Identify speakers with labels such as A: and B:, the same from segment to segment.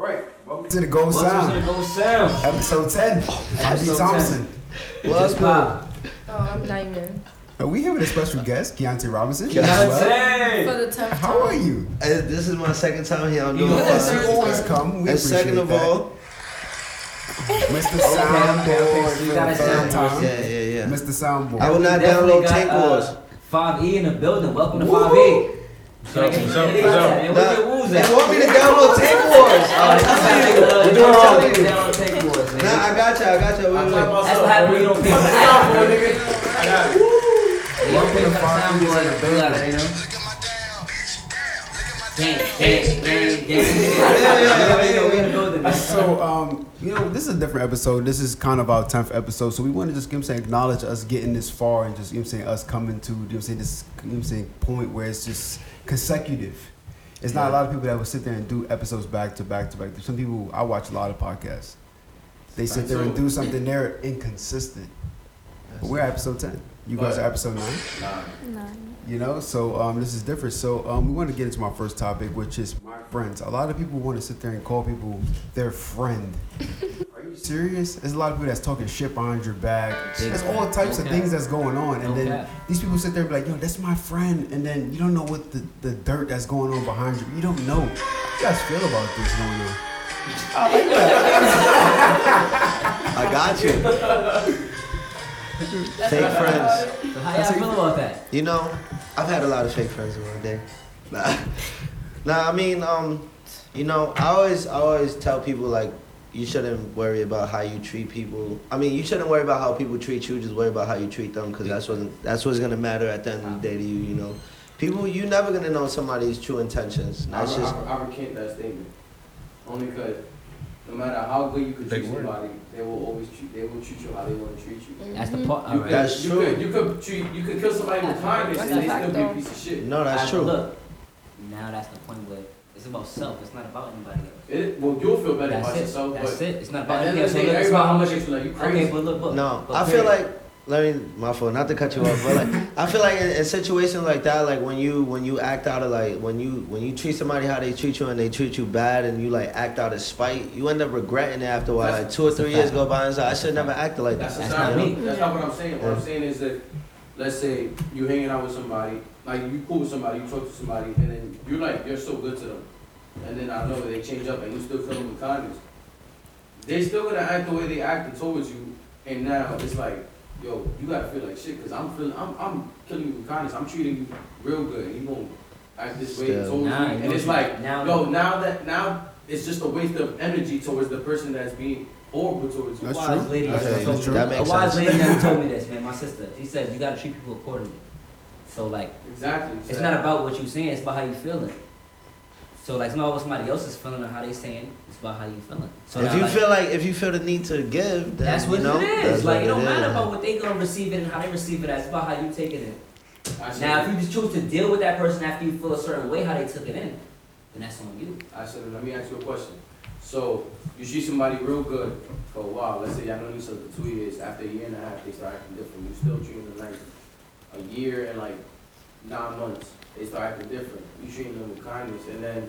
A: Welcome to the Gold
B: Welcome
A: Sound,
B: to the Gold Sound.
A: episode 10. Abby
B: Oh, Episode
A: Thompson.
B: Just pop.
C: Oh, I'm Diamond.
A: And we here with a special guest, Keontae Robinson.
D: Keontae.
A: Well,
C: For
B: Beyonce.
C: the tenth time.
A: How are you?
D: Hey, this is my second time here. I'm
B: You
D: doing
B: know
A: Yes,
B: what?
D: fine.
A: you always come. We
D: And
A: appreciate
D: Uh, second of
A: that.
D: all,
B: okay,
A: Mr.
B: okay,
A: Soundboard
B: so you
A: for the
B: gotta
A: third
B: sound
A: time.
D: yeah, yeah, yeah.
A: Mr. Soundboard.
D: I will not
B: Definitely
D: download Tank
B: got,
D: Wars.
B: uh, 5E in the building. Welcome to E. 5E.
E: So, so,
B: Hey, what's up,
E: so,
B: man? Where's your woos at?
D: Nah, you want me to download Tank Wars? I'm telling you.
B: We're
D: doing all of it.
B: Take
D: Nah, I got you. I got you. Wait, wait.
B: That's what happened when you don't pick up the soundboard, nigga. You don't pick up the
A: Welcome to
B: soundboard,
A: Farm
B: you gotta, you know. Gang, gang, gang, gang. Yeah, yeah, yeah, we in the building, man.
A: So, um, you know, this is a different episode. This is kind of our 10th episode. So, we want to just, you know what I'm saying, acknowledge us getting this far and just, you know what I'm saying, us coming to, you know what I'm saying, this, you know what I'm saying, point where it's just consecutive. It's not a lot of people that will sit there and do episodes back to back to back. There's some people, I watch a lot of podcasts. They sit there and do something, they're inconsistent. But we're episode 10. You guys are episode 9. You know, so um, this is different. So um, we want to get into my first topic, which is my friends. A lot of people want to sit there and call people their friend. Are you serious? There's a lot of people that's talking shit behind your back.
B: Big
A: There's
B: fact.
A: all types of
B: No
A: things
B: cap.
A: that's going on, and
B: No
A: then
B: cap.
A: these people sit there and be like, "Yo, that's my friend," and then you don't know what the, the dirt that's going on behind you. You don't know. How you guys feel about this going on?
D: I got you. Fake friends.
B: So How y'all feel about that?
D: You know, I've had a lot of fake friends in my day. Nah, nah I mean, um, you know, I always, I always tell people like, you shouldn't worry about how you treat people. I mean, you shouldn't worry about how people treat you. Just worry about how you treat them, because that's what that's what's gonna matter at the end of the day to you. You know, people, you never gonna know somebody's true intentions.
F: I,
D: That's
F: re-
D: just
F: I, re- I recant that statement. Only because no matter how good you could
E: Big
F: treat
E: word.
F: somebody, they will always treat, they will treat you how they want to treat you. You
B: That's the part. uh,
F: could-
B: Alright.
D: That's
F: you
D: true.
F: Could, you could treat, you could kill somebody with kindness
C: Mm-hmm. That's a
F: and they still
C: fact,
F: be a
C: though.
F: piece of shit.
D: no, that's
B: Alright,
D: true.
B: but Look, now that's the point where it's about self. It's not about anybody else.
F: It, well, you'll feel better
B: That's
F: about
B: it.
F: yourself,
B: that's
F: but
B: it. It's not
F: at
B: about
F: the end
B: anybody
F: of
B: else.
F: the
B: So
F: day,
B: look, it's about
F: everybody how much you like. You crazy.
B: Okay, but look, look.
D: No,
B: but
D: I feel
B: period.
D: like let me my fault, not to cut you off, but like I feel like in, in situations like that, like when you when you act out of like when you when you treat somebody how they treat you and they treat you bad and you like act out of spite, you end up regretting it after a while. Like two or three years go by and it's like, I should never acted like
F: That's,
D: that.
B: That's
F: not
B: not
F: me.
B: me.
F: That's not what I'm saying. What I'm saying is that, let's say you hanging out with somebody, like you cool with somebody, you talk to somebody, and then you like you're so good to them, and then I know they change up and you still feel them with kindness. They still gonna act the way they acted towards you, and now it's like, yo, you gotta feel like shit because I'm feeling, I'm, I'm killing you with kindness. I'm treating you real good, and you won't act this way
D: Still.
F: towards me.
B: Nah, you
F: And
B: know
F: it's
B: what you-
F: like,
B: now-
F: yo, now that now it's just a waste of energy towards the person that's being horrible towards you.
A: That's
B: wise
A: true.
B: lady
D: That's
B: that
D: true.
B: told me-
D: That makes
B: a wise
D: sense.
B: lady that told me this, man, my sister. She said you gotta treat people accordingly. So like,
F: Exactly.
B: it's not about what you saying; it's about how you feeling. So like, it's not what somebody else is feeling or how they saying. It's about how you feeling. So
D: if
B: now,
D: you
B: like,
D: feel like if you feel the need to give, then,
B: that's what
D: you know,
B: it
D: that's
B: is. Like,
D: what
B: it don't matter
D: is.
B: about what they gonna receive it and how they receive it. That's about how you taking it.
F: I
B: Now, if
F: should've-
B: you just choose to deal with that person after you feel a certain way, how they took it in, then that's on you.
F: I said, let me ask you a question. So you see somebody real good for a while. Let's say y'all known each other for two years. After a year and a half, they start acting different. You still treating them like a year and like nine months. They start acting different. You treating them with kindness, and then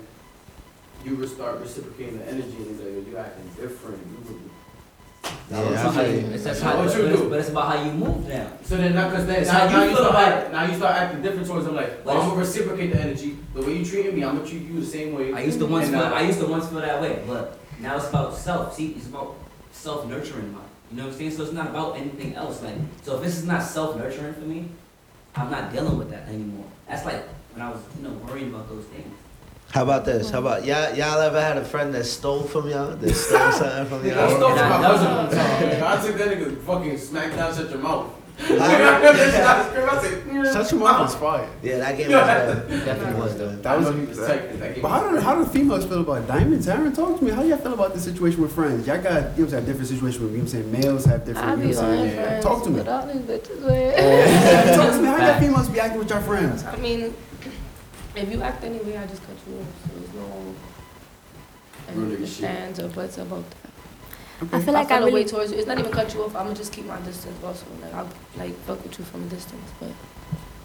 F: you re- start reciprocating the energy, and they're like, you acting different. You-
D: Yeah, I
B: It's about how
D: feel
B: you-
D: you.
B: it's
F: That's
B: how-
F: what
B: but
F: you
B: it's-
F: do.
B: But it's about how you move now.
F: So then, now, cause then,
B: It's
F: now,
B: how
F: now
B: you
F: you
B: feel
F: start
B: about
F: act- now you start acting different towards them. Like, well, I'm gonna reciprocate the energy. The way you treating me, I'm gonna treat you the same way.
B: I used to once
F: And,
B: feel,
F: uh,
B: I used to once feel that way, but now it's about self. See, it's about self nurturing. My, you know what I'm saying? So it's not about anything else. Like, so if this is not self nurturing for me, I'm not dealing with that anymore. That's like when I was, you know, worrying about those things.
D: How about this? How about y'all y'all ever had a friend that stole from y'all? That stole something from
F: Nigga, I
D: y'all?
F: stole from my
B: Yeah.
F: cousin one time. man. I took that nigga fucking smack down, shut your mouth.
D: I-
F: "Mm."
A: Shut your mouth, it's fire.
D: yeah, that game was bad. Definitely
A: That
D: was bad.
A: That was
F: I know he was texting, that gave
A: But how
F: me-
A: do how do females feel about diamonds? Aaron, talk to me. How y'all feel about the situation with friends? Y'all got you know, have different situations with you know what I'm saying males have different.
C: I
A: you know
C: be
A: what I'm
C: on
A: saying?
C: friends.
A: Talk to me.
C: But all these bitches wear.
A: talk to me. How y'all females be acting with your friends?
C: I mean, if you act any way, I just cut you off. So there's no
F: Real nigga shit.
C: understands or what's about that.
G: I feel like I,
C: feel a way
G: really,
C: towards you. It's not even cut you off. I'ma just keep my distance also. Like I'll like fuck with you from a distance, but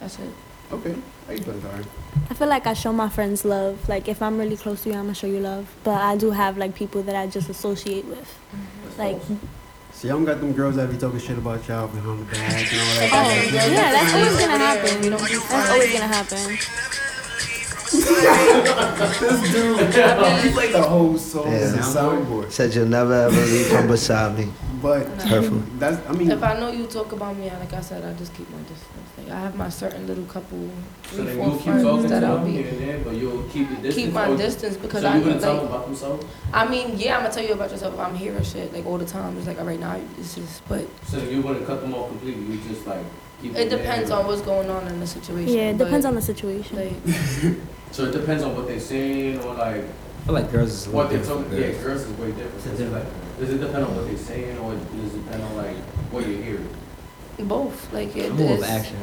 C: that's it.
A: Okay. How you feeling, Dari?
E: I feel like I show my friends love. Like if I'm really close to you, I'm gonna show you love. But I do have like people that I just associate with. Like
A: So y'all don't got them girls that be talking shit about y'all behind the back and all that.
E: oh yeah, that's always gonna happen. That's always gonna happen.
A: this dude, he played the whole song
D: Yeah.
A: as a soundboard.
D: Said you'll never ever leave from beside me.
A: But
D: Hurtful.
A: that's, I mean,
C: If I know you talk about me, like I said, I just keep my distance. Like I have my certain little couple,
F: So
C: three,
F: then
C: four
F: you'll keep talking
C: friends
F: to
C: that I'll
F: them
C: be
F: here and there, but you'll keep the distance.
C: keep my
F: or-
C: distance because
F: So
C: I
F: you
C: know,
F: wouldn't tell
C: like
F: them about themselves?
C: I mean, yeah, I'm gonna tell you about yourself. if I'm hearing shit like all the time. It's like right now, this is. But
F: So then you wouldn't cut them off completely, you just like keep
C: it
F: them
C: depends
F: there.
C: on what's going on in the situation.
E: Yeah, it depends
C: but,
E: on the situation.
C: Like,
F: So it depends on what they're saying or like
B: I feel like girls is a
F: what
B: little
F: they're
B: different.
F: talking. Yeah, girls is way different.
B: It's a
F: It's like, does it depend on what they're saying or does it depend on like what you're hearing?
C: both. Like it
B: I'm more of
C: is-
B: action.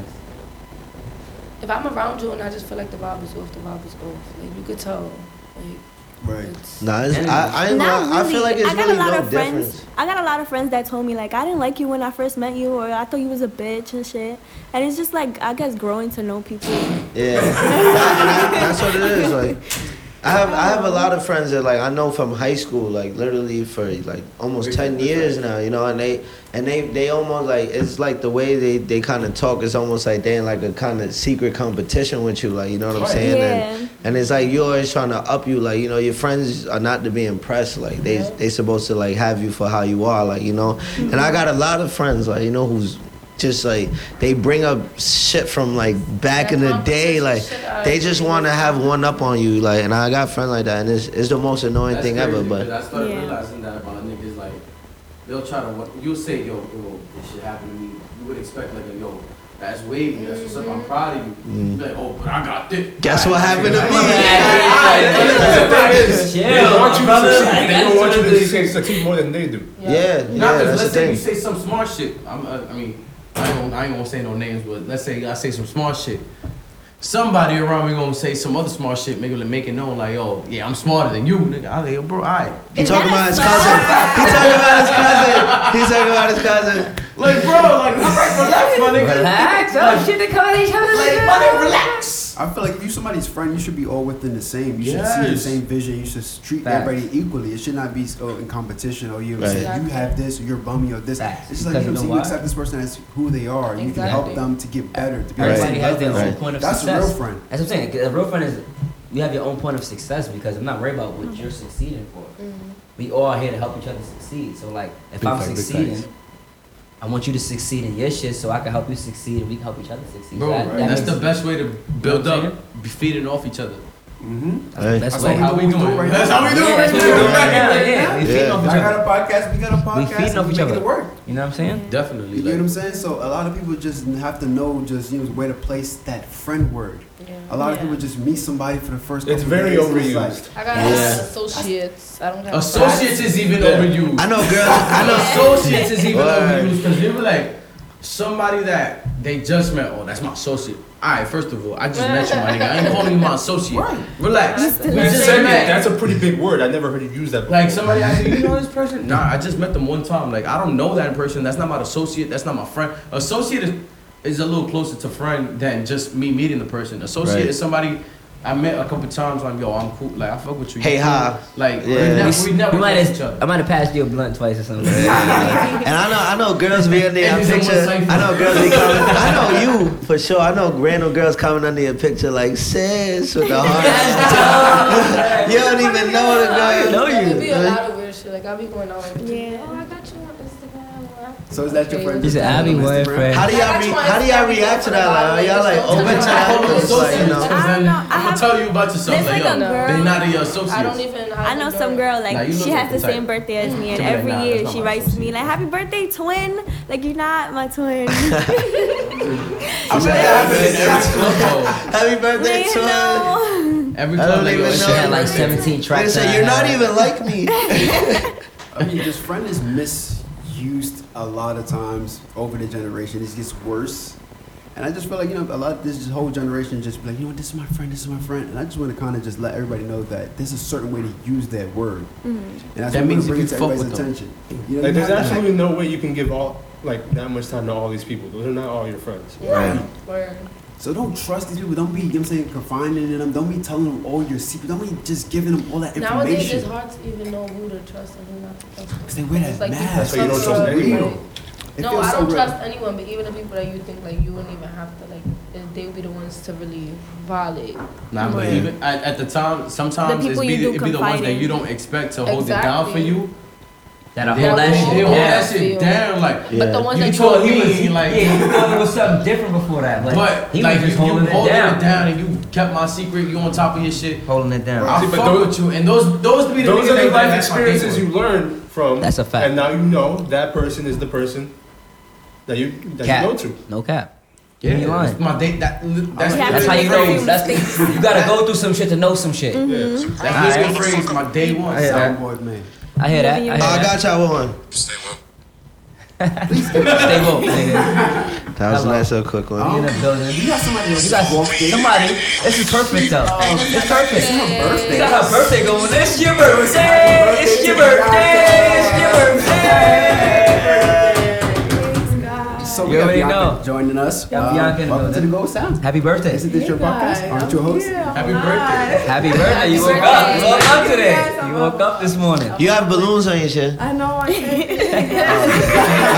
C: If I'm around you and I just feel like the vibe is off, the vibe is off. Like you could tell. Like
A: right.
C: it's.
D: Nah, it's, I, I, ain't
E: Not
D: gonna- I feel like
E: really.
D: it's
E: I got
D: really
E: a lot
D: no
E: of friends.
D: difference.
E: I got a lot of friends that told me like I didn't like you when I first met you, or I thought you was a bitch and shit. And it's just like I guess growing to know people.
D: Yeah, That- that- that's what it is. Like, I have I have a lot of friends that like I know from high school, like literally for like almost ten years now, you know, and they and they they almost like it's like the way they they kind of talk is almost like they in like a kind of secret competition with you, like you know what I'm
F: Right.
D: saying? And,
E: Yeah.
D: and it's like you're always trying to up you, like you know your friends are not to be impressed, like they they supposed to like have you for how you are, like you know. And I got a lot of friends, like you know, who's just like they bring up shit from like back in the day, like they just want to have one up on you, like. And I got friends like that, and it's it's the most annoying
F: That's
D: thing ever.
F: crazy,
D: But
F: 'cause I started
E: Yeah.
F: realizing that about niggas like they'll try to wa- you'll say yo yo this shit happened to me. You would expect like a yo that's wavy. That's what's up. I'm proud of you. You be like oh but I got this.
D: Mm-hmm. guess what happened to me?
B: Chill,
G: They don't want you to
B: brother.
G: succeed.
B: Like,
G: They don't want you
B: that's what
G: to
B: it is.
G: succeed- succeed more than they do.
D: Yeah,
F: Not
D: yeah,
F: because
D: that's the
F: let's say you
D: thing.
F: say some smart shit. I'm, uh, I mean, I don't, I ain't gonna say no names, but let's say I say some smart shit. Somebody around me gonna say some other smart shit, make it, make it known like, oh, yeah, I'm smarter than you, nigga. I like, yo, bro, all right.
D: He talking about his cousin. He talking about his cousin. He talking about his cousin.
F: Like, bro, like, I'm right from left, my nigga.
B: Relax. Oh shit, they call each other.
F: Like, my nigga, relax.
A: I feel like if you somebody's friend, you should be all within the same. You should see the
F: Yes.
A: same vision. You should treat
B: Facts.
A: everybody equally. It should not be oh, in competition. Oh, you know,
D: Right.
A: say, you have this, or you're bummy, or this.
B: Facts.
A: It's just like
B: Because
A: you,
B: you
A: know,
B: know
A: you
B: why?
A: accept this person as who they are. You can help
C: Exactly.
A: them to get better. To be on the
B: Everybody
A: same
B: has their
A: level.
B: own point of
A: That's a real
B: success.
A: friend.
B: That's what I'm saying. A real friend is you have your own point of success because I'm not worried about what you're succeeding for. We all here to help each other succeed. So like, if
G: Big
B: I'm
G: facts, big
B: succeeding,
G: facts.
B: I want you to succeed in your shit so I can help you succeed and we can help each other succeed.
F: Bro,
B: That- that
F: that's
B: makes-
F: the best way to build
B: You know what I'm
F: up, be feeding off each other.
A: Mm-hmm.
B: That's the
D: Hey.
B: best
A: That's
B: way.
A: what
F: How we
A: we do
F: doing?
A: right now.
F: That's how we doing
B: Yeah, that's
F: right
B: what we do
F: now.
B: right now. Yeah, we feeding
D: Yeah.
B: off
A: I
B: each
A: got
B: other.
A: a podcast. We got a podcast.
B: feeding off
A: and
B: each
A: make
B: other.
A: It work.
B: You know what I'm saying?
F: Definitely.
A: You know what
F: Like,
A: I'm saying? So a lot of people just have to know just you know where to place that friend word. A lot of
E: Yeah.
A: people just meet somebody for the first.
G: It's
A: couple
G: very
A: days, and it's like,
G: overused.
C: I got a lot of associates. I don't have
F: associates is even
G: Yeah.
F: overused.
D: I know girls. I know
F: associates is even
D: Word.
F: overused because you be like somebody that they just met. Oh, that's my associate. All right, first of all, I just met you, my nigga. I ain't calling you my associate.
A: Right.
F: Relax. We
G: That's,
F: just
G: second,
F: met.
G: that's a pretty big word. I never heard you use that.
F: Like
G: before.
F: somebody asked me, you know this person? Nah, I just met them one time. Like I don't know that person. That's not my associate. That's not my friend. Associate is, is a little closer to friend than just me meeting the person. Associate
D: Right.
F: is somebody I met a couple times. I'm yo, I'm cool. Like I fuck with you.
D: Hey,
F: You
D: hi.
F: cool. Like we
D: Yeah.
F: never, we never
B: You might
F: met each
B: have,
F: other.
B: I might have passed you a blunt twice or something.
D: And I know, I know girls be under your
F: And it's
D: picture.
F: almost like-
D: I know girls be coming. I know you for sure. I know random girls coming under your picture like sis with the heart. you don't even know the girl.
B: know you.
C: It'd be a lot of weird shit. Like I'll be going on.
E: Yeah.
C: Oh, I got you on Instagram.
A: So is that your friend?
B: He said, "I be
A: On
B: one
A: Instagram?"
B: friend."
D: How do y'all re- how do y'all react to that? Like, are y'all like open to that? 'Cause, like, you know.
E: I don't know. I
F: am gonna
E: have-
F: tell you about yourself.
E: There's
F: Like,
E: like a
F: yo,
E: girl-
F: they not your associates.
C: I don't even.
E: I know some girl
F: Nah,
E: like
F: you
E: she
F: look
E: has
F: like
E: the
F: the type.
E: same birthday as me, and
F: Tell me that
E: every
F: nah,
E: year
F: that's
E: she
F: not my
E: writes
F: associate.
E: me like "Happy birthday, twin!" Like you're not my twin.
F: I'm sure that happened in every club.
D: Happy birthday,
E: you
D: twin.
E: know.
F: though. Every
D: I
F: club
D: don't
F: they go
D: even
B: She
D: know.
F: to.
B: had like 17
D: They
B: tracks.
D: say
B: that I
D: you're not
B: had.
D: even like me.
A: I mean, this friend is misused a lot of times over the generation. It gets worse. And I just feel like, you know, a lot of this whole generation just be like, you know what, this is my friend, this is my friend. And I just want to kind of just let everybody know that there's a certain way to use that word.
C: Mm-hmm.
A: And that's
F: That
A: what
F: means
A: means bring
F: you
A: it to
F: fuck
A: everybody's
F: with them.
A: attention. You know,
G: Like,
A: you
G: there's
A: have to,
G: absolutely no way you can give all like that much time to all these people. Those are not all your friends.
A: Right.
C: Word.
A: So don't trust these people. Don't be, you know what I'm saying, confining in them. Don't be telling them all your secrets. Don't be just giving them all that
C: Nowadays, it's
A: information.
C: hard to even know who to trust and who not to trust.
A: Because they wear
C: It's
A: that
C: like
A: mask.
C: different
G: That's why you don't trust
A: It's so
C: cultures,
G: anyone.
A: real.
C: like-
A: It
C: No,
A: feels
C: I
A: so
C: don't
A: real.
C: trust anyone, but even the people that you think like you wouldn't even have to like, if they would be the ones to really violate.
F: Nah, but
C: Right.
F: even at, at the time, sometimes
E: The
F: it's
E: people
F: be
E: you
F: the,
E: do
F: it be the ones that
E: confide
F: you
E: in.
F: don't expect to hold it down for
C: Exactly.
F: you.
B: That I
F: They
B: hold that
F: they
B: shit
F: hold that
B: down.
C: down.
F: shit down. Like
C: But the ones
F: you
C: that
F: told
C: you
F: me, like
B: yeah, you thought it was something different before that, but,
F: But
B: he was
F: like you, you
B: just holding, it, down.
F: and you kept my secret. You on top of your shit.
B: holding it down.
F: I
G: See, but
F: fuck
G: those-
F: with you, and those those be the
G: Those
F: niggas
G: are the
F: that-
G: life
F: that's my day
G: experiences
F: one.
G: you learn from.
B: That's a fact.
G: And now you know that person is the person that you that
B: Cap.
G: you go to.
B: No cap.
F: Yeah,
B: You lying.
F: that's my day. That, that's,
E: Yeah,
B: That's
E: but
B: how
E: you
B: you
F: phrase.
B: know.
E: don't
B: That's you gotta go through some shit to know some shit.
G: Yeah.
F: That's the phrase. My day one.
B: I hear
F: son.
B: that.
A: Soundboard man.
B: I hear that. I hear
E: Yeah.
D: I
B: that.
D: got y'all one.
B: Stay woke, nigga.
D: That was a
B: Hello.
D: nice little quick one.
B: We in the building.
A: You got somebody
B: You
A: that's
B: got
A: walking.
B: somebody. This is perfect though. It's perfect.
A: Oh, birthday.
B: You got her birthday going. It's your birthday. It's your birthday. It's your birthday.
A: So we
B: You
A: got
B: already
A: Bianca
B: know.
A: joining us.
B: Yeah,
A: Uh,
B: Bianca in the
A: welcome to the
B: building.
A: Gold Sound.
B: Happy birthday.
A: Isn't this your podcast? Aren't you a host?
F: Happy birthday.
B: Happy birthday. You woke up. You woke up today. You woke up this morning.
D: You have balloons on your shit.
H: I know I said it.
D: I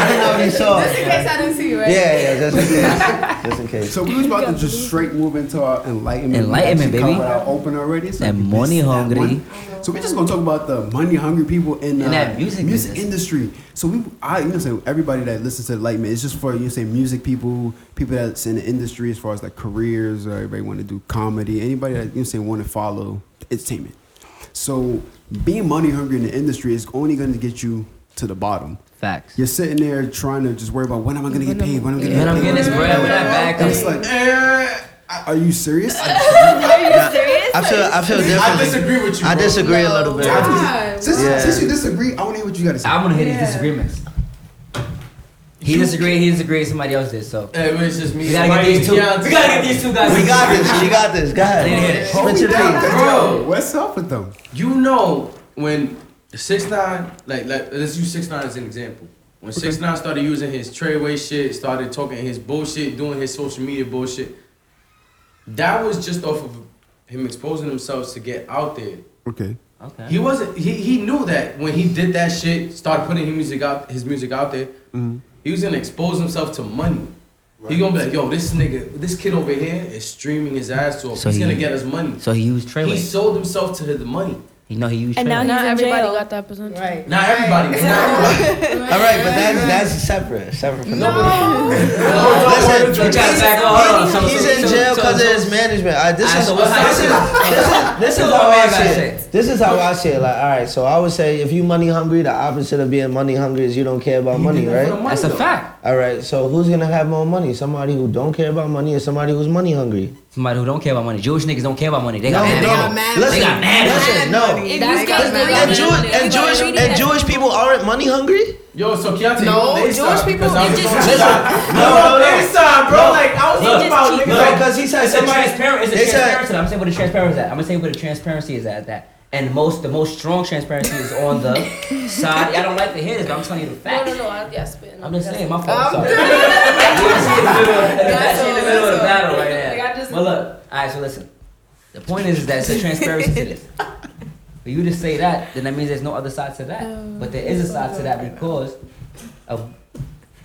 D: didn't know if you saw.
H: Just in case I didn't see you, right?
D: Yeah, yeah, just in case. Just in case.
A: So we was about to just straight move into our enlightenment.
B: Enlightenment,
A: we actually
B: baby.
A: covered Our open already. So
B: And
A: we missed
B: money
A: that
B: hungry.
A: one. So we're just gonna talk about the money hungry people in the
B: In that music business.
A: industry. So we, I, you know, so everybody that listens to enlightenment, it's just for you know, say music people, people that's in the industry as far as like careers, or everybody want to do comedy, anybody that you know, say want to follow entertainment. So being money hungry in the industry is only going to get you to the bottom.
B: Facts.
A: You're sitting there trying to just worry about when am I going to get paid? When am I going to
B: When I'm
A: get paid?
B: getting this bread, when I back
A: And it's
B: up.
A: like, are you serious?
D: I feel, I feel
G: I
D: differently.
G: disagree with you.
D: I
G: bro.
D: disagree a little bit.
H: Why?
A: Since,
D: Yeah.
A: since you disagree, I want to hear what you got to say.
B: I'm gonna hit
H: Yeah.
B: these disagreements. He disagreed. He disagreed. Somebody else did. So
F: Hey, but it's just me.
B: we gotta get these two. We
F: Somebody-
B: gotta get these two guys.
D: We got this. You got this. Go ahead.
B: I didn't hit it.
A: Hold
D: Spit
A: me
D: your
A: down,
D: piece.
A: bro.
F: Bro.
A: What's up with them?
F: You know when six nine, like, like let's use six nine as an example. When six nine started using his trayway shit, started talking his bullshit, doing his social media bullshit, that was just off of him exposing himself to get out there.
A: Okay.
B: Okay.
F: He wasn't. He, he knew that when he did that shit, started putting his music out, his music out there,
B: Mm-hmm.
F: he was gonna expose himself to money. He gonna be like, yo, this nigga, this kid over here is streaming his ass off.
B: So
F: He's
B: he-
F: gonna get us money.
B: So he used
F: He
B: Trayway.
F: sold himself to the money.
B: You know he used
E: And now
B: Trayway.
E: he's
C: Not
E: in
C: everybody
E: jail.
C: got that potential.
H: Right.
F: Not everybody. Not everybody.
D: All right, but that's that's separate. Separate from the balloon.
B: You gotta back up. Hold on. So-
D: He's
B: so-
D: in
B: so-
D: jail
B: so-
D: because
B: so-
D: of his management. All right, this,
B: All right,
D: is,
B: so
D: this,
B: what's
D: is,
B: happening?
D: this is this is
B: So
D: how I
B: what man gotta
D: see
B: say?
D: it. This is how I see it. Like, all right, so I would say if you money hungry, the opposite of being money hungry is you don't care about money, right?
B: That's a fact.
D: All right, so who's gonna have more money? Somebody who don't care about money or somebody who's money hungry?
B: Somebody who don't care about money. Jewish niggas don't care about money. They got
D: No,
B: mad.
D: no.
B: They got
D: Listen,
B: mad. They got mad.
D: Listen, no.
H: If you guys know
D: And, Jew-
H: y'all
D: and Jewish and Jewish people aren't money hungry.
F: Yo, so Keontae,
H: No,
F: you on their
H: Jewish
F: side,
H: people,
F: because I
H: you
F: was
H: just-
F: on their
H: Listen,
F: side. I'm on their side, bro. Like I was
B: Look,
F: talking about niggas.
B: look.
F: like-
D: Because he said
B: It's a
D: somebody.
B: transparent. It's a
D: they said-
B: transparency. I'm saying where the transparency is at. I'm gonna say where the transparency is at. That and most the most strong transparency is on the side. I don't like to hear this, but I'm telling
C: No,
B: you the
C: no,
B: facts.
C: no. I, yeah, spitting.
B: I'm just
C: That's
B: saying,
C: it.
B: my fault. Sorry. She in the middle of- she in the middle of the battle right now.
C: Like, I just-
B: Well, look. All right, so listen. The point is, is that it's a transparency to this. For you to say that, then that means there's no other side to that. But there is a side to that because of.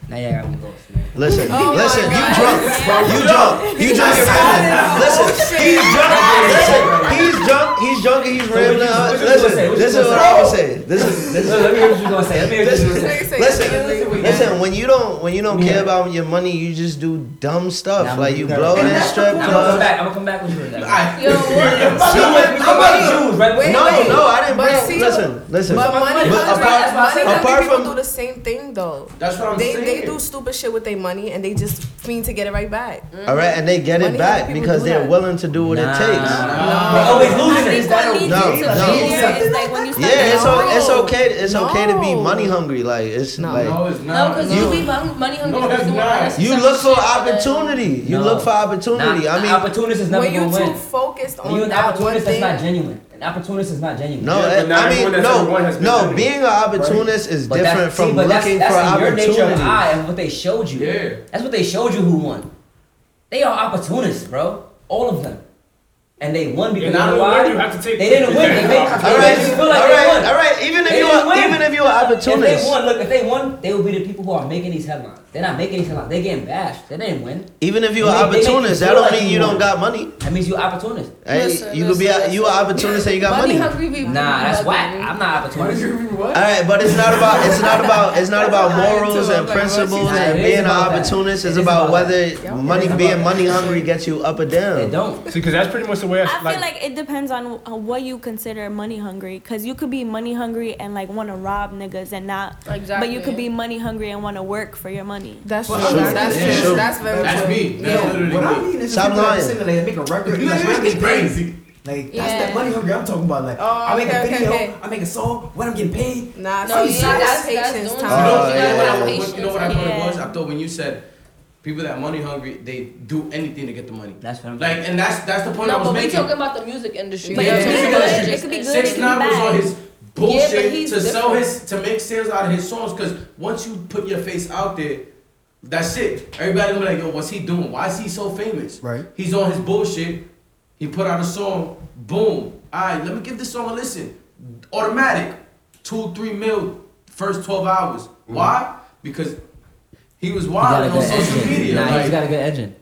B: Now, yeah, I got me lost, man.
D: Listen,
H: Oh
D: listen, you drunk, you drunk, you drunk. and rambling. Listen, he's drunk. Listen, he's drunk. He's drunk. And he's rambling.
B: what you- what you
D: Listen,
B: gonna say? What you
D: this is
B: gonna
D: what
B: say?
D: I would say. This is this
B: Let me hear what you're gonna say. Let me hear what you're gonna say.
D: is. Listen, listen. When you don't, when you don't
B: Yeah.
D: care about your money, you just do dumb
B: Nah,
D: stuff.
B: I'm
D: Like
B: gonna
D: you
B: do that.
D: blow in a strip
B: I'm gonna come
D: club.
B: back. I'm gonna come back with you with that.
F: I-
H: Yo, what?
B: Jews, we talking about Jews, right?
H: Wait,
D: No,
H: wait.
D: no, I didn't
H: But
D: bring.
H: see-
D: Listen, listen.
H: But money,
D: But
H: hungry-
D: apart-
H: money hungry
D: apart
H: people
D: from-
H: do the same thing though.
F: That's what I'm
H: They
F: saying.
H: they do stupid shit with their money and they just mean to get it right back.
D: All right, and they get it
H: Money
D: back
H: people do
D: because they're
H: that.
D: willing to do what it
B: Nah.
D: takes.
B: We're always losing
C: I
B: it.
C: think what needs
D: No,
C: to be
D: no.
C: clear is like when you start
D: Yeah, it's
C: getting
D: o- it's
H: No.
D: okay. It's okay to be
H: No.
D: money hungry. Like it's
H: No.
D: like.
F: No, it's
C: No,
F: not.
C: because you leave hung- money hungry.
F: No,
C: people
F: that's
C: doing
F: not.
C: unnecessary
D: You look for
C: shit, but-
D: opportunity. You
B: No.
D: look for opportunity.
B: Nah,
D: I mean,
B: an opportunist is never
H: When you
B: gonna win.
H: too focused
B: When you're
H: on
B: an
H: that one
B: opportunist, that's
H: thing,
B: not genuine. An opportunist is not genuine.
D: no,
G: Yeah,
D: that-
G: but not
D: I mean,
G: everyone that's everyone has
D: no,
G: been
D: no.
G: doing it.
D: Being an opportunist is
B: But
D: different
B: that's, see,
D: from
B: but that's,
D: looking
B: that's in your
D: for
B: nature of
D: opportunity.
B: eye and what they showed you.
F: Yeah.
B: That's what they showed you who won. They are opportunists, bro. All of them. And they won because
I: You're
B: you
I: not
B: know
I: a
B: why?
I: winner. You have to take.
B: They didn't win. They, they,
I: Yeah.
D: All
B: they
D: right,
B: just
D: all
B: feel like they
D: right,
B: won.
D: all right. Even if
B: They
D: you
B: didn't
D: are,
B: win.
D: even if you are
B: If
D: opportunist,
B: they won, look, if they won, they would be the people who are making these headlines. They're not making these headlines. They getting bashed. They didn't win.
D: even if you
B: They-
D: are
B: they make you
D: opportunist, that
B: feel
D: don't
B: like
D: mean
B: you
D: you don't
B: won.
D: got money.
B: That means you opportunist.
D: Hey,
C: Listen,
D: you could be
C: listen,
D: a, you are opportunist and you got money.
C: hungry people.
B: Nah, that's whack. I'm not
A: Why did
B: opportunist.
A: you read what?
D: All right, but it's not about it's not about it's not about morals and principles
B: Nah,
D: and
B: it is
D: being an
B: about that.
D: opportunist.
B: It
D: It's
B: is
D: about
B: about
D: whether money
B: It is
D: being
B: about
D: money hungry gets you up or
B: They
D: down.
B: don't.
I: See, because that's pretty much the way I,
E: I
I: like,
E: feel like it depends on uh, what you consider money hungry, because you could be money hungry and like want to rob niggas and not,
C: Exactly.
E: but you could be money hungry and want to work for your money.
H: That's true.
F: Well,
D: I'm
H: That's
D: saying,
H: true.
D: sure.
H: That's very
I: that's
H: true.
I: me. That's
F: Yeah.
I: literally
A: What I
I: me.
A: mean is
D: Stop
A: people that
D: lying.
A: sing and they make a record. You like,
I: It's crazy.
A: Like that's
C: Yeah.
A: that money hungry I'm talking about. Like
H: Oh,
A: I make
H: okay,
A: a
H: okay,
A: video,
H: okay.
A: I make a song, when I'm getting paid.
H: Nah,
C: No,
H: see,
C: yeah,
H: see,
C: that's-
H: that's
C: that's
H: patience
D: Oh,
C: doing
H: time.
F: you know, you know
D: yeah.
F: what I- you know what I, thought it
E: Yeah.
F: was? I thought when you said people that money hungry, they do anything to get the money.
B: That's what I'm saying.
F: Like, and that's that's the point I
C: No,
F: was
C: but we
F: making.
C: talking about the music industry.
H: But
F: Yeah,
H: it could be
F: music
H: good,
F: industry.
E: it could be good, it
F: Six
E: could be
F: Nine was
E: bad.
F: on his
C: Yeah,
F: bullshit
C: but he's
F: to sell
C: different.
F: his to make sales out of his songs because once you put your face out there, that's it. Everybody gonna be like, yo, what's he doing? Why is he so famous?
A: Right.
F: He's on his bullshit. He put out a song. Boom. All right, let me give this song a listen. Automatic. Two, three mil. First twelve hours. Why? Because he was
B: Mm. He got a
F: wild on
B: good
F: social
B: engine.
F: media.
B: Nah, he's
F: like,
B: got a good engine.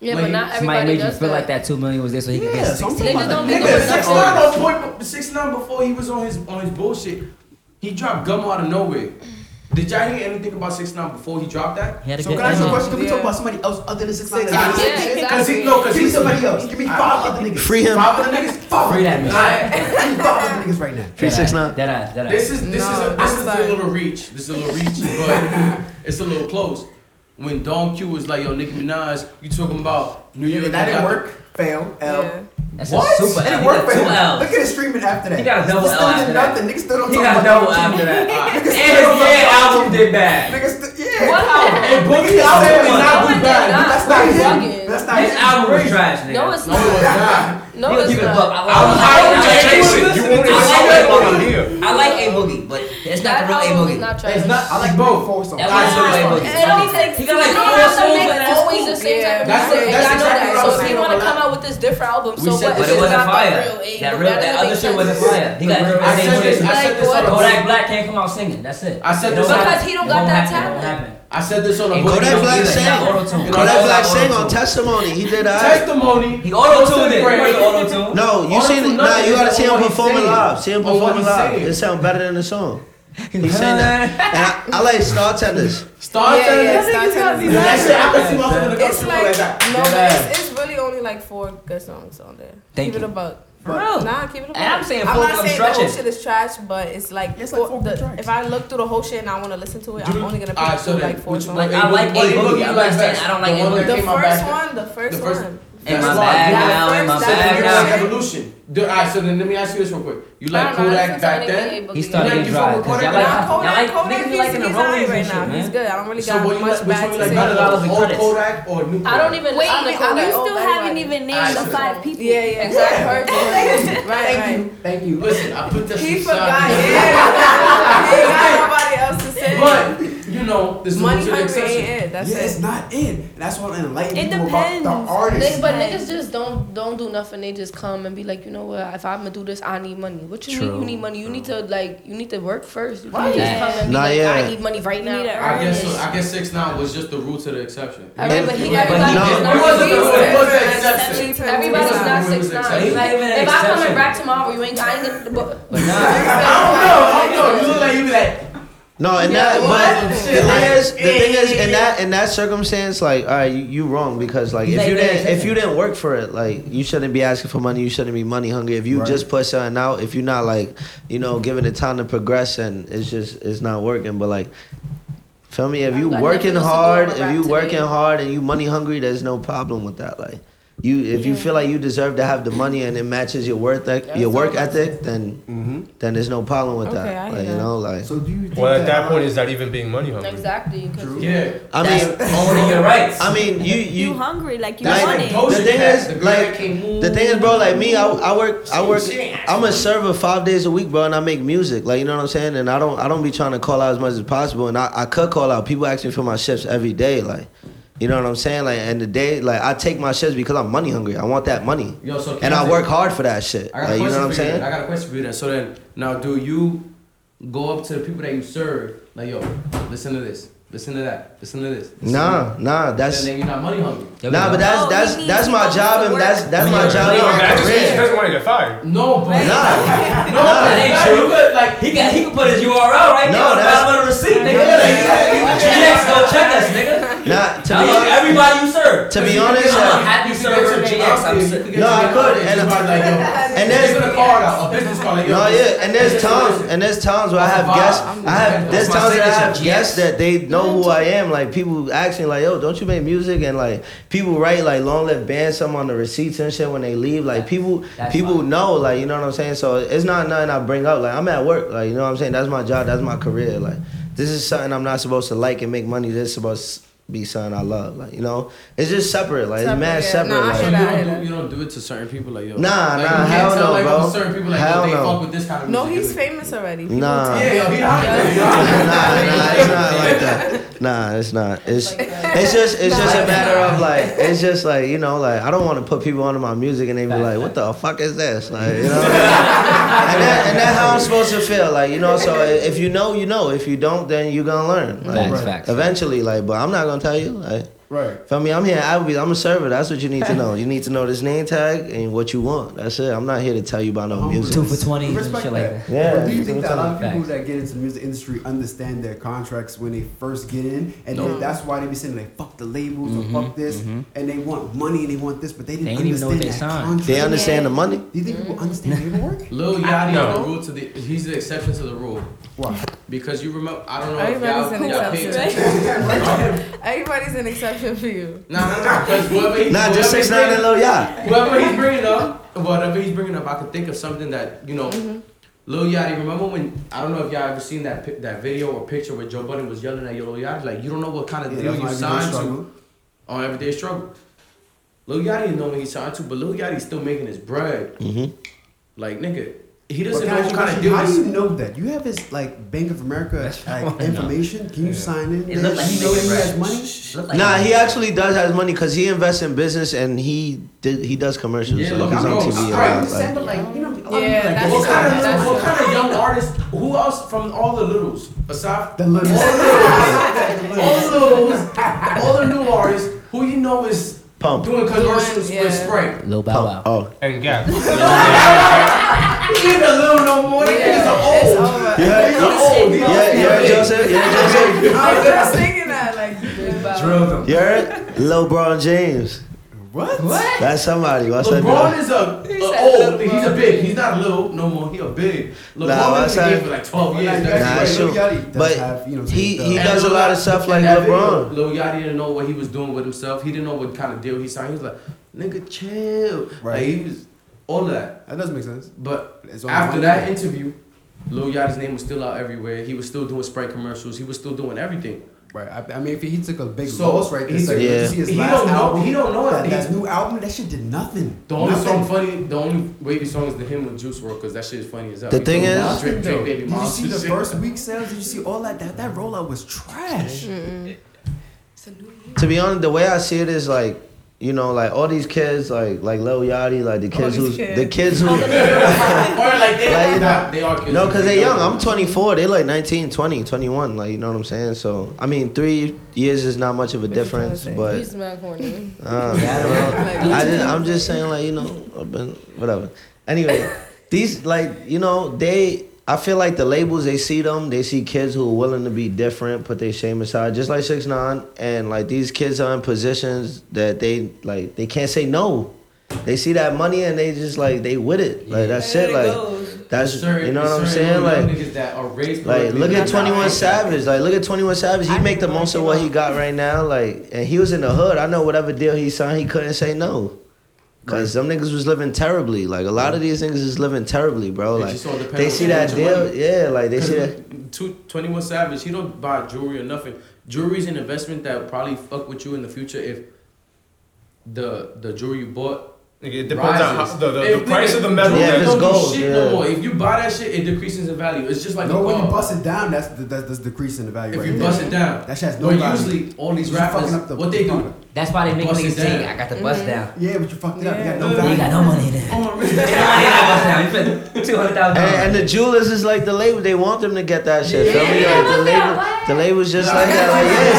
C: Yeah,
F: Like,
C: but not
B: Somebody
C: everybody
B: made you
C: does
B: feel like that two million was there so he could get
A: Yeah, so I'm
B: six.
A: talking
C: They
A: about
C: just
A: that.
C: don't be
F: Nigga,
C: doing
F: six
C: nothing.
F: nine on point, six nine before he was on his on his bullshit. He dropped gum out of nowhere. Did y'all hear anything about six nine before he dropped that?
B: He had a
A: So
B: good
A: can I ask you a
B: engine.
A: question? Can we talk
H: Yeah.
A: about somebody else other than Six Nine?
H: Yeah,
A: Give
F: Cause he no, cause
A: me
F: he's
A: somebody else. Give me five other niggas.
D: Free him.
F: Five other niggas.
A: Five
B: Free
A: other
B: that
A: niggas.
B: man.
A: Give me five other niggas right now.
D: Three, six,
B: Dead
D: nine.
B: eye, Dead eye, dead eye.
F: This is this is
H: No,
F: a, this is
H: that's
F: a little reach. This is a little reach, but it's a little close. When Don Q was like, "Yo, Nicki Minaj, you talking about New York?"
A: That didn't
F: got-
A: work. Fail. L.
H: Yeah.
B: That's
A: What?
B: a super
A: It
B: L.
A: didn't
B: He
A: work
B: got
A: for
B: two
A: him.
B: L's.
A: Look at his streaming after that.
B: He got a double
A: Niggas still
B: L
A: did
B: after that.
A: nothing. Niggas still don't
B: He
A: talk
B: got
A: about
B: a double after that.
A: Niggas
B: And his
A: still don't talk
B: dead
A: about
B: album did bad.
A: Niggas still, yeah.
F: Hey, Boogie album was
A: Niggas still did
F: not
A: nothing.
F: good bad.
A: That's not him.
C: Bugging.
A: That's not
B: His
A: his
B: album was trash, nigga.
C: No, it's
F: No, it was
C: not.
F: not.
C: No,
B: He'll
C: it's
B: give it a buck.
C: not.
B: I like-
I: Jason, you
B: I
I: wanted to
B: like
I: sell
B: A
I: it
B: Boogie.
I: on here.
B: I like A Boogie, but it's not
C: That
B: the real A
C: album is
B: Boogie.
C: not trash.
F: It's not.
A: I like
F: both.
A: four songs.
B: That
A: I
B: was
A: like
B: the real A Boogie.
A: four songs.
C: It don't take-
B: He
C: you
B: got like
C: don't have
B: four
C: to
B: songs
C: make
B: and that's
C: always
B: cool.
C: the same
H: Yeah.
C: type of
F: That's-
C: music. Y'all
F: that's
C: know
F: exactly
C: that.
F: what I was
C: So if
F: saying
C: you want to
F: overlap.
C: come out with this different album,
F: We
C: so what?
F: said- but
C: if it's
B: But it
F: it
B: wasn't
C: not
B: fire.
C: the real A?
B: That
C: But
B: real, that
C: doesn't
B: other
C: make
B: shit wasn't
C: sense.
B: fire. He got
F: I
B: the
F: said
B: same
F: this.
B: shit.
F: I said this on
C: Like,
F: a
B: Kodak Black can't come out singing. That's it.
F: I said
B: It
F: this
B: don't
F: on-
C: Because he don't got
B: it
C: that
B: won't happen. It won't
C: talent.
B: happen.
F: I said this on a
B: And
F: Boogie
D: Kodak
F: don't
B: Boogie
D: Black
F: either.
B: don't
D: sang.
B: got auto-tune.
D: Kodak
F: Kodak
B: He
D: Black
B: got
D: sang on
B: auto-tune.
D: testimony. He did that.
F: testimony.
B: He auto-tuned it.
F: Right.
B: He auto-tuned.
D: No, you
F: All
D: seen
F: for
D: it. Nah,
F: nothing
D: you gotta
F: is
D: see
F: on
D: him
F: what he's
D: performing
F: saying.
D: live. See him
F: On what
D: performing
F: he's
D: live.
F: saying.
D: It sound better than the song. He sang that. And I, I like Star Tennis.
F: Star
H: Yeah,
F: Tennis.
H: yeah, Star Tennis.
F: That shit, I can see myself in the
H: It's
F: country
H: like
F: like that.
H: no,
B: Yeah.
H: but it's, it's really only like four good songs on there.
B: Thank
H: keep
B: you.
H: it a buck.
B: For real.
H: Nah, keep it a buck.
B: And I'm saying
H: I'm
B: folk,
H: not
B: I'm
H: saying the
B: stretching.
H: whole shit is trash, but it's like,
A: It's like
H: four,
A: folk
H: the,
A: tracks.
H: if I look through the whole shit and I want to listen to it, I'm only gonna pick
F: Alright, so
H: through,
F: then,
H: like four
F: which one-
H: songs.
B: Like, I like
F: What
B: A
F: A Boogie
B: Boogie.
F: you
B: I'm
F: like
B: not saying
F: best?
B: I don't like
F: The
B: A
F: one that
H: the
B: Boogie.
F: came out
H: first
F: back-
H: one, the first,
F: the first-
H: one.
B: In my
F: That's
B: bag
F: why.
B: now, in my
H: That's
B: bag
F: You're
H: why.
B: now.
F: like evolution. Do- alright, so then let me ask you this real quick. You
C: I
F: like
C: don't know, I
F: Kodak
C: listen to
F: back
C: anything
F: then?
C: A Boogie.
B: He started
F: You
B: getting
F: like you fuck
B: dry.
F: with
B: 'cause
H: Nah,
B: Y'all
F: Kodak?
B: like, y'all
H: Kodak, Kodak,
B: like, niggas be liking
H: he's, he's
B: the
H: alright
B: Rollies
H: right
B: and
H: now. He's
B: shit, man.
H: good. I don't really
F: So
H: got
F: what you
H: much
F: like? Which
H: back
F: one you
H: to
F: like
H: say.
F: better out of
B: Rollies and
F: old
B: Credits.
F: Kodak or new Kodak?
C: I don't even.
H: Wait,
C: I
H: I
C: look
H: like
C: at
E: You
C: that
H: oh,
E: still
H: everybody.
E: haven't even
F: I
E: named the
F: should-
E: five people.
H: Yeah, yeah,
C: Exactly.
H: exactly. right, right.
A: Thank you.
F: Listen, I put that.
H: He
F: shit
H: forgot.
F: aside.
H: Yeah, he got nobody else to say.
F: But you know, this is
H: money
F: an
H: hungry
F: exception.
H: ain't it. That's
A: yeah, it's
H: it.
A: not in. And that's what enlightens
E: It
A: people about the
E: depends.
A: artist.
C: They, but niggas just don't don't do nothing. They just come and be like, you know what? If I'm gonna do this, I need money. What you
B: True.
C: need? You need money. You need to like you need to work first. You
E: Right.
C: can't just come and be
D: Nah,
C: like,
D: yeah.
C: I need money right
E: You need to
C: now.
E: earn
F: I guess
E: it.
F: so. I guess six nine was just the rule to the exception.
C: I mean, but he got-
B: But he
D: No.
B: did.
F: It wasn't the rule. It was the exception.
H: Everybody's
C: Everybody's
F: Nah.
C: not
F: Nah.
C: six
F: Nah.
C: nine.
B: He's not even an
C: If I come
B: exception.
C: and rap tomorrow, you ain't. I ain't gonna. But,
B: But nah.
F: I don't know. I don't know. You look like you be like.
D: No, and
F: Yeah,
D: that, but the
F: what? Shit,
D: thing
F: like-
D: is, the thing is, in that in that circumstance, like, all right, you, you wrong because like, if
B: Like,
D: you
B: yeah,
D: didn't if
B: exactly.
D: you didn't work for it, like, you shouldn't be asking for money. You shouldn't be money hungry. If you
A: Right.
D: just put something out, if you're not like, you know, giving it time to progress, and it's just it's not working. But like, feel me? If you
C: I've got
D: working
C: nothing to support
D: hard,
C: my
D: if
C: rap
D: you
C: today.
D: working hard and you money hungry, there's no problem with that. Like, you if you feel like you deserve to have the money and it matches your worth ec- your work ethic, then
A: hmm
D: then there's no problem with
H: Okay, I
D: that.
H: hear
D: Like, you
H: that.
D: know, like.
A: So do you think
I: well, at that
A: uh,
I: point, is that even being money hungry?
C: exactly. 'cause-
F: Yeah.
D: I
B: That's
D: mean,
B: owning your rights.
D: I mean, you
E: You
D: you.
E: hungry like you
D: Like,
E: want
F: That's
E: it.
F: like Doja
D: The thing
F: Cat,
D: is,
F: the girl
D: like,
F: that can't move.
D: The thing is, bro, like me, I, I work, I work, I'm a server five days a week, bro, and I make music. Like, you know what I'm saying? And I don't, I don't be trying to call out as much as possible. And I, I could call out. People ask me for my shifts every day, like, You know what I'm saying? Like, and the day, like, I take my shits because I'm money hungry. I want that money,
F: Yo, so
D: and I work hard for that shit.
F: I
D: Like,
F: got a
D: you know
F: question
D: what I'm
F: for you.
D: saying?
F: then. I got a question for you then. So then, now do you go up to the people that you serve, like yo, listen to this, listen to that, listen to this? listen to
D: Nah, nah,
F: that,"
D: that's
F: and then you're not money hungry.
D: nah, but that's
H: No,
D: that's
H: he
D: that's
H: needs
D: my
H: to
D: job, and
H: work.
D: that's that's my
H: Yeah.
D: job.
H: Yeah.
D: and my
I: that just means he
D: career.
I: doesn't want to get fired.
F: No, but
D: Nah,
F: no, that ain't true. Like,
B: He can he can put his URL right
D: No,
B: there on the
D: that's-
B: bottom of the receipt, nigga.
F: Yeah.
B: GX, go check us, nigga.
D: nah. To
B: I love
D: be
B: everybody you serve.
D: to be honest, uh,
B: I'm a
D: like,
B: happy server of GX. I'm ser-
D: No, I could, and-
F: and
D: and there's-
F: there's a card out, a business card. Like, yo,
D: no,
F: listen,
D: yeah, and there's
F: listen,
D: times
F: listen.
D: and there's times where I
F: That's
D: have
F: a vibe.
D: guests.
F: I'm-
D: I have there's
B: that's my
D: times that I
B: signature,
D: have
B: GX.
D: guests that they know who I am. Like people ask me, like, "Yo, don't you make music?" And like people write like "Long Live Band" some on the receipts and shit when they leave. Like people,
B: That's
D: people
B: fine.
D: know, like you know what I'm saying. So it's not nothing I bring up. Like I'm at work, like you know what I'm saying. That's my job. That's my career. Like this is something I'm not supposed to like and make money. This is supposed to be something I love. Like you know, it's just separate. Like it's
H: Separate,
D: mad
H: yeah.
D: separate.
H: Nah, I
D: like,
H: hear
F: So you
H: that, I hear
F: don't,
H: that.
F: do, you don't do it to certain people, like yo.
D: Nah,
F: like, you
D: nah,
F: can't
D: hell
F: tell,
D: no,
F: like,
D: bro.
F: Certain people, like,
D: Hell
F: yo, they
D: no.
F: fuck with this kind of
H: No,
F: music.
H: he's famous already. People
D: Nah.
H: tell
F: Yeah, yo, he hot. yo, he
D: nah,
F: hot.
D: nah, it's not like that. Nah, it's not. It's it's just it's just a matter of like it's just like you know like I don't want to put people onto my music and they be like, what the fuck is this? Like you know, what I mean? and that and that's how I'm supposed to feel like you know. So i- if you know, you know. If you don't, then you gonna learn. Like,
B: Facts, facts.
D: Eventually, like, but I'm not gonna tell you. Like,
A: Right.
D: feel me? I'm here. I will be. I'm a server. That's what you need to know. You need to know this name tag and what you want. That's it. I'm not here to tell you about no
A: Humble.
D: music.
B: Two for twenty and shit
A: Respect
B: like that.
A: that.
D: Yeah,
A: But do you
D: that's
A: think
D: what
A: that a
D: I'm
A: lot of people
B: Facts.
A: that get into the music industry understand their contracts when they first get in, and
H: No.
A: then that's why they be saying like "fuck the labels" or
B: Mhm,
A: "fuck this,"
B: mhm.
A: and they want money and they want this, but they didn't
B: They ain't even know what
A: understand
B: they
A: that
B: signed.
A: contract.
D: They understand the money.
A: Do you think people understand paperwork?
F: Lil Yachty is
I: No.
F: the rule to the. He's the exception to the rule
A: Why?
F: because you remember. I don't know if
H: Everybody's
F: y'all,
H: an
F: y'all pay
H: exception.
F: attention.
H: Everybody's an exception for you.
F: Nah, nah, nah. Because whoever he,
D: Nah, just
F: whoever
D: six
F: he
D: nine
F: bring-
D: and Lil Yachty.
F: Whoever he's bringing up, whatever he's bringing up, I could think of something that you know. Lil Yachty, remember when I don't know if y'all ever seen that pi- that video or picture where Joe Budden was yelling at Lil Yachty like you don't know what kind of deal you signed to on everyday struggle. Lil Yachty didn't know what he signed to, but Lil Yachty's still making his bread.
D: Mhm.
F: Like nigga, he
A: Mm-hmm. But
F: doesn't
A: can I
F: know
A: ask
F: what
A: you a
F: kind of
A: question?
F: deal.
A: How do
F: he's-
A: you know that? You have his like Bank of America like, information. Can you sign in?
B: It
A: there?
B: looked like
A: you
B: he
A: know
B: made
A: he
B: it,
A: has
B: right?
A: money.
B: Look like-
D: nah, he actually does have money because he invests in business and he did, he does commercials.
F: Yeah,
D: so
F: look,
D: he's
F: I'm
D: on
F: going-
D: TV. and
F: all right,
D: all
F: you
D: that.
A: But like you know, a lot of people,
H: Yeah,
A: like,
H: that's
F: What
A: what
F: kind of
A: kind
H: That's
F: little, what
H: true.
F: kind of young artist? Who else from all the littles aside
A: The little-
F: all the littles, all the new artists who you know is
D: Pump.
F: doing commercials
H: Yeah.
F: with Sprite?
B: Lil Bow
D: Pump. Oh.
B: Wow.
I: And Gap.
F: He ain't a little no more. He's
H: It's
F: old.
H: over.
D: Yeah,
F: He's old. He
D: yeah, you heard Joseph? You heard Joseph?
H: I was just thinking that, like, dude, but-
D: You heard? Lil Bron James.
A: What?
D: That's somebody. What's that
F: LeBron
D: dude?
F: is a,
H: He
F: a
H: said
F: old. He's a
H: LeBron.
F: big. He's not little no more. He a big.
D: Nah,
F: LeBron been in the
D: I
F: game
D: said-
F: for like 12 years.
D: Nah, that's
F: That's
D: true.
F: right.
D: But he- he- does a lot of stuff like LeBron.
F: Lil Yachty didn't know what he was doing with himself. He didn't know what kind of deal he signed. He was like, "Nigga, chill." Like
A: Right.
F: he was all of that.
A: That doesn't make sense.
F: But
A: It's on
F: After
A: one
F: that
A: thing.
F: interview, Lil Yachty's name was still out everywhere. He was still doing Sprite commercials. He was still doing everything.
A: right? I, I mean, if he took a big
F: So,
A: loss right
F: he
A: this second,
D: took-
A: did you
D: Yeah.
A: see his
F: He
A: last
F: don't know-
A: album.
F: he don't know
A: that,
F: it.
A: that
F: He-
A: new album. That shit did nothing.
F: The only
A: nothing.
F: song funny, the only wavy song is the him with Juice World, cause that shit is funny as hell.
D: The
F: He
D: thing
F: told
D: is-
F: Nas, Drake, Drake, baby
A: Did you see
F: Monster
A: the
F: shit.
A: first week sales? Did you see all that? That that rollout was trash.
H: It's a new year.
D: To be honest, the way I see it is like, you know, like all these kids, like like Lil Yachty, like the kids who,
H: these kids.
D: the kids who,
F: or like they,
D: Like,
F: nah, they are kids.
D: No, because they're young. I'm 24. They're like 19, 20, 21. Like, you know what I'm saying? So, I mean, three years is not much of a
H: What you
D: difference,
H: trying to say?
D: but.
C: He's mad corny.
H: Ah.
D: Uh, well, I didn't, I'm just saying, like, you know, I've been, whatever. Anyway, these, like, you know, they. I feel like the labels they see them, they see kids who are willing to be different, put their shame aside, just like six nine, and like these kids are in positions that they like they can't say no. They see that money and they just like they with it, like that's it,
H: There it
D: like
H: goes.
D: that's you know what I'm saying, like
F: niggas that are raised
D: like,
F: politically,
D: look at
F: that's not
D: 21
F: like that.
D: Savage. Like, look at 21 Savage. He make the most of what he got right now. Like, and he was in the hood. I know whatever deal he signed, he couldn't say no. Cause some niggas was living terribly. Like a lot of these niggas is living terribly, bro.
F: It
D: Like
F: just all depends
D: they
F: on
D: see
F: how
D: that
F: much
D: deal,
F: money.
D: yeah. Like they see that.
F: Two, 21 Savage, he don't buy jewelry or nothing. Jewelry's an investment that will probably fuck with you in the future if the the jewelry you bought
I: Nigga, it depends on how,
F: Rises.
I: the, the, the
F: If
I: price
F: nigga-
I: of the metal.
D: Yeah, if
I: that-
D: it's
F: don't
D: gold,
F: do shit no
D: yeah.
F: more. If you buy that shit, it decreases in value. It's just like
A: no,
F: a
A: when you
F: car.
A: bust it down, that's the, that's, that's decreasing the value.
F: If
A: right
F: you
A: there.
F: bust it down,
A: that shit has no
F: But
A: value.
F: usually all these
A: You just
F: rappers,
A: fucking up the
F: what they do,
A: product.
B: That's why they make
F: Bust
B: niggas
F: it
B: sing.
F: down.
B: I got the bus
H: Mhm.
A: Mm-hmm.
B: down.
A: Yeah, but you fucked it up. You got
F: Yeah.
A: no
B: You ain't got
A: value.
B: no money there.
F: oh, really?
B: I ain't got the bus down. Two hundred thousand
D: And,
B: dollars.
D: and the jewelers is like the label. They want them to get that shit.
F: Yeah.
D: feel me?
F: Yeah,
D: Like, the
C: look at
D: label,
C: what?
D: the label's just like that. Like yeah,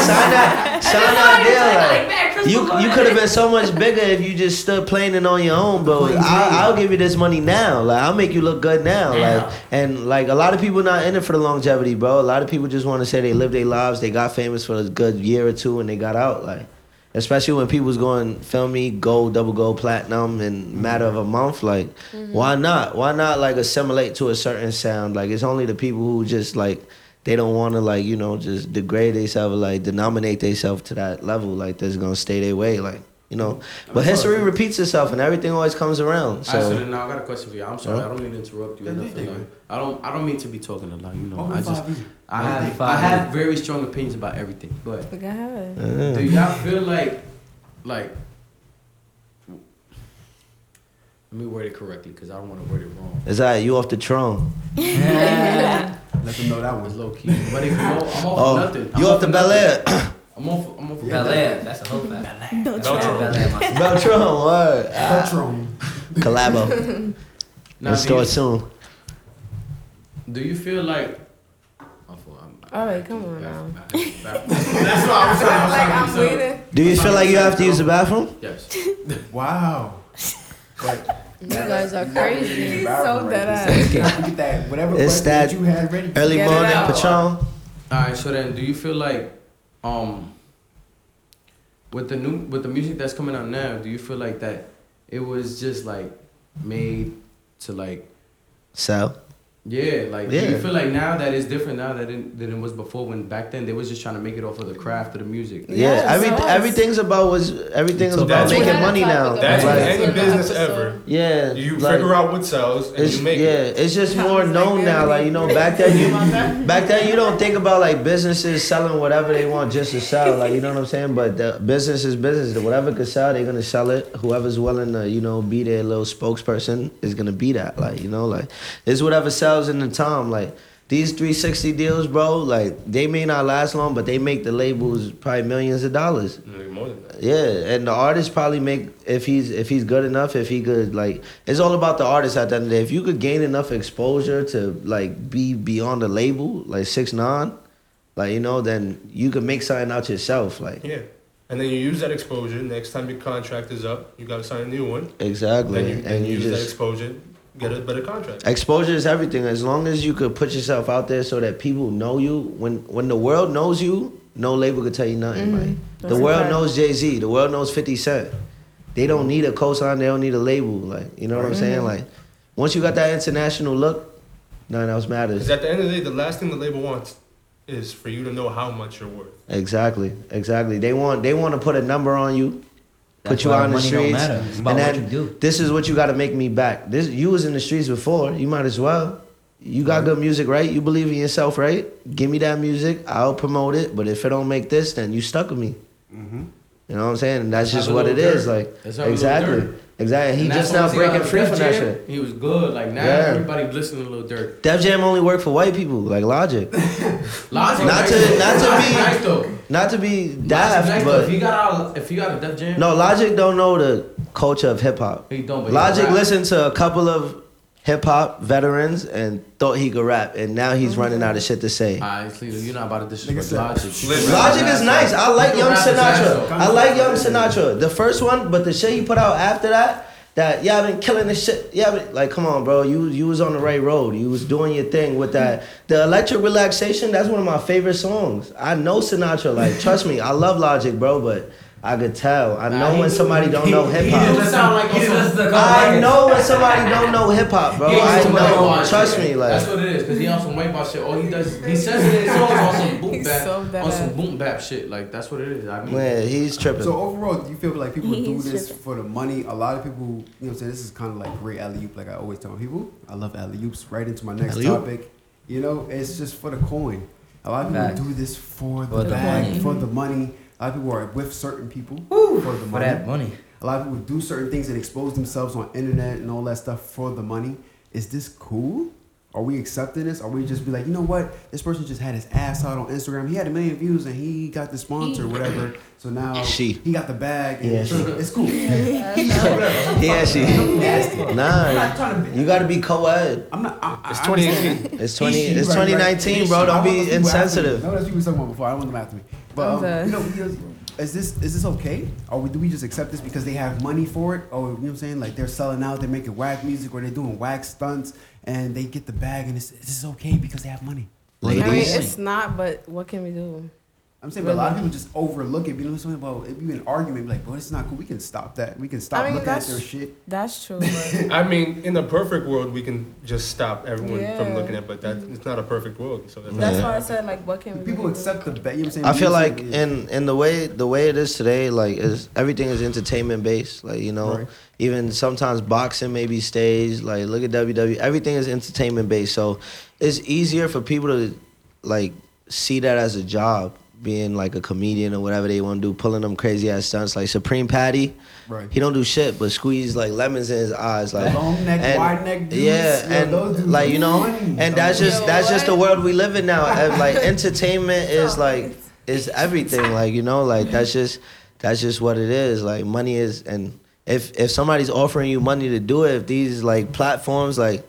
D: sign that, sign that deal. Like you, you could have been so much bigger if you just stood playing it on your own. But I'll, I'll give you this money now. Like I'll make you look good now. Like and like a lot of people not in it for the longevity, bro. A lot of people just want to say they lived their lives. They got famous for a good year or two and they got out. Like especially when people's going film me gold, double gold, platinum in matter of a month. Like why not? Why not like assimilate to a certain sound? Like it's only the people who just like they don't want to like you know just degrade themselves like denominate themselves to that level like that's gonna stay their way like you know but history repeats itself and everything always comes around
F: All right, so
D: so
F: then now I got a question for you. I'm sorry, I don't mean to interrupt you.
A: Yeah,
F: or
A: do
F: nothing,
A: your thing,
F: like,
A: man.
F: I don't. I don't mean to be talking a lot. You know,
A: Only
F: I just.
A: five years.
F: I
A: Only
F: have. I
B: five
F: have very strong opinions about everything. But
H: Look at her.
F: do y'all feel like, like, let me word it correctly because I don't want to word it wrong.
D: is that you off the throne
A: Let them know that
F: It's
A: one.
F: low key. But if you know, I'm off
D: oh
F: for nothing. I'm
D: you off the
F: for
D: Bel Air
F: I'm off. I'm off. for
B: Bel
F: nothing.
B: Air. That's a whole fact.
I: Don't
B: That's a whole Bel Air. my son.
D: Bel Tron what ah,
A: Patron.
D: collabo
F: Now,
D: Let's
F: do, you,
D: start soon
F: do you feel like? I'm for- I'm-
H: All right, come on now.
F: That's why I'm trying. I'm
H: Like
F: trying
H: I'm
F: to be so-
H: waiting.
D: do you feel like you have to use the bathroom
F: Yes.
A: Wow. Like,
C: You guys are
H: He's
C: crazy.
H: so Oh, dead
A: you
H: ass.
A: get that whatever
D: It's
A: question that
D: that
A: you had ready.
D: early
H: Get it
D: morning
H: out.
D: Patron
F: All right, so then, do you feel like, um, with the new with the music that's coming out now, do you feel like that it was just like made to like
D: so
F: yeah, like do you
D: Yeah.
F: feel like now that it's different now that it, than it was before when back then they was just trying to make it off of the craft of the music.
D: yeah
H: Yes,
D: every,
H: yes.
D: everything's about was everything is
I: So
D: about
I: that's-
D: making money now
I: That's
D: Like,
I: any
H: Like-
I: business ever.
D: yeah
I: You
D: like-
I: figure out what sells and
D: It's,
I: you make
D: yeah,
I: it.
D: it's just
H: Yeah,
D: more
H: it's like
D: known now.
H: everything.
D: Like you know, back then you back then you don't think about like businesses selling whatever they want just to sell. Like you know what I'm saying? But the business is business. Whatever can sell, they're gonna sell it. Whoever's willing to you know be their little spokesperson is gonna be that. Like you know, like it's whatever sells in the time. Like. These 360 deals, bro, like they may not last long, but they make the labels probably millions of dollars.
I: Maybe more than that.
D: Yeah, and the artist probably make if he's if he's good enough, if he could like it's all about the artist at the end of the day. If you could gain enough exposure to like be beyond the label, like six nine, like you know, then you could make something out yourself. Like
I: Yeah. And then you use that exposure. Next time your contract is up, you gotta sign a new one.
D: exactly,
I: Then you,
D: and
I: then
D: you
I: use that
D: just
I: exposure, get a better contract.
D: exposure is everything. As long as you could put yourself out there so that people know you. When when the world knows you, no label could tell you
C: Mm-hmm.
D: nothing. Like the
H: Mm. That's
D: world
H: okay.
D: knows Jay Z. The world knows Fifty Cent. They don't need a cosign. They don't need a label. Like you know what I'm saying. Like once you got that international look, nothing else matters.
I: Because at the end of the day, the last thing the label wants is for you to know how much you're worth.
D: Exactly. Exactly. They want they want to put a number on you.
B: That's
D: put you
B: why
D: out in the
B: money don't
D: streets,
B: matter. It's about
D: and
B: what
D: then
B: you do.
D: this is what you got to make me back. This you was in the streets before. You might as well. You got good music, right? You believe in yourself, right? Give me that music. I'll promote it. But if it don't make this, then you stuck with me.
A: Mm-hmm.
D: You know what I'm saying? And that's
F: Have
D: just
F: a
D: what it
F: little
D: is.
F: dirt.
D: Like
F: Let's have a little
D: exactly,
F: dirt.
D: exactly. He
F: And
D: just
F: that's why
D: now
F: when he got
D: breaking
F: out
D: free
F: of
D: from
F: Def
D: that
F: Jam,
D: shit.
F: He was good. Like now
D: Yeah.
F: everybody listening to Lil Durk.
D: Def Jam only worked for white people, like Logic.
F: Logic,
D: Not
F: nice
D: to-
F: though.
D: not to
F: Logic
D: be
F: nice though.
D: Not to be
F: Logic nice
D: daft,
F: though. if
D: but
F: he got out, if he got a Def Jam,
D: no, Logic don't know the culture of hip hop.
F: he don't. But he
D: Logic
F: rap.
D: listened to a couple of hip hop veterans and thought he could rap, and now he's running out of shit to say.
F: Mm-hmm. All right, Cleo, you're not about to disrespect
A: Nigga
F: Logic.
I: Listen.
D: Logic is nice. I like Young
F: Rap is
D: Sinatra.
F: nice,
D: I like Young Sinatra. The first one, but the shit he put out after that, that yeah, I've been killing this shit. Yeah, but, like come on, bro. You you was on the right road. You was doing your thing with that. The Electric Relaxation. That's one of my favorite songs. I know Sinatra. Like trust me, I love Logic, bro. But I could tell. I know when somebody don't know hip
F: He didn't
D: hop.
F: sound like
B: He
F: also-
B: listens to
D: I
B: Carl
D: know when somebody don't know hip hop, bro.
F: He ain't
D: I
F: some
D: know.
F: whitewash
D: Trust
F: shit.
D: me, like.
F: that's what it is. Cause he on some white boss shit. All he does, he says it in his songs on some boom
H: He's
F: bap,
H: so dead
F: on some
H: ass.
F: boom bap shit. Like that's what it is. I mean,
D: Man, he's tripping.
A: So overall, do you feel like people do
E: He's
A: this
E: tripping.
A: for the money? A lot of people, you know what I'm saying? This is kind of like great alley oop, like I always tell people. I love alley oops. Right into my next
D: Alley-oop.
A: topic. You know, it's just for the coin. A lot of people
B: Facts.
A: do this for the
B: For the
A: bag,
B: money.
A: for the money. A lot of people are with certain people for the
B: For
A: money.
B: that money.
A: a lot of people do certain things and expose themselves on internet and all that stuff for the money. Is this cool? Are we accepting this? Are we just be like, you know what? This person just had his ass out on Instagram. He had a million views and he got the sponsor, whatever. So now
D: She.
A: he got the bag. And
D: Yeah, she.
A: it's cool.
D: Yeah, she. Nah, you gotta be co-ed.
A: I'm not. I, I-
I: It's
A: I'm
I: 2018.
D: It's twenty.
A: He- he
D: It's
A: right, right.
D: 2019, bro.
A: I
D: Don't
A: want those
D: be
A: people after me.
D: insensitive.
A: No, that's what you were talking about before. I don't want them after me. But um,
H: Okay.
A: you know, because- is this is this okay? Or we, do we just accept this because they have money for it? Or you know what I'm saying? Like they're selling out, they're making whack music, or they're doing whack stunts, and they get the bag, and it's this is okay because they have money.
H: I mean,
D: Ladies,
H: it's not, but what can we do?
A: I'm saying, but a lot of people just overlook it. You know what I'm saying? Well, if you an argument, be like, well, it's not cool. We can stop that. We can stop
H: mean,
A: looking at
H: that's-
A: their shit.
H: That's true. But
I: I mean, in a perfect world, we can just stop everyone from
H: Yeah.
I: looking at, but that it's not a perfect world, so that's not.
H: that's why I said, like, what can we
A: People
H: really
A: accept the bag. You know what I'm saying?
D: I feel
A: Music
D: like
A: is-
D: in in the way the way it is today, like is everything is entertainment based. Like you know,
A: Right.
D: even sometimes boxing may be staged. Like look at WWE. Everything is entertainment based. So it's easier for people to like see that as a job, being like a comedian or whatever they want to do, pulling them crazy ass stunts. Like Supreme Patty,
A: right.
D: he don't do shit but squeeze like lemons in his eyes. Like
A: Long neck,
D: and-
A: wide neck dudes.
D: yeah,
A: yo,
D: and
A: those dudes
D: like you
A: are
D: know,
A: funny.
D: and that's
A: Yo,
D: just that's just the
H: what?
D: world we live in now. And, like entertainment is
H: Stop.
D: like is everything. Like you know, like that's just that's just what it is. Like money is, and if if somebody's offering you money to do it, if these like platforms like.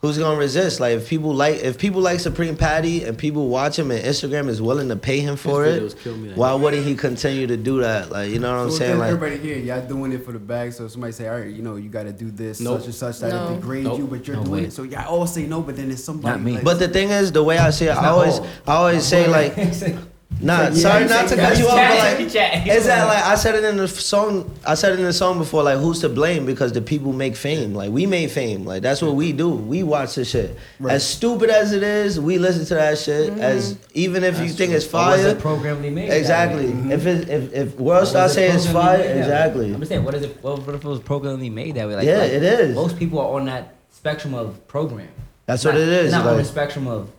D: Who's gonna resist? Like if people like if people like Supreme Patty and people watch him and Instagram is willing to pay him for it, why wouldn't he continue to do that? Like you know what I'm
A: So
D: saying?
A: then
D: Like
A: everybody here, y'all doing it for the bag. So somebody say, all right, you know, you got to do this,
J: Nope.
A: such and such, that
H: No.
A: will degrade
J: Nope.
A: you, but you're
J: No
A: doing
J: way.
A: it. So y'all all say no, but then it's somebody.
J: Not me.
A: like-
D: But the thing is, the way I see it, I
J: not
D: always,
J: all.
D: I always say like, nah,
A: It's like, yeah,
D: sorry
A: you
D: not
A: say
D: to cut
A: yes.
D: you off, but
B: Chat,
D: like,
B: chat.
D: is that like I said it in the f- song? I said it in the song before, like, who's to blame? Because the people make fame. Like we made fame. Like that's what we do. We watch the shit.
A: Right.
D: As stupid as it is, we listen to that shit.
J: Mm-hmm.
D: As even if you think it's
J: Or was
D: fire,
J: it programmed to be made that
D: exactly.
J: way?
D: If it, if if
J: Or
D: world
J: was
D: star
J: it
D: say it's
J: programmed
D: fire,
J: to be made that way?
D: exactly.
J: I'm just saying, what is it? What what if it was programmedly made that way? Like,
D: Yeah,
J: like,
D: it is.
J: Most people are on that spectrum of program.
D: That's what
J: Not-
D: it is.
J: Not on the
D: Like,
J: spectrum of.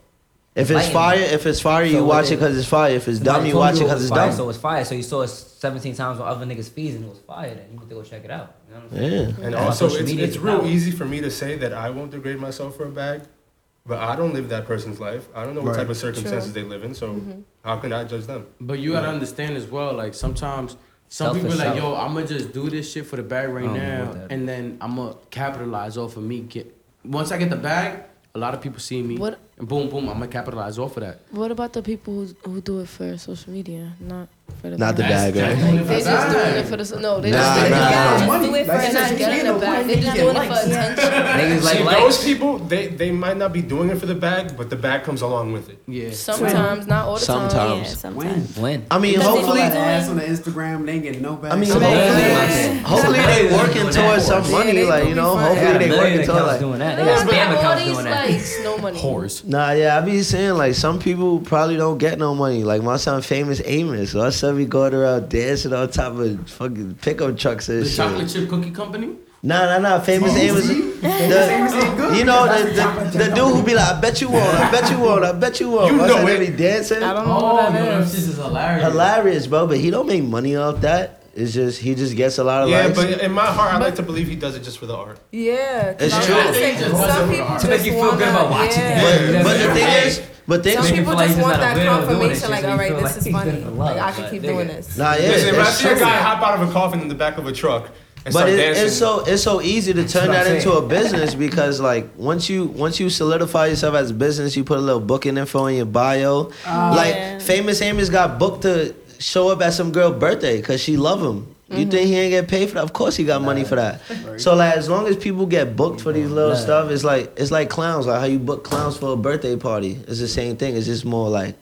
D: if it's
J: lighting.
D: fire, if it's fire,
J: So
D: you
J: what
D: watch
J: is
D: it
J: it?
D: because it's fire. If it's dumb,
J: somebody
D: you
J: told
D: watch it
J: was
D: because it's
J: fire,
D: dumb.
J: So it's fire. So you saw it 17 times on other niggas' feeds and it was fire. Then you went to go check it out. You know what I'm saying?
D: yeah.
I: And
J: That's why
I: also,
J: social
I: it's,
J: media
I: it's
J: is
I: real
J: power.
I: easy for me to say that I won't degrade myself for a bag, but I don't live that person's life. I don't know what
A: Right.
I: type of circumstances they live in, so
C: Mm-hmm.
H: Mm-hmm.
I: how can I judge them?
F: But you gotta understand as well, like sometimes some
J: Self
F: people
J: is
F: like,
J: self.
F: yo, I'ma just do this shit for the bag right
J: I don't
F: now,
J: want that.
F: and then I'ma capitalize off of me get. Once I get the bag, a lot of people see me,
C: What-
F: and boom, boom, I'ma capitalize off of that.
C: What about the people who who do it for social media, not for the
D: Not the
C: bag?
D: bag, right?
C: They just doing it for the so- no. They
D: Nah,
C: just doing
D: nah,
C: it
D: nah.
C: for
H: Just
A: Money.
H: do it for
A: Like,
C: They're
A: it's
C: not
A: just
C: getting the
A: getting
C: bag. They're just
A: getting
C: doing it
A: likes.
C: for attention.
J: Niggas like
I: See,
J: likes.
I: those people, they, they might not be doing it for the bag, but the bag comes along with it.
F: Yeah.
C: Sometimes, not all the time.
E: Yeah,
D: Sometimes.
E: sometimes.
J: When?
D: I mean,
E: Because they
A: All
D: hopefully,
A: that ass on the Instagram, they ain't getting no bag.
D: I mean,
J: Some
D: hopefully,
J: millionaires.
D: hopefully they working
J: Doing that
D: towards
J: for
D: some
H: us. Yeah,
D: money,
H: they
D: like
H: gonna
D: you
H: be
D: know.
H: fine.
J: They
D: Hopefully
J: got
D: they
J: million
D: working towards
J: accounts
D: like.
J: doing that. They
C: They
J: got
C: don't have
J: spam
C: all
J: accounts
C: these
J: doing that.
C: likes, no money.
D: Nah, yeah, I be saying like some people probably don't get no money. Like my son, famous Amos, so I said we going around dancing on top of fucking pickup trucks and
F: The
D: shit.
F: chocolate chip cookie company.
D: Nah, nah, nah, famous Amos. The, you know the, the, the dude who be like, I bet you won't, I bet you won't, I bet you won't.
I: You
D: My
I: know
D: son, they
I: it.
D: be dancing.
H: I don't know what that
F: yo, them
H: is.
F: shits is hilarious.
D: Hilarious, bro, but he don't make money off that. It's just he just gets a lot of
I: yeah,
D: likes.
I: but in my heart, I like to believe he does it just for the art.
H: Yeah, 'cause
D: It's
H: I was
D: true.
H: gonna say,
F: To
H: Some
F: make
H: people
F: you
H: just
J: feel good
H: wanna-
J: about watching
H: yeah.
J: it.
D: But,
J: Yeah,
D: but the
J: yeah.
D: thing is, but
H: Some
D: things
J: Make you
H: people
J: feel like
H: just
J: he's
H: want
J: not a weirdo
H: that
J: doing that
H: confirmation,
J: shit,
H: like,
J: so you
H: all right,
J: feel
H: this
J: like
H: is
J: he's
H: funny.
J: doing it for love,
H: Like, I can
J: but
H: keep
J: nigga.
H: doing this.
D: Nah, yeah,
I: Listen, if I
D: it's
I: see a
D: true.
I: guy hop out of a coffin in the back of a truck and
D: But
I: start
D: it,
I: dancing,
D: it's so it's so easy to turn
J: what I'm
D: that into
J: saying.
D: a business because like once you once you solidify yourself as a business, you put a little booking info in your bio. like
E: Yeah.
D: famous Amos got booked to show up at some girl birthday because she love him. You think he ain't get paid for that? Of course he got money for that. So like as long as people get booked for these little
J: Nah.
D: stuff, it's like it's like clowns. Like how you book clowns for a birthday party. It's the same thing. It's just more like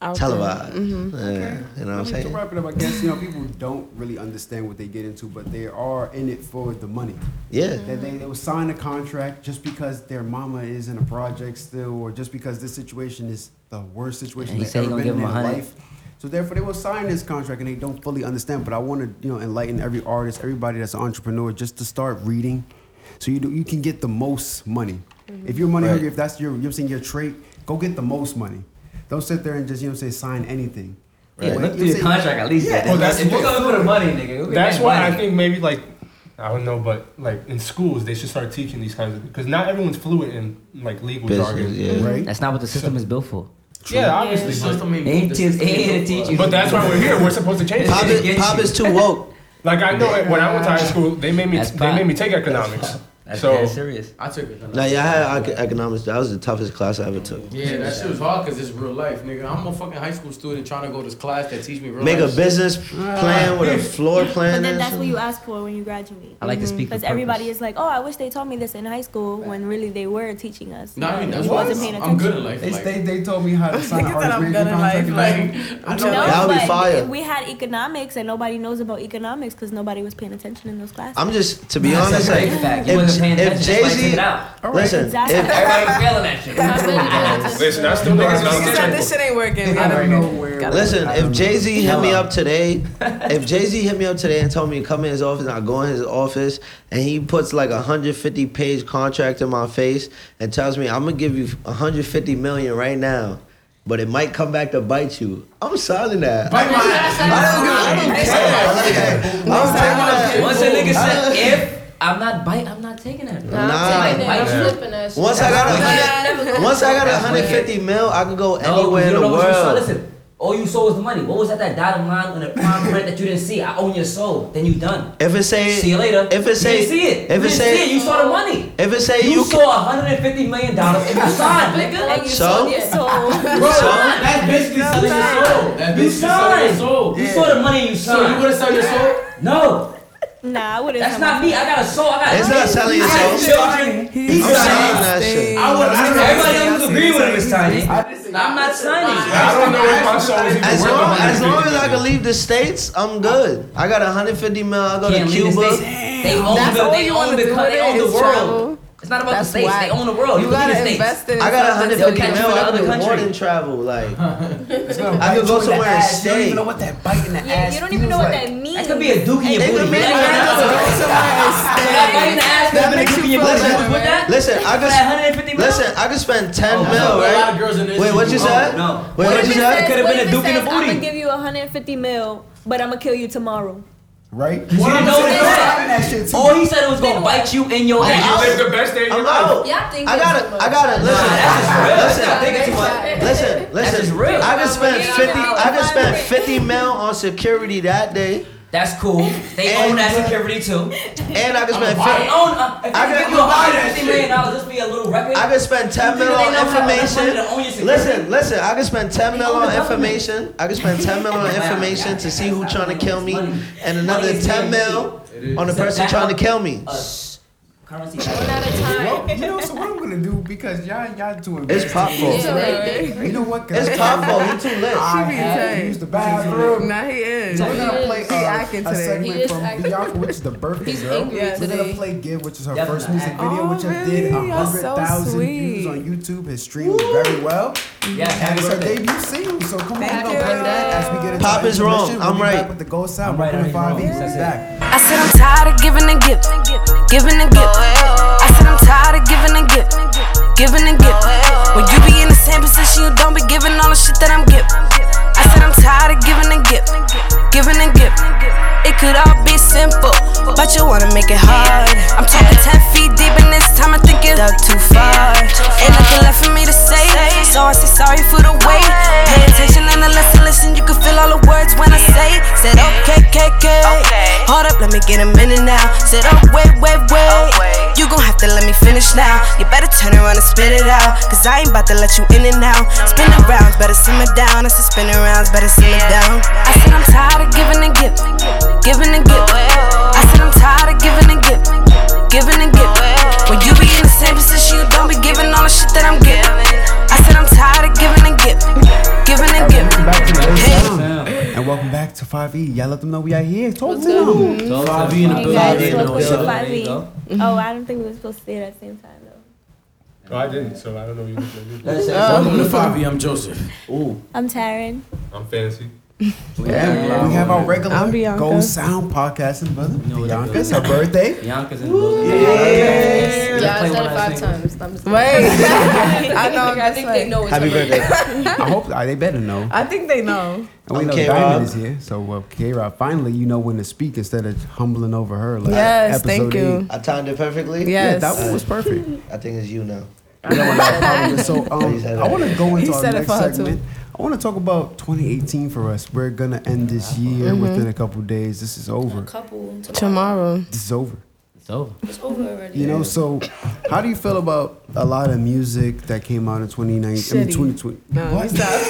H: Out there.
D: televised.
A: Mm-hmm.
D: Yeah, You know what I'm
A: I mean,
D: saying?
A: To wrap it up, I guess you know people don't really understand what they get into, but they are in it for the money.
D: Yeah.
A: That they, they will sign a contract just because their mama is in a project still, or just because this situation is the worst situation
J: And he
A: they've
J: said he
A: ever
J: gonna
A: been in
J: give
A: their
J: him a hundred.
A: life. So therefore, they will sign this contract and they don't fully understand. But I want to, you know, enlighten every artist, everybody that's an entrepreneur, just to start reading, so you do, you can get the most money. If you're money
D: Right.
A: hungry, if that's your, you know, what I'm saying your trait, go get the most money. Don't sit there and just, you know, what I'm saying sign anything.
B: Yeah, look through your contract at least.
I: Yeah,
B: Yeah,
I: well, that's
B: if you're
I: what-
B: coming for the money, nigga. we
I: That's
B: getting
I: why
B: money.
I: I think maybe like I don't know, but like in schools they should start teaching these kinds of because not everyone's fluent in like legal
B: Business,
I: jargon,
B: yeah. Right. That's not what the system is built for.
I: Yeah, obviously.
B: Yeah,
I: but-
B: system ain't- Ain't the teach- system ain't ain't here to built teach you.
I: But that's why we're here. We're supposed to change.
B: Pop is-
I: it.
B: pop is too woke.
I: Like I know it, when I went to high school, they made me
D: That's
I: they
D: pop.
I: made me take economics.
D: That's
I: so
D: dead
B: serious.
F: I took it.
D: Nah, yeah, I had ec- economics. That was the toughest class I ever took.
F: Yeah, that shit was hard because it's real life, nigga. I'm a fucking high school student trying to go to this class that teach me real
D: Make a
F: life shit.
D: business plan with a floor
E: But
D: plan.
E: then
D: and
E: that's what
D: something.
E: you ask for when you graduate.
D: I like to speak
E: Because
D: with
E: everybody is like, oh, I wish they taught me this in high school when really they were teaching us.
F: No, I mean, that's
E: It
F: what
E: wasn't paying
F: I'm good
E: attention.
F: at life.
A: They,
F: like,
A: they, they told me how to sign an
E: Niggas said
A: artist
E: I'm
A: management contract.
E: like-
A: I
E: No,
A: know, like-
E: but We had economics and nobody knows about economics because nobody was paying attention in those classes.
D: I'm just to be honest.
E: That's a
D: Like,
E: great fact. You
D: if,
E: wasn't paying
D: if
E: attention,
D: Jay
E: that's why you
D: Z,
E: took it out.
D: listen,
E: Exactly.
D: if
E: Everybody
B: failing that
H: shit.
I: Listen, I still know how to balance a checkbook.
H: This shit ain't working. Gotta- gotta-
D: Listen, if Jay Z hit me up today, if Jay Z hit me up today and told me to come in his office, and I go in his office, and he puts like a hundred fifty page contract in my face and tells me I'm gonna give you hundred fifty million right now, but it might come back to bite you. I'm signing that.
F: Bite my ass.
D: I don't, give- I don't care. Like, I'm taking that.
B: Once a nigga
D: I don't-
B: said, if I'm not bite, I'm not taking it.
D: Nah. I'm taking it. I'm flipping
B: that
D: Once I got a hundred, once I got a
B: That's
D: hundred
B: wicked.
D: fifty mil, I could go
B: No,
D: anywhere in
B: you
D: the
B: know what you saw.
D: world.
B: Listen, all you saw was the money. What was at that dotted line on the prime print that you didn't see? I own your soul. Then you done.
D: If it say,
B: See you later.
D: If it say,
B: you didn't see
D: if
B: it. you
D: it
B: didn't
D: say,
B: see it. You saw the money.
D: If it say
B: you,
D: you
B: saw 150 million dollars and you signed, nigga.
D: you So? sold your
B: soul.
D: Bro,
F: that's basically selling your soul. That's
B: You
F: basically selling your
B: signed.
F: soul.
B: You
F: Yeah.
B: saw the money and you
F: So you
B: signed.
F: wouldn't sell your soul?
B: No.
E: Nah, I wouldn't.
B: That's not me. I got a soul. I got.
D: It's not selling your
B: I got
D: soul.
B: Children. He's
D: I'm signing that shit.
B: I would. I
D: know.
B: Everybody else agree with him is signing. I'm not signing.
D: I don't know if my
B: soul is
D: As long, as long as I can leave the states, I'm good. I got 150 mil. I go to
B: Can't leave the
D: Cuba.
B: States. They own
H: That's
B: the,
H: all
B: they
H: you
B: own
H: wanna
B: the,
H: do
B: co- they
H: today
B: own the
H: is
B: world.
H: travel.
B: It's not about
H: That's
B: the states.
H: whack.
B: They own the world.
H: You
B: You, leave
H: gotta
B: the states.
H: invest in
D: I got
H: something.
D: 150
B: They'll catch
D: mil.
B: you in
D: I
B: other
D: could more
B: country.
D: than travel. Like I
A: bite
D: could
A: you
D: go
A: in the
D: somewhere and
A: ass. You don't
D: stay.
A: even know what that bite in the
E: Yeah,
A: ass
E: you don't even know what that means.
B: That could be a dookie in your
D: They
B: booty.
D: could make
B: That
D: me
B: bite in the ass, that
D: makes
B: dookie in
D: you
B: your
D: feel
B: booty.
D: better,
B: With that?
D: Listen, I could
B: For that 150 mil?
D: listen. I could spend 10
B: Oh,
D: mil,
F: a lot
D: right?
F: of girls in this
D: Wait, what you
F: industry
D: said?
B: No.
D: Oh, Wait, what you said?
B: Could have been a duke in the
E: I'm gonna
B: booty.
E: give you 150 mil, but I'm gonna kill you tomorrow.
A: right?
B: You didn't know what he
A: Signing that
B: said.
A: shit too.
B: All he said was gonna bite you in your
D: I'm
B: ass.
D: out.
I: the best day of your
D: I'm
I: life.
D: out.
E: Y'all think
D: I gotta, I gotta
B: Listen,
D: listen, listen.
B: thinking too much.
D: Listen,
B: just
D: listen.
B: real.
D: I could spend
E: Yeah,
D: fifty.
E: I'm out.
D: I could spend fifty mil on security that day,
B: That's cool. They
D: And-
B: own that security too.
D: and I could
B: They
D: spend. 50,
B: own. uh, If
D: I
B: they
D: could-
B: give you
D: I'm buying that
B: 150 million dollars just for your little record,
D: I could spend ten
B: You
D: mil
B: think they
D: on
B: know how-
D: information.
B: how to own your security?
D: Listen, listen. I could spend ten mil
B: own
D: on
B: the government.
D: information. I could spend ten mil on information to see who trying to kill me, and
B: Money
D: another
B: is
D: ten mil
B: guaranteed.
D: on the
B: So
D: person
B: that-
D: trying to kill me.
B: uh, currency.
A: Well, you know, so what I'm gonna do because y'all y'all doing
D: It's
A: bad
D: pop
A: to
D: fault.
A: me, so You know what? guys?
D: It's pop fault. He too lit.
A: I
H: She be
A: had to
H: tight.
A: use the bathroom.
H: Nah, he is.
A: So we're gonna play
H: He
A: uh,
H: acting
A: a
H: today.
K: He
A: segment
K: is
A: from
K: acting.
A: Bianca, which is the birthday
K: He's
A: girl.
K: angry
A: We're
H: today.
A: gonna play "Give," which is her
B: Definitely
A: first music
B: acting.
A: video, which has did
H: Oh, really? Y'all so
A: hundred thousand views
H: sweet.
A: on YouTube. Has streamed very well,
B: Yes,
A: and
B: happy
A: it's her
B: birthday.
A: debut single. So come on,
H: Thank
A: we're gonna
H: you.
A: play that as we get into
D: Pop
A: our
D: is wrong.
A: intermission.
D: I'm
A: we'll Be
D: right.
A: back with the gold sound.
B: I'm right, I'm wrong.
A: Five Eagles
B: That's
A: is
B: it.
A: back.
L: I said I'm tired of giving and giving, giving and giving. I said I'm tired of giving and giving, giving and giving. When you be in the same position, you don't be giving all the shit that I'm giving. I said I'm tired of giving and giving, giving and giving. It could all be simple, but you wanna make it hard. I'm talking ten feet deep, and this time I think it's up too far. Ain't nothing left for me to say, so I say sorry for the wait. Pay attention and the lesson, listen. You can feel all the words when I say. Said okay, okay. Hold up, let me get a minute now. Said, oh, wait, wait, Oh, wait. You gon' have to let me finish now. You better turn around and spit it out. Cause I ain't about to let you in and out. Spin around, better simmer down. I said, spin around, better simmer down. I said, I'm tired of giving and giving, giving and giving. I said, I'm tired of giving and giving, giving and giving. When you be in the same position, you don't be giving all the shit that I'm giving. I said, I'm tired of giving and giving, giving and giving.
A: Welcome back to the gold
L: Hey.
A: sound. And welcome back to 5E. Y'all let them know we out here. Talk to them.
B: Fabi E in the
E: Hey
B: building.
E: guys,
B: Fabi in the
E: welcome to
B: building.
E: Five
B: There you
E: E.
B: go.
E: Oh, I don't think we were supposed to stay at the same time though.
I: No, I didn't, so I don't know. You
B: Uh, Listen,
F: Welcome to Fabi. I'm Joseph.
I: Ooh,
E: I'm Taryn.
I: I'm fancy.
A: Yeah, we have our regular
H: I'm Bianca.
A: Gold Sound podcast and brother Bianca. It's her birthday.
B: Bianca's
A: in the building. Yeah.
C: Yeah, I said it five times. I'm just
H: Wait.
C: I
H: I know,
C: I think they
H: that's
C: know it's
A: Happy
C: your
A: birthday. I hope uh, they better know.
H: I think they know.
A: And we know
D: K-Rob.
A: Diamond is here, so well, K Rob, finally you know when to speak instead of humbling over her. Like
H: Yes,
A: episode
H: thank
A: eight.
H: you.
D: I timed it perfectly.
A: Yeah,
H: Yes.
A: that one was perfect.
D: I think it's you now.
A: so um, I want to go
H: He
A: into our
H: said it
A: next
H: for her, too.
A: segment. I want to talk about 2018 for us. We're gonna end this year
H: Mhm.
A: within a couple days. This is over.
C: couple.
H: Tomorrow.
A: This is over.
B: It's over.
C: It's over already.
A: You know, so how do you feel about a lot of music that came out in 2019? I mean,
H: Shitty.
A: 2020.
H: No,
A: What?
H: stop.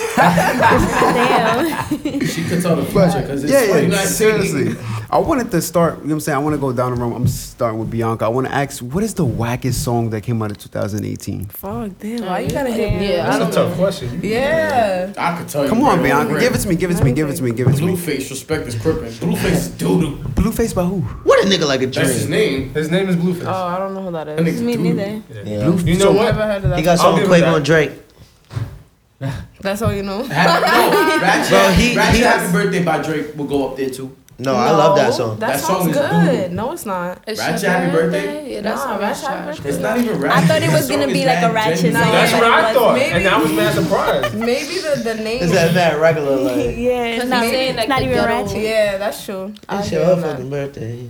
F: She could tell the
A: But,
F: future because it's
A: yeah, yeah,
F: 2019.
A: seriously. I wanted to start, you know what I'm saying? I want to go down the road. I'm starting with Bianca. I want to ask, what is the wackest song that came out in 2018?
H: Fuck, damn. Why you gotta hit me?
C: Yeah, I
I: That's a
C: don't
I: tough
C: know.
I: question. You-
H: Yeah.
F: I could tell you.
A: Come on,
F: right
A: Bianca.
F: over
A: Give
F: it.
A: it to me, give it to me, give it to me, give it to me.
F: Blueface, respect is crippling. Blueface is doo-doo.
A: Blueface by who?
D: What a nigga like a
F: That's his
D: dream.
F: name.
I: His name is Blueface.
H: Oh, I don't know who that
F: That
H: is.
F: nigga's
E: Me
F: doo-doo.
E: neither.
D: Yeah.
I: you know what?
H: Never heard of
D: He
H: that.
D: got
I: I'll
D: something
I: give him
D: Quavo
I: that.
D: and Drake.
H: That's all you know.
F: Happy, no, Ratchet,
D: Bro, he-
F: Ratchet
D: he-
F: Happy Birthday by Drake will go up there too.
D: No, I love that
H: No,
D: song.
H: That,
F: That song
H: song's
F: is
H: good.
F: doo-doo.
H: No, it's not.
C: It's
F: Ratchet
C: your
F: happy birthday?
C: Yeah, that's
H: Nah,
C: nah,
H: Ratchet happy
C: Ratchet.
F: It's not even Ratchet.
E: I thought it
F: That
E: was gonna
F: song
E: be
F: is
E: like a
F: mad
E: ratchet
F: genuine.
E: song.
I: That's what I
H: Maybe.
I: thought, and I was mad surprised.
H: Maybe the, the name.
D: Is that that regular like?
E: yeah, it's
C: Because
E: not,
C: he's saying like
E: not
C: the
E: even
C: ghetto-
E: ratchet.
H: Yeah, that's true. I
D: It's
H: agree
D: your
H: on that.
D: fucking birthday.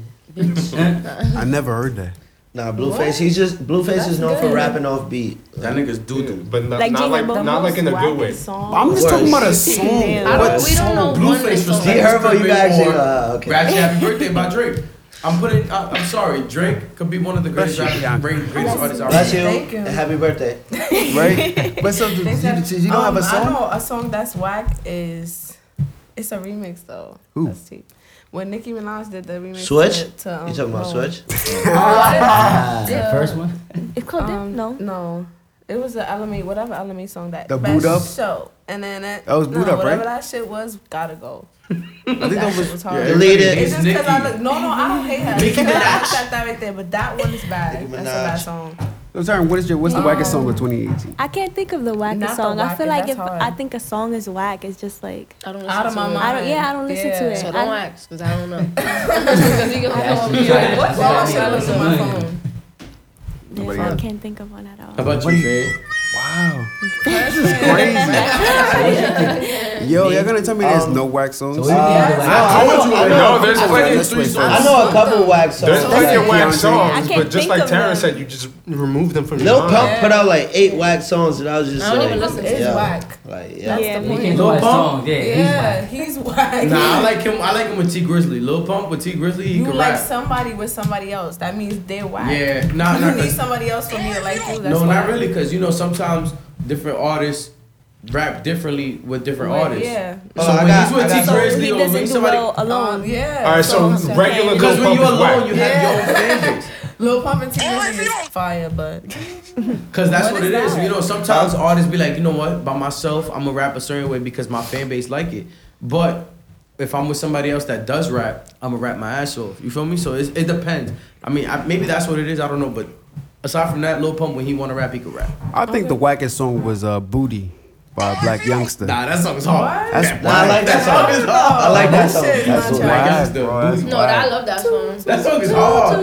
A: I never heard that.
D: Nah, Blueface. He's just Blueface is known for
H: good.
D: rapping off beat.
F: That nigga's doo-doo.
I: But not
E: Like
I: like, not
E: Jingle
I: like,
E: Bells.
I: not like in a good way.
A: I'm just talking about a song.
C: I
D: What
C: don't, we don't know one
F: Blueface
C: that's
F: was
D: D.
C: on-
D: Herbo, you
F: Blueface
D: guys.
F: on-
D: Uh, okay.
F: Ratchet Happy Birthday by Drake. I'm putting. I, I'm sorry, Drake could be one of the greatest
A: Bless
F: rappers,
A: you,
F: great- greatest artists. out
D: Bless
F: there.
D: you.
H: Thank you.
D: and happy birthday.
A: right? But so you, you, you don't have
H: Um,
A: a
H: I
A: song?
H: know a song that's whack is it's a remix though.
A: Who?
H: That's cheap. When Nicki Minaj did the remix.
D: Switch?
H: To, to, um,
D: You talking about
H: no.
D: Switch?
H: Oh,
J: The first one?
E: It's called Dip?
H: Um,
E: No.
H: No. It was the LME, whatever LME song that
A: The
H: best
A: Boot Up?
H: show. And then it,
A: That was
H: no,
A: Boot Up,
H: whatever
A: right?
H: that shit was, gotta go.
A: I think
H: that
A: that
H: shit
A: was.
H: was hard.
D: Delete it.
H: It's just
F: It's
H: because I
F: Nicki.
H: look. No, no, I don't hate her.
F: Nicki
H: Because I
F: Minaj.
H: accept that right there, but that one is bad.
D: Nicki
H: That's a
D: Minaj.
H: bad song.
A: I'm sorry, what is your, what's the wackest song of 2018?
E: I can't think of the
H: Not
E: wackest
H: the
E: song. I
H: wack,
E: feel like
H: that's
E: if
H: hard.
E: I think a song is whack, it's just like
C: I don't
H: Out of my
C: listen to it.
H: mind.
E: I don't. Yeah, I don't listen to
H: Yeah.
E: it.
C: So
E: I-
C: don't ask, because I don't know. Because you can hold on.
H: Like, what song
B: Yeah.
H: should I listen to my phone?
E: Yeah,
A: Nobody
E: so I
A: else.
E: can't think of one at all.
F: How about you, Faye?
A: Wow. This is crazy. Yo, you're going to tell me there's
D: Um,
A: no wax songs?
J: So what do you think of the
D: Uh,
J: last
D: I
J: one?
D: know- I know-
I: No, there's plenty
A: Let's wait first.
D: I know a couple whack songs.
I: There's plenty of
A: Beyonce.
I: whack
E: I
I: songs,
E: can't
I: but just
E: think
I: like
E: of
I: Tara
E: them.
I: said, you just remove them from your
D: Lil
I: mind.
D: Pump put out like eight whack songs, and I was just
C: I don't
D: like,
C: even listen to
H: It's
D: yeah.
H: whack.
D: Like, yeah.
H: That's
E: Yeah. You
H: the point.
J: He can do that song, yeah. he's
H: Yeah, he's whack.
F: Nah, I like him. I like him with T Grizzly. Lil Pump with T Grizzly, he
H: you
F: can
H: like
F: rap.
H: somebody with somebody else. That means they're whack.
F: yeah, nah,
H: you
F: nah,
H: need
F: 'cause-
H: somebody else for me to like you. That's
F: no,
H: whack.
F: not really, because you know sometimes different artists rap differently with different
H: Like,
F: artists.
H: Yeah.
D: Oh,
F: so
D: I
F: when
D: got-
F: he's with
D: I got
E: so
F: T
D: something.
F: Grizzly
E: he
F: or when
E: doesn't do
F: somebody,
E: well alone.
H: Um, yeah.
I: All right, so
E: So-
I: regular Lil
E: Because
F: because when
I: Pump
F: you
I: is
F: alone,
I: whack.
F: you have your own fan base.
H: Lil Pump and T Grizzly is fire, but
F: Cause that's
H: What
F: what,
H: is
F: it is.
H: that?
F: You know, sometimes artists be like, you know what? By myself, I'm gonna rap a certain way because my fan base like it. But if I'm with somebody else that does rap, I'm gonna rap my ass off. You feel me? So it's, it depends. I mean, I, maybe that's what it is. I don't know. But aside from that, Lil Pump, when he wanna rap, he could rap.
A: I think the wackest song was uh, Booty by Black Youngster.
F: Nah, that song is hard.
A: That's
F: That
D: Nah, I like that song. I like that song.
H: shit is
D: That's
H: not
D: what
H: trash.
F: Black
A: Wow,
F: Youngster,
A: bro, that's
C: No,
A: wild.
C: I love that Mm-hmm. song.
F: That song is hard.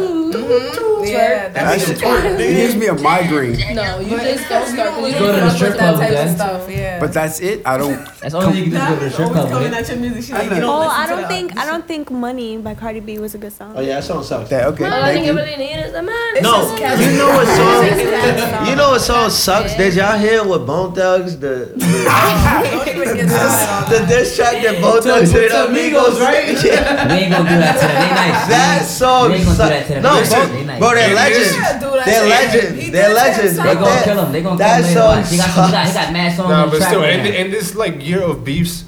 H: yeah,
F: That
H: that's
F: shit twerk,
A: It gives
F: nigga.
A: me a migraine.
C: No, you just don't start. 'cause You
J: Go to
C: don't
J: the
C: fuck
J: strip
C: with that
J: club
C: type of
J: then.
C: stuff.
H: stuff. Yeah.
A: But that's it. I don't.
J: That's the only thing you can do is go to the strip
H: always
J: club,
H: coming
J: right?
H: at your music. She's
A: I
H: like, you
A: know.
H: don't
E: Oh,
H: listen
E: I
H: to
E: don't
H: that.
E: think I don't think Money by Cardi B was a good song.
D: Oh yeah, that song sucks.
A: That okay.
C: All I think
A: Thank you.
C: it really need is a man.
D: No,
H: just catchy.
D: you know what
H: It's
D: song?
H: just catchy.
D: You know what song sucks? Did y'all hear what Bone Thugs the the,
H: Don't even get started
D: the
H: on
D: diss track that Bone Thugs did Amigos, right? Yeah.
J: We ain't gonna do that to them. They nice.
D: That song
J: We ain't gonna do that
D: sucks.
J: to them.
D: No,
J: Listen, they
D: bro,
J: nice.
D: bro, they're
H: Yeah,
D: legends.
H: dude, I
D: They're
H: said-
D: legends.
H: He
D: They're
H: did
D: legends.
H: that
J: They
D: But
H: song.
J: gonna
D: that,
J: kill him. They gonna kill
D: that
J: him. later on.
D: song
J: He got some- he got- he
D: sucks.
J: got mad songs
I: Nah,
J: on the
I: but
J: track
I: still,
J: right
I: in,
J: now.
I: in this like year of beefs,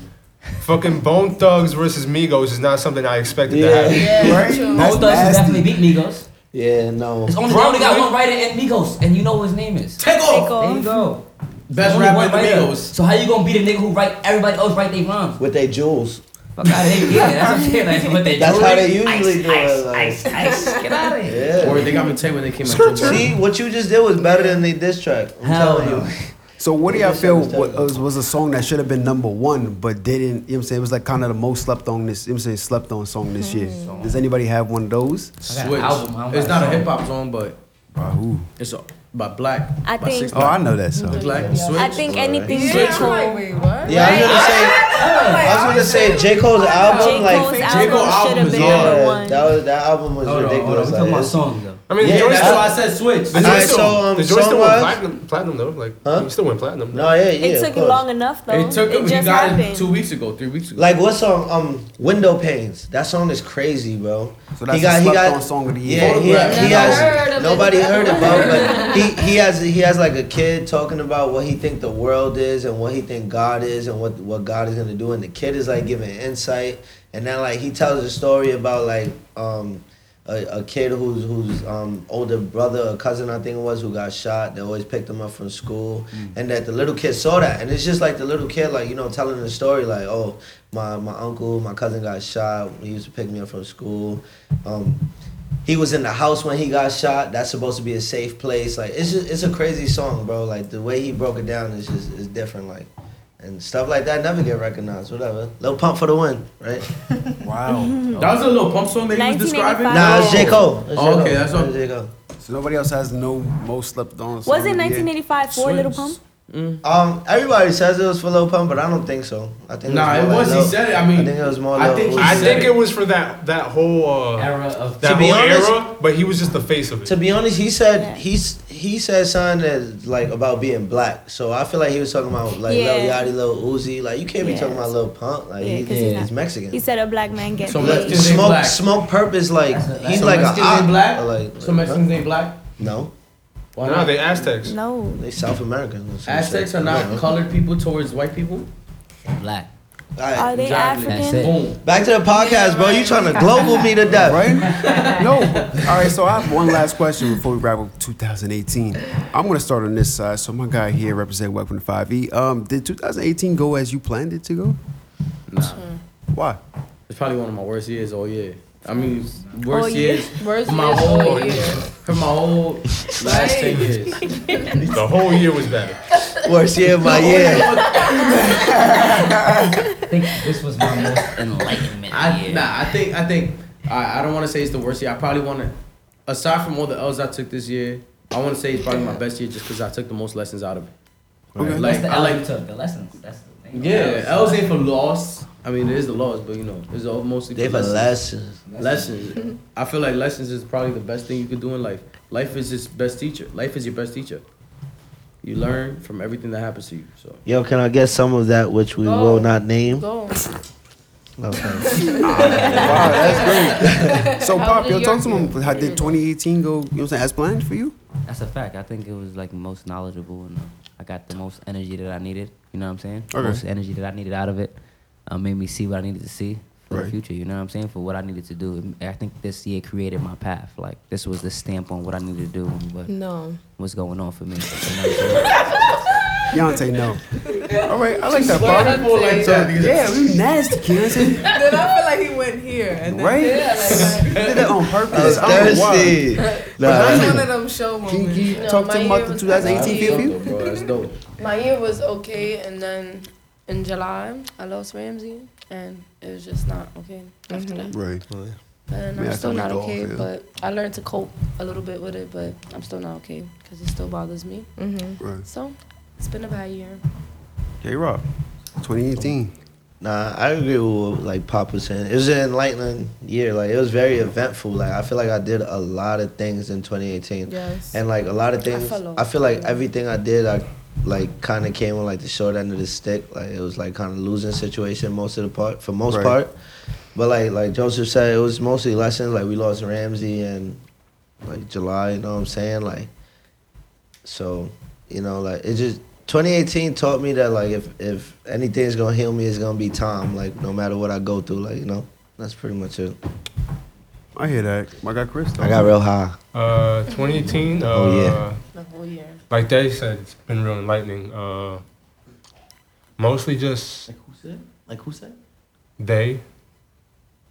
I: fucking Bone Thugs versus Migos is not something I expected to
D: Yeah.
I: happen.
A: Right? That's
J: Both thugs
A: nasty.
J: definitely beat Migos.
D: Yeah, no.
J: It's only, they only got one writer in Migos, and you know what his name is.
F: Take off.
J: There you go.
F: Best
J: Only
F: rapper
J: one
F: in the
J: writer.
F: Migos.
J: So how you gonna beat a nigga who write everybody else write their rhymes?
D: With their jewels.
J: Fuck out of here. Yeah, that's what I'm saying. Like, what they
D: That's
J: do.
D: how they usually do
J: ice,
D: it.
J: ice,
D: Like,
J: ice, Get out of here.
D: yeah.
F: Or they got me 10 when they came out.
D: See, what you just did was better than they diss track. I'm
J: Hell
D: telling
J: no.
D: you.
A: So what do y'all feel what, was, was a song that should have been number one but didn't? You know what I'm saying? It was like kind of the most slept on this. You know what I'm saying slept on song this year.
D: Mm-hmm.
A: Does anybody have one of those?
F: Switch. it's not a hip hop song, but
A: by who?
F: It's a, by Black.
E: I
F: by
E: think-
F: 6ix9ine.
A: Oh, I know that song.
F: Black Switch.
E: I think anything
F: Yeah,
E: J.
F: I'm
E: Cole.
F: like,
D: Yeah, I was gonna say. I was gonna say J Cole's album,
E: J.
D: like
E: Cole's album should have been number one.
D: That was that album was
J: Hold on, hold on,
D: ridiculous.
J: we talking about songs, though. I mean,
D: yeah,
J: Joyce
D: that's
J: still-
D: why
J: I said Switch.
D: All right,
J: Joyce
D: so
J: still-
D: um,
J: the Joyce
D: song
J: still went
D: was.
I: platinum, platinum though. Like he still went platinum.
D: No, yeah, yeah.
E: It
D: of
E: took
D: course.
E: long enough though.
F: It took
E: just
F: we got
E: happened.
F: it two weeks ago, three weeks ago.
D: Like what song? Um, Window Panes. That song is crazy, bro.
A: So that's the slept-on song of the year.
D: Yeah, he,
A: Photograph.
D: he
A: Never
D: has.
A: heard of it.
D: nobody heard about, but he he has he has like a kid talking about what he think the world is and what he think God is and what what God is gonna do, and the kid is like giving insight, and then like he tells a story about like um. A, a kid whose whose um, older brother or cousin I think it was who got shot. They always picked him up from school,
A: Mm.
D: and that the little kid saw that, and it's just like the little kid like you know telling the story like oh my my uncle my cousin got shot. He used to pick me up from school. Um, he was in the house when he got shot. That's supposed to be a safe place. Like it's just, it's a crazy song, bro. Like the way he broke it down is just is different. Like and stuff like that never get recognized. Whatever. Lil Pump for the win, right?
A: Wow.
F: That was a little pump song that he was describing.
D: Nah, it's J Cole. It's
F: Oh,
D: J.
F: okay,
D: Cole.
F: that's what.
D: It's J. Cole.
A: So nobody else has no most slept on. Song
E: Was it
A: of the year?
E: 1985 for Little Pump?
I: Mm.
D: Um, everybody says it was for Lil Pump, but I don't think so. I think
F: Nah,
D: it was.
F: it
D: more
F: was.
D: like
F: He
D: Lil-
F: said it. I mean,
D: I think it was more.
F: I
D: Lil
F: think he
D: Uzi.
I: I
F: said
I: think
F: it.
I: it was for that that whole uh, era of that
D: To be
I: whole
D: honest-
I: era, but he was just the face of it.
D: To be honest, he said he's he said something that's like about being black. So I feel like he was talking about like Lil
E: Yeah.
D: Yachty, Lil Uzi. Like you can't be
E: Yeah.
D: talking about Lil Pump. Like
E: Yeah,
D: he's,
E: 'cause he's
D: he's
E: not-
D: Mexican.
E: He said a black man gets
F: So
E: paid.
F: Mexicans ain't
D: smoke
F: black.
D: smoke purpose like he's
F: so
D: like
F: Mexicans
D: a
F: ain't black.
D: or Like,
F: So Mexicans ain't black.
D: No,
F: Why
I: no,
F: not?
I: they Aztecs.
E: No.
D: they South American. or some
F: Aztecs
D: shit.
F: are
D: I don't
F: not
D: know.
F: colored people towards white people.
J: Black.
D: Alright,
E: Are they
F: Exactly.
E: African?
F: Boom.
D: Back to the podcast, bro. You trying to global me to death?
A: Right? No. All right. So I have one last question before we wrap up 2018. I'm gonna start on this side. So my guy here representing Weapon 5E. Um, did 2018 go as you planned it to go?
F: Nah.
A: Why?
F: It's probably one of my worst years all year. I mean,
E: All
F: worst
E: year?
F: years.
H: Worst
F: for my
H: years
F: whole
H: all year.
F: for my whole last ten years.
I: The whole year was bad.
D: Worst year of my year.
J: I think this was my most enlightenment
F: I
J: year.
F: nah, I think I think I, I don't want to say it's the worst year. I probably want to, aside from all the L's I took this year, I want to say it's probably my best year just because I took the most lessons out of it.
A: Okay.
F: Like
J: That's the
F: I
J: L you
F: like
J: took, the lessons. That's the thing.
F: yeah, L's ain't for loss. I mean, it is the loss, but you know, it's all mostly
D: They've a lesson.
F: Lessons. I feel like lessons is probably the best thing you could do in life. Life is its best teacher. Life is your best teacher. You learn from everything that happens to you. So
D: Yo, can I get some of that which we
H: Go.
D: will not name?
H: Go.
D: Okay.
A: Wow, that's great. So
H: How
A: Pop,
H: did
A: yo, talk
H: yours
A: to him.
H: go?
A: How did 2018 go? You know what I'm saying? As planned for you?
J: That's a fact. I think it was like most knowledgeable, and uh, I got the most energy that I needed. You know what I'm saying?
A: Okay.
J: Most energy that I needed out of it uh, made me see what I needed to see for
A: Right.
J: the future. You know what I'm saying? For what I needed to do. And I think this year created my path. Like this was the stamp on what I needed to do and what
H: No.
J: what's going on for me. You know what I'm saying?
A: Deontay, no. All right, I like that.
H: Why
A: Pop.
H: you pull like that?
A: So, yeah, we nasty kids. Did
H: Then I feel like he went here. And then
A: Right?
H: Yeah, like, like,
A: that on
D: I was
A: purpose. I don't know why.
D: thirsty.
H: that's
D: Nah.
H: one of them show
A: Can you-
H: moments.
A: can you
C: No,
A: talk
C: my
A: to him
C: year
A: about the
C: was-
F: Nah,
A: 2018
F: that's
A: year for you?
F: dope, though, bro. That's dope.
C: My year was okay, and then in July I lost Ramsey, and it was just not okay after that.
A: Right.
C: And
A: Yeah,
C: I'm
A: I
C: still
A: feel
C: not
A: like all
C: okay,
A: feel.
C: but I learned to cope a little bit with it, but I'm still not okay because it still bothers me.
H: Mm-hmm.
A: Right.
C: So it's been a bad year.
A: J Rock, 2018.
D: Nah, I agree with what, like Pop was saying. It was an enlightening year. Like it was very eventful. Like I feel like I did a lot of things in 2018,
H: Yes.
D: and like a lot of things.
C: follow.
D: I feel like everything I did, I like kind of came on like the short end of the stick. Like it was like kind of losing situation most of the part for most
A: Right.
D: part. But like like Joseph said, it was mostly lessons. Like we lost Ramsey and like July. You know what I'm saying? Like so, you know, like it just 2018 taught me that like if if anything's gonna heal me, it's gonna be time. Like no matter what I go through, like you know, that's pretty much it.
A: I hear that. My guy Chris. though.
D: I got real high.
I: Uh, 2018. Uh,
D: Oh, yeah.
C: The whole year.
I: Like they said, it's been real enlightening. Uh, mostly just
F: Like who said? Like who said?
I: they.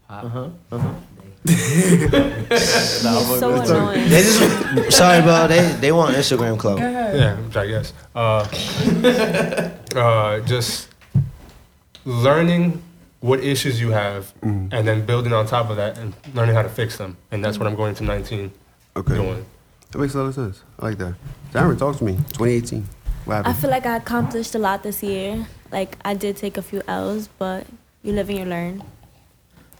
J: Uh-huh.
E: so annoying.
D: They just sorry, bro. They they want Instagram clout.
I: Yeah, I guess. Uh, uh, just learning what issues you have and then building on top of that and learning how to fix them. And that's what I'm going to 19
A: Okay.
I: doing.
A: That makes a lot of sense. I like that. Darren, talk to me. 2018. What
E: I
A: happened?
E: feel like I accomplished a lot this year. Like I did take a few L's, but you live and you learn.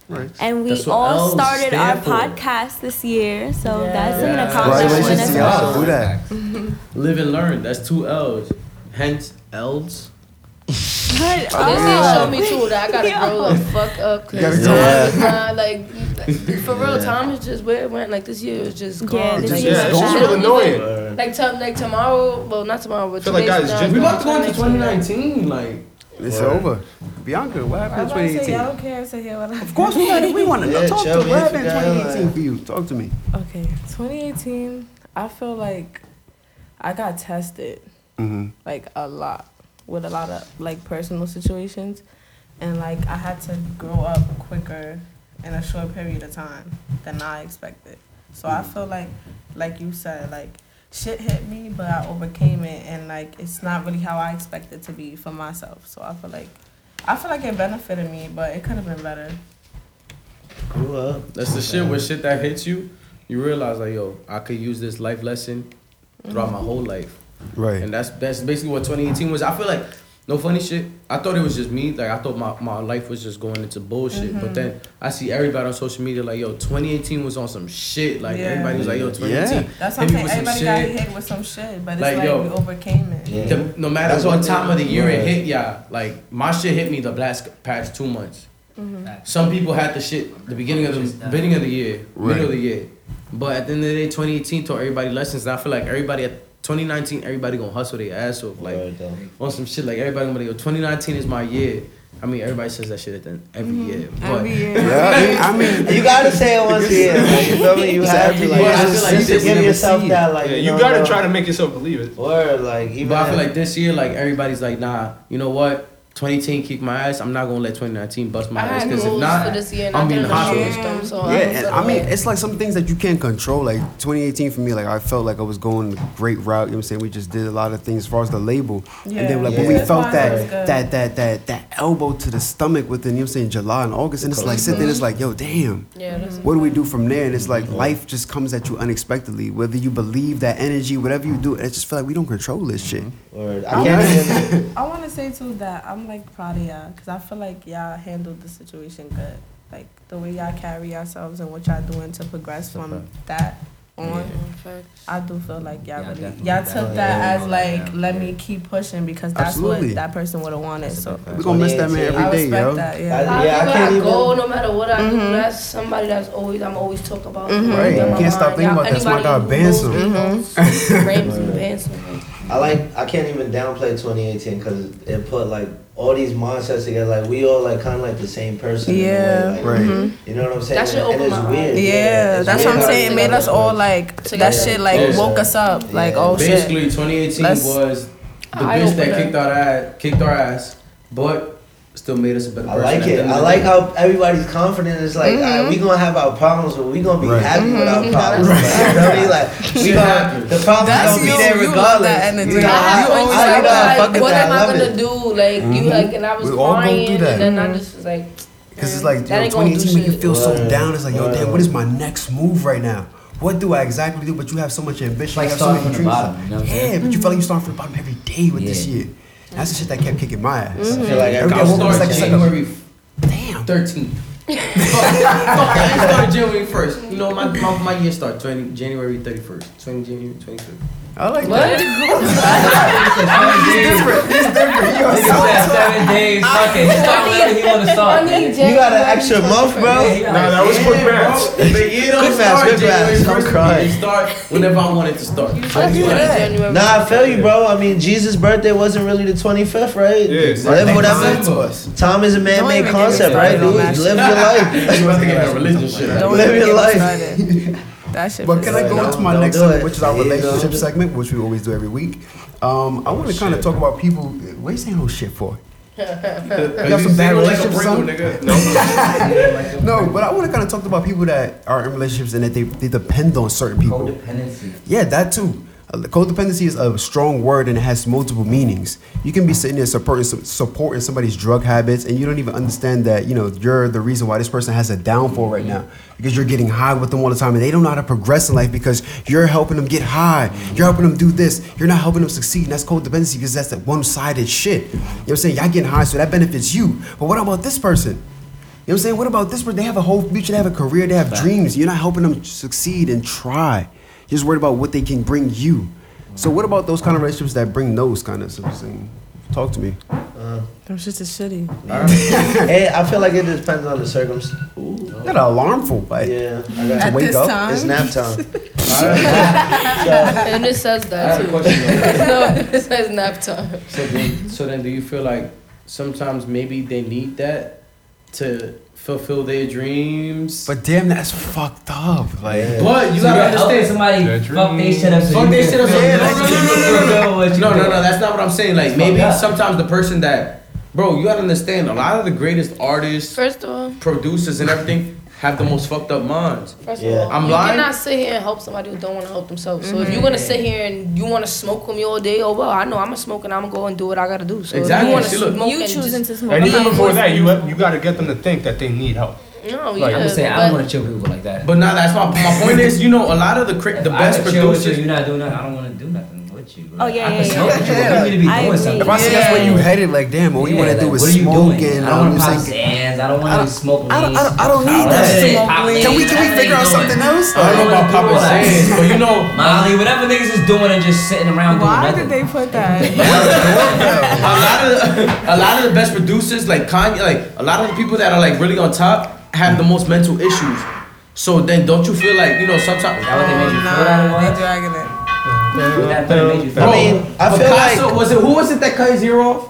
A: Right.
E: And we
A: That's what
E: all
A: L's
E: started our
A: stand for.
E: podcast this year, so that's an
F: Yeah.
E: accomplishment as well.
A: Do that.
F: Live and learn. That's two L's. Hence L's.
E: Good.
F: This
C: They
F: Yeah.
C: Oh, show me too that I gotta grow the fuck up
F: You gotta
C: because
F: grow
C: time
F: up.
C: is not like for real.
F: Yeah.
C: Time is just where it went. Like this year was just gone.
E: Yeah,
C: like,
E: this
I: year's Yeah, it's fast. real annoying.
C: Like to, like tomorrow, well not tomorrow, but
I: Feel
C: two
I: like, guys,
C: days from now,
I: just-
C: it's
I: we about
F: to go into
C: next year.
F: 2019. Like
A: It's
I: Word.
A: over. Bianca, what
H: I was
A: happened
H: about
A: in
H: to say,
A: 2018?
H: y'all don't care to hear what I
A: Of course, we, gotta, we want to
D: Yeah,
A: talk to
D: tell me if
A: what happened in
D: you got,
A: 2018
D: like-
A: for you. Talk to me.
H: Okay, 2018, I feel like I got tested
A: Mhm.
H: like a lot with a lot of like personal situations, and like I had to grow up quicker in a short period of time than I expected. So I feel like, like you said, like shit hit me, but I overcame it, and like it's not really how I expected to be for myself. So I feel like, I feel like it benefited me, but it could have been better.
D: Grew up.
F: That's the shit where shit that hits you, you realize like, yo, I could use this life lesson throughout my whole life.
A: Right.
F: And that's that's basically what 2018 was. I feel like no funny shit. I thought it was just me. Like I thought my, my life was just going into bullshit.
H: Mm-hmm.
F: But then I see everybody on social media like, yo, 2018 was on some shit. Like
H: Yeah.
F: everybody was like, yo, 2018.
H: That's what
F: hit
H: I'm
F: me
H: saying.
F: with some
H: Everybody got
F: shit.
H: hit with some shit, but it's
F: Like,
H: like,
F: yo.
H: we overcame it.
F: The- no matter
D: That's
F: what
D: what-
F: time of the year it
D: Right.
F: hit, yeah. Like my shit hit me the last past two months.
D: Mm-hmm.
F: Some people had the shit the beginning of the beginning of the year, middle of the year, but at the end of the day, 2018 taught everybody lessons. And I feel like everybody at 2019, everybody gonna hustle their ass off, like on some shit. Like everybody gonna go. 2019 is my year. I mean, everybody says that shit at the end, every year. But,
H: Every year.
A: Yeah, I mean, I mean
D: Mm-hmm. You gotta say it once a year. Like, you feel me? You
F: It's
D: have
F: every
D: to like,
F: year. I feel
D: just
F: like it's
D: give
F: just never
D: yourself
F: seen.
D: that like.
I: Yeah,
D: you,
I: you
D: know,
I: gotta
D: bro.
I: try to make yourself believe it.
D: Word like even.
F: But I feel like this year, like everybody's like, nah, you know what? 2018 kicked my ass. I'm not gonna let 2019 bust my
C: I
F: ass
C: had
F: because
C: goals
F: if
C: for
F: not,
C: this year and
F: I'm
C: I
F: being
C: didn't accomplish
F: hospitalized.
C: them, so
A: Yeah, and
C: I, oh.
A: I mean, it's like some things that you can't control. Like 2018 for me, like I felt like I was going the great route. You know what I'm saying? We just did a lot of things as far as the label. And then
H: Yeah.
A: like when we
H: Yeah.
A: felt
H: That's
A: that
H: good.
A: that that that that elbow to the stomach within, you know what I'm saying, July and August. And it's like sitting there, it's like, yo, damn.
C: yeah, that's
A: What do we do from there? And it's like life just comes at you unexpectedly. Whether you believe that energy, whatever you do, I just feel like we don't control this shit.
D: Word. Mm-hmm.
A: You
D: I
A: know what I mean?
D: can't even.
H: I want to say too that I'm like proud of y'all because I feel like y'all handled the situation good. Like the way y'all carry yourselves and what y'all doing to progress
F: Okay.
H: from that on.
C: fact.
H: I do feel like y'all
J: Yeah,
H: really
J: definitely.
H: y'all took that
J: Yeah.
H: as like
J: Yeah.
H: let me keep pushing because that's
A: Absolutely.
H: what that person would have wanted. So
A: We're gonna miss that man
D: 2018.
H: I
A: every day,
H: respect
A: yo.
H: that. Yeah.
D: I-
C: I,
D: yeah, I
C: where
D: can't
C: I
D: even-
C: go, no matter what I do,
H: Mhm.
C: that's somebody that's always I'm always talking about.
A: Right. You can't stop thinking about that. That's my dog, Benson.
C: Mm-hmm. Ramsey Benson.
D: I like I can't even downplay 2018 because it put like all these mindsets together. Like we all like kind of like the same person. in a way,
H: Yeah.
D: like,
A: Right.
D: You know what I'm saying?
C: That shit
D: and
C: opened
D: it's
C: my eyes.
D: weird.
H: Yeah,
D: it's
H: that's
D: weird
H: what I'm
D: how
H: saying. It
D: it
H: made
D: like-
H: us all like that
C: Together.
H: shit like
F: Yeah.
H: woke us up. Like
D: Yeah.
H: oh shit.
F: Basically, 2018
H: Let's-
F: was the
C: Eye
F: bitch that
C: opener.
F: kicked our ass, kicked our ass, but still made us a better
D: I
F: person.
D: like
F: at the
D: it.
F: end
D: I
F: of
D: like
F: the day.
D: how everybody's confident. It's like alright, we gonna have our problems, but we gonna be
A: Right.
D: happy with our problems. Like, you feel me? Like we
F: Shit
D: gonna,
F: happens.
D: the problems
H: That's
D: gonna be
H: you.
D: there
H: You love
D: regardless.
H: that energy.
D: You know,
H: I
D: I,
H: have
D: always
H: always
D: like,
H: felt
D: nah,
H: like,
D: fuck
C: like,
D: with
C: what
D: that.
C: am
D: I
C: I
D: love
C: gonna
D: it.
C: do? Like you
A: Mhm.
C: like, and I was
A: We all go through
C: crying, and
A: that.
C: then I just was like,
A: Because it's like,
C: That
A: yo,
C: ain't gonna do
A: 2018 make you
C: shit.
A: feel so
D: Right.
A: down. It's like, yo,
D: Right.
A: damn, what is my next move right now? What do I exactly do? But you have so much ambition.
J: Like
A: you have so many
J: starting from
A: dreams.
J: the bottom, you know what I'm
A: yeah,
J: saying?
A: but you felt like you starting from the bottom every day with this
J: Yeah.
A: year. That's the shit that kept kicking my ass.
C: Mm-hmm.
D: I feel like
A: Every day I
F: I
A: woke up, it's
F: started
A: like, it's like a-
F: January
A: damn.
F: 13th. I didn't start January 1st. You know, my, my, my year starts 20, January 31st. 20 January 25th.
A: I like
C: what?
A: that.
B: seven days, fuck it. He started whenever he wanna start. nigga.
D: You got an extra month, bro.
B: Yeah, he got
I: Nah, that was quick math.
F: But you don't
D: Good math,
F: start
D: good
F: January
D: math. I'm
F: 1st.
D: crying.
F: You start whenever I wanted to start.
C: That's
F: You
C: what
F: know?
C: it is, January.
D: Nah, I feel you, bro. I mean, Jesus' birthday wasn't really the 25th, right?
I: Yeah, it's
D: Live
I: like
D: whatever.
A: to us.
D: Time is a man-made
H: even get me
D: concept, right,
H: started on
D: dude?
H: that
D: Live your life.
F: You must get that religion shit.
H: Don't
D: Live
H: even
D: your
H: get me
D: life.
H: started. That shit.
A: But
H: was
A: can I go
D: Don't-
A: into my
D: don't
A: next
D: do
A: segment,
D: it.
A: which is our
D: Yeah,
A: relationship
D: don't-
A: segment, which we always do every week? Um, I want to kind of talk about people. What you saying no shit for? Got
G: You
A: some bad
G: single like a
A: relationships, son?
G: Brinko, nigga.
A: No, but I want to kind of talk about people that are in relationships and that they, they depend on certain people.
B: Codependency.
A: Yeah, that too. Uh, Codependency is a strong word and it has multiple meanings. You can be sitting there supporting some- supporting somebody's drug habits, and you don't even understand that you know you're the reason why this person has a downfall right now because you're getting high with them all the time, and they don't know how to progress in life because you're helping them get high, you're helping them do this, you're not helping them succeed. And that's codependency because that's that one-sided shit. You know what I'm saying? Y'all getting high, so that benefits you. But what about this person? You know what I'm saying? What about this person? They have a whole future, they have a career, they have dreams. You're not helping them succeed and try. You're just worried about what they can bring you. So what about those kind of relationships that bring those kind of something? Talk to me.
D: Uh,
H: Them shits is shitty.
D: hey, Eh, I feel like it depends on the circumstance.
A: Got an alarm for like
D: yeah, I got
A: to
D: to
A: At
D: wake
A: wake this up.
D: up.
A: time?
D: It's nap time.
C: and it says
F: I
C: that
F: have a
C: too.
F: question,
C: no, it says nap time.
F: So then, so then, do you feel like sometimes maybe they need that to fulfill their dreams?
A: But damn, that's fucked up. Like,
F: But you gotta understand
B: somebody fuck they shit up. so
F: Fuck
B: you
F: they
B: can
F: shit up.
B: feel
F: Yeah,
B: like
F: no, no, no, no, no, no, no, no, that's not what I'm saying. Like
B: It's
F: maybe
B: fucked up.
F: sometimes the person that, bro, you gotta understand. A lot of the greatest artists,
C: First of all,
F: producers, and everything have the most fucked up minds.
C: First
F: Yeah.
C: of all,
F: I'm
C: you
F: lying?
C: cannot sit here and help somebody who don't want to help themselves. So if
F: Mhm.
C: you're gonna sit here and you want to smoke with me all day, oh well, I know I'm a smoke and I'm gonna go and do what I gotta do. So
F: Exactly.
C: if you want
F: See,
C: to
F: look.
C: smoke,
E: You
C: and
E: choosing
C: just,
E: to smoke.
I: And even
C: I'm
I: before
C: not
I: that, you have, you got to get them to think that they need help.
C: No,
I: Like,
C: yeah,
I: I'm
B: saying, I
C: but-
B: don't want to chill people like that.
F: But now that's my my point is, you know, a lot of the cra- the
B: If I
F: best
B: could chill with you,
F: producers.
B: You're not doing nothing. I don't want to do nothing with you. Bro.
E: Oh, yeah,
B: I
E: yeah,
B: can
E: yeah,
B: smoke with you, but
E: yeah.
B: we need to be
E: I
B: doing
E: agree.
B: something.
A: If I see that's where you headed, like damn, all you
B: Yeah,
A: want to do
B: like,
A: is
B: what are you
A: smoke
B: doing?
A: and
B: I don't
A: um,
B: want to pop
A: it's like-
B: Zans. I don't
A: I
B: want
A: don't-
B: to smoke
A: I don't- I don't- I don't
B: weed.
A: need that
B: That's
A: shit.
B: it, pop
A: Can we-
B: weed.
A: can we
B: That's what
A: figure
B: they
A: out
B: doing.
A: something else?
F: I don't know about Papa Zans, but you know,
B: Molly, whatever niggas is doing and just sitting around
H: Why did
B: doing nothing.
H: they put that?
F: a lot of a lot of the best producers, like Kanye, like a lot of the people that are like really on top have the most mental issues. So then, don't you feel like you know sometimes?
B: That what they made you feel that
H: Nah,
B: way?
H: they dragging it.
B: That what it made you feel.
D: I
F: Bro,
D: mean, Oh, I feel
F: Picasso
D: like-
F: was it who was it that cut his ear off?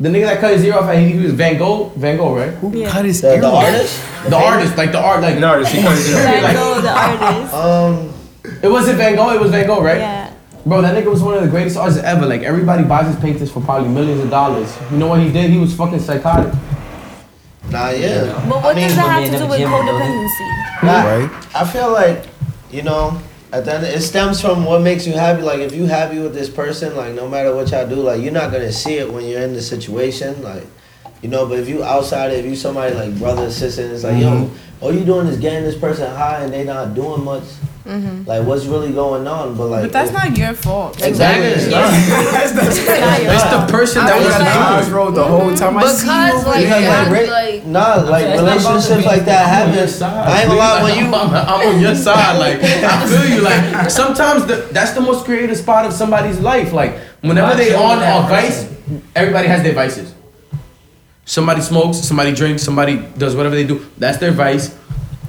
F: The nigga that cut his ear off, and he, he was Van Gogh. Van Gogh, right?
A: Who
E: Yeah.
A: cut his
D: The,
A: ear
D: the
A: off?
D: artist?
F: The artist, like the art, like
I: An artist, he comes in.
E: Let go of the artist.
D: Um,
F: it wasn't Van Gogh. It was Van Gogh, right?
E: Yeah.
F: Bro, that nigga was one of the greatest artists ever. Like everybody buys his paintings for probably millions of dollars. You know what he did? He was fucking psychotic.
D: nah, yeah.
E: But what
D: I mean,
E: does that have to
B: women
E: do
B: in
E: with
B: the gym, though.
E: codependency?
D: Nah,
A: Right.
D: I feel like, you know, at the end, it stems from what makes you happy. Like, if you happy with this person, like, no matter what y'all do, like, you're not gonna see it when you're in the situation, like, you know. But if you outside, if you somebody like brother, sister, and it's like,
A: Mm-hmm.
D: yo, all you doing is getting this person high, and they not doing much. Like, what's really going on? But like,
H: Mm-hmm. But that's
D: if-
H: not your fault.
D: exactly. It's not.
F: It's the person that
A: I
F: was
A: got my eyes rolled the whole time. I
C: Because
A: see you over
C: like,
A: there.
D: Yeah,
C: God,
D: like,
C: like
D: Nah, like
B: it's not about to
D: relationships
B: be-
D: like that
F: I'm on your
D: happens.
F: side.
D: I ain't gonna lie, when
F: Like,
D: you
F: I'm, I'm on your side. Like I feel you. Like sometimes the, that's the most creative spot of somebody's life. Like whenever
B: Why
F: they
B: show
F: on
B: that
F: a vice, everybody has their vices. Somebody smokes, somebody drinks, somebody does whatever they do. That's their vice,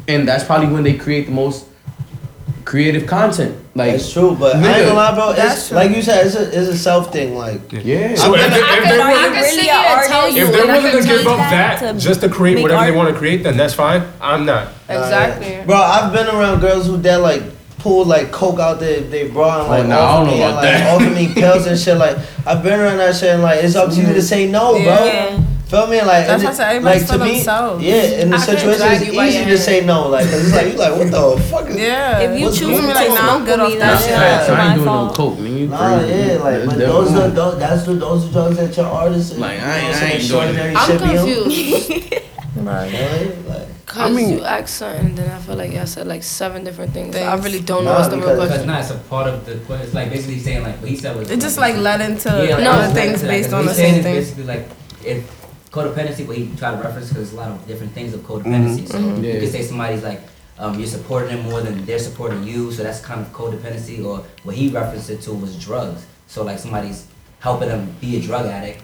F: and that's probably when they create the most creative content. Like
D: It's true, but I ain't
F: Nigga,
D: gonna lie, bro.
H: that's
D: It's,
H: true.
D: like you said, it's a, it's a self thing. Like,
F: yeah.
I: So if they, if they
C: I
I: willing,
C: can sit here and tell you.
I: if they're
C: and I
I: willing
C: can
I: to
C: tell
I: give
C: you
I: up
E: that
I: that
E: to
I: just to create
E: make
I: whatever they
E: art.
I: want to create, then that's fine. I'm not.
C: Exactly.
D: Bro, I've been around girls who that like pulled like coke out their they bra and like
F: Oh, no, I
D: offer
F: don't
D: me
F: know
D: and,
F: about
D: like
F: that.
D: offer me pills and shit. Like I've been around that shit and like it's up to you to say no, bro.
H: Yeah.
D: Feel me? Like and
H: That's why I
D: it-
H: said everybody's for themselves.
D: Yeah, in the
C: I can't
D: situation
C: drag
D: it's
C: you by your
D: easy to
C: hand.
D: say no. Like 'cause it's like you like what the fuck is
H: Yeah.
E: If you
D: What's
E: choose
D: going
E: to
H: Be like,
E: smoke
H: nah, I'm good
E: with
H: off
E: me,
H: that
E: that's
H: shit.
E: not
F: I ain't
E: my
F: doing no
E: fault.
F: coke, man. You
D: Nah,
F: crazy.
D: yeah, like
F: It's
D: but
F: definitely-
D: those are those, that's the those are drugs that your artists
F: Like, I ain't-
D: doing some
F: I ain't doing
D: extraordinary
C: I'm
D: shit be on.
C: confused.
H: Right.
D: Right? Like,
C: Cause
A: mean-
C: you asked something, then I feel like y'all said like seven different things. I
H: Things.
C: really don't know
D: Nah,
C: what's the real
D: because-
B: That's
C: question.
B: not. It's a part of the. question. It's like basically saying like what he said was.
H: It just like led into
B: Yeah, like,
H: other
B: it's
H: things
B: like-
H: based
B: like,
H: on
B: what
H: the
B: he's saying
H: same
B: is
H: thing.
B: Basically, like if codependency, what he tried to reference because there's a lot of different things of codependency. So
H: Mm-hmm.
F: Yeah.
B: you could say somebody's like. Um, you're supporting them more than they're supporting you, so that's kind of codependency. Or what he referenced it to was drugs. So like somebody's helping them be a drug addict,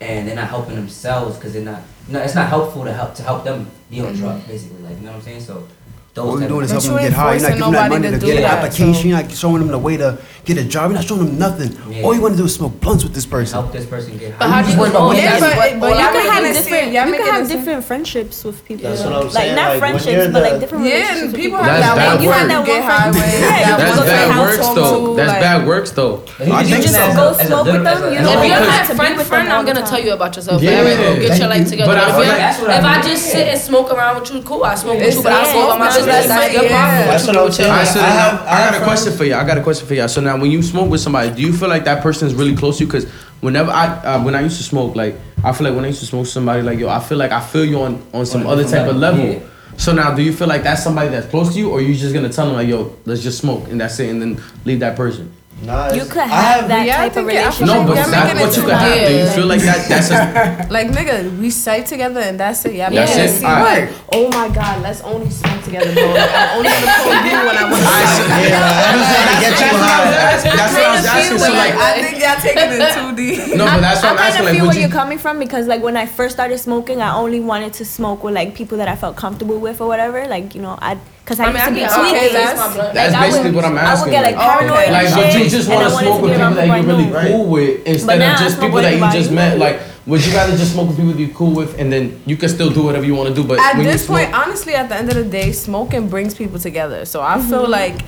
B: and they're not helping themselves because they're not. No, it's not helpful to help to help them be on
H: Mm-hmm.
B: drugs, basically. Like you know what I'm saying? So those type
A: All you're
B: of
A: doing is
H: But
A: helping
H: you
A: them get
H: ain't
A: high. You're not
H: forcing
A: giving them that
H: nobody
A: money
H: to
A: to
H: do
A: get an
H: that,
A: application.
H: so-
A: You're not showing them the way to get a job. You're not showing them nothing. All you want to do is smoke blunts with this person.
B: Help this person get
C: But how do
A: just
C: you
A: worried about
C: know?
A: what
C: Yeah,
A: they
C: but- but
A: do.
E: But
C: y'all
E: you
C: making
E: can have
C: it seem-
E: different,
C: y'all
E: you
C: making
E: can have
C: it seem-
E: different friendships with people.
D: That's what I'm
E: Like
D: saying,
E: not
D: like, when
E: friendships,
D: you're
E: but
D: the-
E: like different
D: Yeah,
E: relationships. with people.
H: people have That's that
E: Like,
H: bad
E: you have that
H: work.
E: one friend.
H: Get highway.
E: Yeah, you go
F: That's
E: to
F: bad
E: their
F: works
E: household
F: though.
E: to,
F: That's
E: like-
F: bad works though.
E: You just go smoke with them. You
F: as a
E: don't
F: little-
E: have to
F: as a
E: be
F: friend-
E: with
C: friend,
E: them all
C: I'm
E: the
C: gonna
E: time.
C: tell you about yourself.
F: Yeah.
C: Alright, go get
F: Thank
C: your life
F: you.
C: together.
F: But I
C: if
F: feel
C: I,
F: like- That's what I
C: if I
F: mean.
C: just sit and smoke around with you, cool. I smoke with you, but I
H: Exactly.
C: smoke about my
H: That's-
C: business. That's
H: that's-
C: your problem.
H: That's
F: what I'm saying.
H: I
F: I,
H: said-
F: have, I got a question for you. I got a question for you. all So now, when you smoke with somebody, do you feel like that person is really close to you? Because whenever I, uh, when I used to smoke, like I feel like when I used to smoke with somebody, like yo, I feel like I feel you on on some
M: a
F: other
M: different
F: type of
M: level.
F: level. So now, do you feel like that's somebody that's close to you, or you just gonna tell them like, yo, let's just smoke and that's it, and then leave that person?
D: Nah,
E: You could have,
D: have-
E: that
H: Yeah, I
E: type of
H: think it- I
E: relationship.
H: feel
F: No,
H: like
F: but
H: y'all
F: that's
H: making it
F: what you
H: too
F: could have. Do you
H: bad.
F: feel like that? That's a,
H: Like nigga, we site together and that's it. Y'all
F: That's
H: making
F: it?
H: seem
F: Alright.
H: like, Oh my god, let's only smoke together, bro. Like, I only wanna call you when I want
D: trying to get you high.
F: that's, that's what I was asking. So like,
H: I think y'all taking it too deep.
F: No, but that's
E: I,
F: what
E: I
F: I'm
E: kind of
F: asking, like,
E: feel
F: would
E: where
F: you-
E: you're coming from because, like, when I first started smoking, I only wanted to smoke with like people that I felt comfortable with or whatever. Like, you know, I because I,
C: I mean,
E: used
C: I
E: to be
C: can
E: tweaking.
C: always ask my blood.
F: that's
E: Like, I
F: basically
E: would-
F: what I'm
E: I would
F: asking.
E: get like
F: like,
E: paranoid
F: Like,
E: and
F: but
E: shit.
F: you just
E: and
F: want
E: I
F: to
E: wanted
F: smoke
E: be
F: with people
E: around
F: that
E: people I
F: you're really
E: knew.
F: cool with instead
E: now
F: of
E: I
F: just
E: smoke
F: people
E: with
F: that you just met.
E: everybody.
F: Like, would you rather just smoke with people that you're cool with, and then you can still do whatever you want to do? But
H: at
F: when
H: this
F: you smoke,
H: point, honestly, at the end of the day, smoking brings people together. So I feel
E: Mhm.
H: like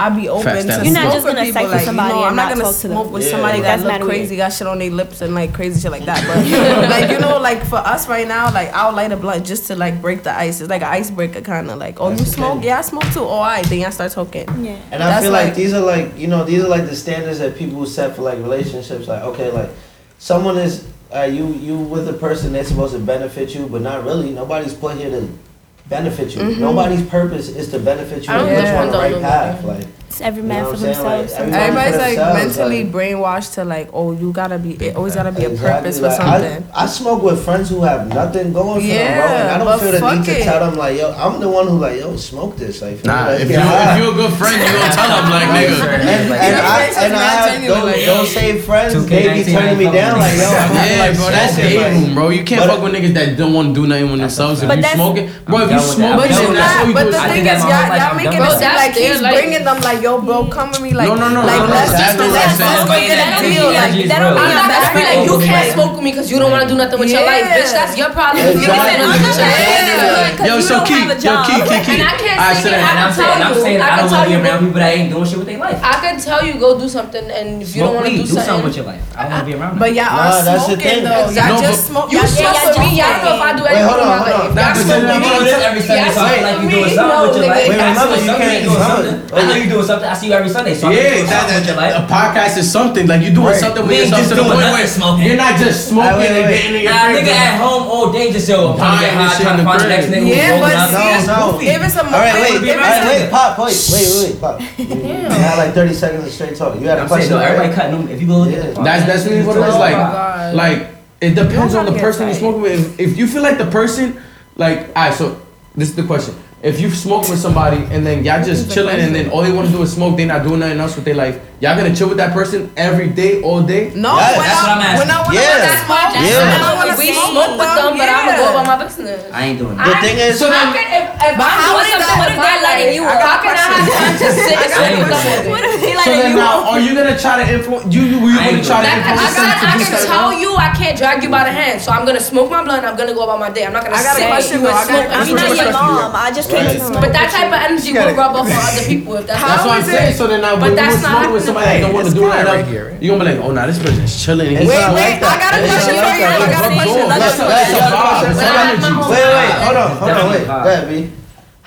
H: I'd be open
F: Facts,
H: to
F: that's
H: smoke
F: You're
E: not just
H: with
E: gonna
H: people.
E: cycle
H: Like, you
E: somebody
H: know, I'm
E: and
H: not
E: not
H: gonna
E: talk to them.
H: smoke with
E: Yeah.
H: somebody that
E: That's
H: look
E: mad weird.
H: crazy, got shit on their lips and like crazy shit like that. But like you know, like for us right now, like I'll light a blunt just to like break the ice. It's like an icebreaker kind of like, oh, you
D: That's okay.
H: smoke? Yeah, I smoke too. Oh, I then I start talking.
E: Yeah.
D: And I
H: That's
D: feel like,
H: like-
D: these are like you know these are like the standards that people set for like relationships. Like okay, like someone is uh, you you with a person they're supposed to benefit you, but not really. Nobody's put here to benefit you.
H: Mhm.
D: Nobody's purpose is to benefit you.
C: I don't
D: and put
C: think
D: you on the
C: I
D: right
C: don't know
D: path. Like
E: It's every
D: You
E: man
D: know
E: for
D: what I'm saying? Like,
E: himself.
D: every
E: sometimes.
D: man-
H: Everybody's like
D: themselves,
H: mentally
D: like-
H: brainwashed to like, oh, you gotta be. It always gotta be a purpose for
D: like, I-
H: something.
D: I, smoke with friends who have nothing going for them, bro, and
H: Yeah,
D: I
H: but
D: don't feel the
H: fuck
D: need to
H: it.
D: tell them like yo, I'm the one who like yo smoke this. Like feel me?
F: nah,
D: Like,
F: if you
D: get high.
F: if you're a good friend, you gonna tell them like, nigga.
D: And, and I, and I have
H: genuine,
D: those,
H: like, yo.
D: those same friends, they be
B: 2K19,
D: turning me
B: I
D: down
B: fuck
D: like,
B: with
D: yo, I'm
F: Yeah,
D: like,
F: bro, that's
D: smoking,
F: game
D: like,
F: room, bro. You can't
D: But-
F: fuck with niggas that don't want to do nothing with themselves. If
E: But
F: you
E: that's-
F: smoking, bro, if
B: I'm
F: you
B: done with that.
F: smoking,
B: I'm
F: then
B: done
F: that's all you
H: But
F: do.
H: the
B: I
F: is-
H: thing
B: think
H: is,
B: that's
H: y'all,
B: my whole life.
H: y'all
B: I'm
H: making
B: done
H: it
B: with
H: seem
B: that.
H: like
C: That's
H: he's
C: their life.
H: bringing them like, yo, bro, come with me, like,
F: No, no, no,
H: like
F: no, no,
H: let's
F: that's
H: just
F: not what I'm
H: let's,
F: saying.
H: let's go get a
C: That's
H: deal.
C: what
H: Like,
F: I'm
H: that don't mean
F: saying.
C: I'm not
H: that's
C: best friend.
H: right.
C: Like, you
H: Like,
C: can't smoke with me because you don't want to do nothing with your
H: Yeah.
C: life, bitch. That's your problem. You
D: Exactly.
C: can't do nothing with your life.
E: Yeah, 'cause
F: Yo,
E: you
F: so
E: don't
F: Key,
E: have a
F: yo,
E: job.
F: Key, Key, Key.
C: And I can't
F: Alright,
C: see
F: so
C: it.
F: then-
C: I
B: And I'm
C: can
B: saying, and I'm
C: tell you.
B: saying, I
C: I can
B: don't want
C: tell
B: to
C: you.
B: be around
C: go-
B: people that ain't doing shit with their life.
C: I can tell you go do something, and if you don't
B: Smoke
C: want to do
B: weed, do something with
C: something,
B: your life. I don't want to be around.
H: But y'all
D: Nah,
H: are
D: that's the
H: smoking
D: thing.
H: though.
F: No,
H: Y'all
F: but-
H: just smoke.
C: you
H: y'all-
C: smoke
H: y'all
C: with
H: just
C: me. Y'all know if I do
D: Wait,
C: anything
D: hold
C: with
D: on,
C: my
D: hold
C: life.
D: on.
F: Nah,
C: Y'all
F: but
C: smoke
F: then I'm
C: with
F: on
C: me.
F: it
B: every Sunday,
C: Y'all
B: so I feel
C: smoke
B: like you
C: with
B: doing
C: me.
B: something with
C: No,
B: your life.
C: nigga.
D: Wait,
B: I
D: remember,
B: see
D: you
B: something
D: can't-
B: doing
D: remember-
B: something. I know you doing something. I see you every Sunday, so I know you
F: Yeah,
B: doing something with your
F: that, a
B: life.
F: podcast is something. Like you doing
D: Right.
F: something
B: We
F: with
B: ain't
F: yourself
B: just
F: to the
B: doing
F: point
B: nothing
F: where
B: smoking.
F: you're not just
D: Ah, wait,
F: smoking and
D: wait.
F: getting in your
B: Nah, nigga
F: crib.
B: at home all day just yo. I'm trying to get
F: Dying and
B: high,
F: shit
B: trying to
F: in the
B: find the next
F: crib.
B: nigga. who
H: Yeah,
B: rolling
H: but
B: out.
H: see,
D: No,
H: that's
D: no.
H: goofy. If it's a
D: All right,
H: if
D: wait,
H: it's
D: all right,
H: a-
D: wait, pop, wait, wait, wait, pop. You you had like 30 seconds of straight talk. You had a
B: I'm saying,
D: question,
B: no, everybody
D: right?
B: cutting them. If you go look at the
F: That's that's really what it is.
B: Oh,
F: Like,
B: my
H: God.
F: like it depends on the
H: Nobody
F: person you're
H: gets
F: smoking with. If, if you feel like the person, like, alright, so this is the question. If you smoke with somebody and then y'all just chilling and then all they want to do is smoke, they not doing nothing else with their life. Y'all gonna chill with that person every day, all day.
D: Yeah,
H: No, when
B: that's
H: I-
B: what I'm asking.
H: When I
D: Yeah.
H: want to
D: Yeah.
H: smoke,
C: We smoke with them, but I'm gonna go about my business.
B: I ain't doing
D: The
B: that.
D: thing is,
F: So
C: How
F: then,
C: can if, if
H: But
C: I'm
H: how
C: doing
H: is
C: something
H: that
C: with
H: my
C: my life and you,
H: life? I got
C: how can I have time
H: questions.
C: to sit and
B: I
C: smoke
B: got
C: with
B: questions.
C: somebody?
E: What if he like
F: so then
E: you?
F: now, are you gonna try to influence? You
B: I
F: you, you
B: ain't
F: gonna try
B: doing that.
F: to
C: That, I,
F: influence
C: got,
F: them
C: I
F: to do
C: can
F: something?
C: tell you I can't drag you by the hand, so I'm gonna smoke my blunt. I'm gonna go about my day. I'm not gonna
H: I got a
C: sit
H: question,
C: you
H: though. I
C: and
H: got a
C: smoke. and
E: I'm
C: be
E: not
C: like-
E: your mom. I just came to smoke.
C: But that
E: with you.
C: type of energy will rub off on other people if that's
F: That's
H: How
F: what I'm
H: is
F: saying.
H: it-
F: So then now,
C: But
F: when you
C: that's not
F: were smoking with
C: happening.
F: somebody that don't want to do nothing
I: right
F: else,
I: here, right?
F: you gonna be like, oh nah, this person's chilling.
D: It's
F: He's
H: Wait,
D: not
F: chilling.
D: like
H: wait, I
D: that.
H: got a
D: It's
H: question
D: not
H: for
D: like
H: you.
D: that.
H: I got a
F: Let's
H: question.
F: go.
H: Let's
F: Let's
H: go.
F: let's survive. It's
D: Wait,
F: energy.
D: Wait, wait, hold on, hold on, wait. Go ahead, B.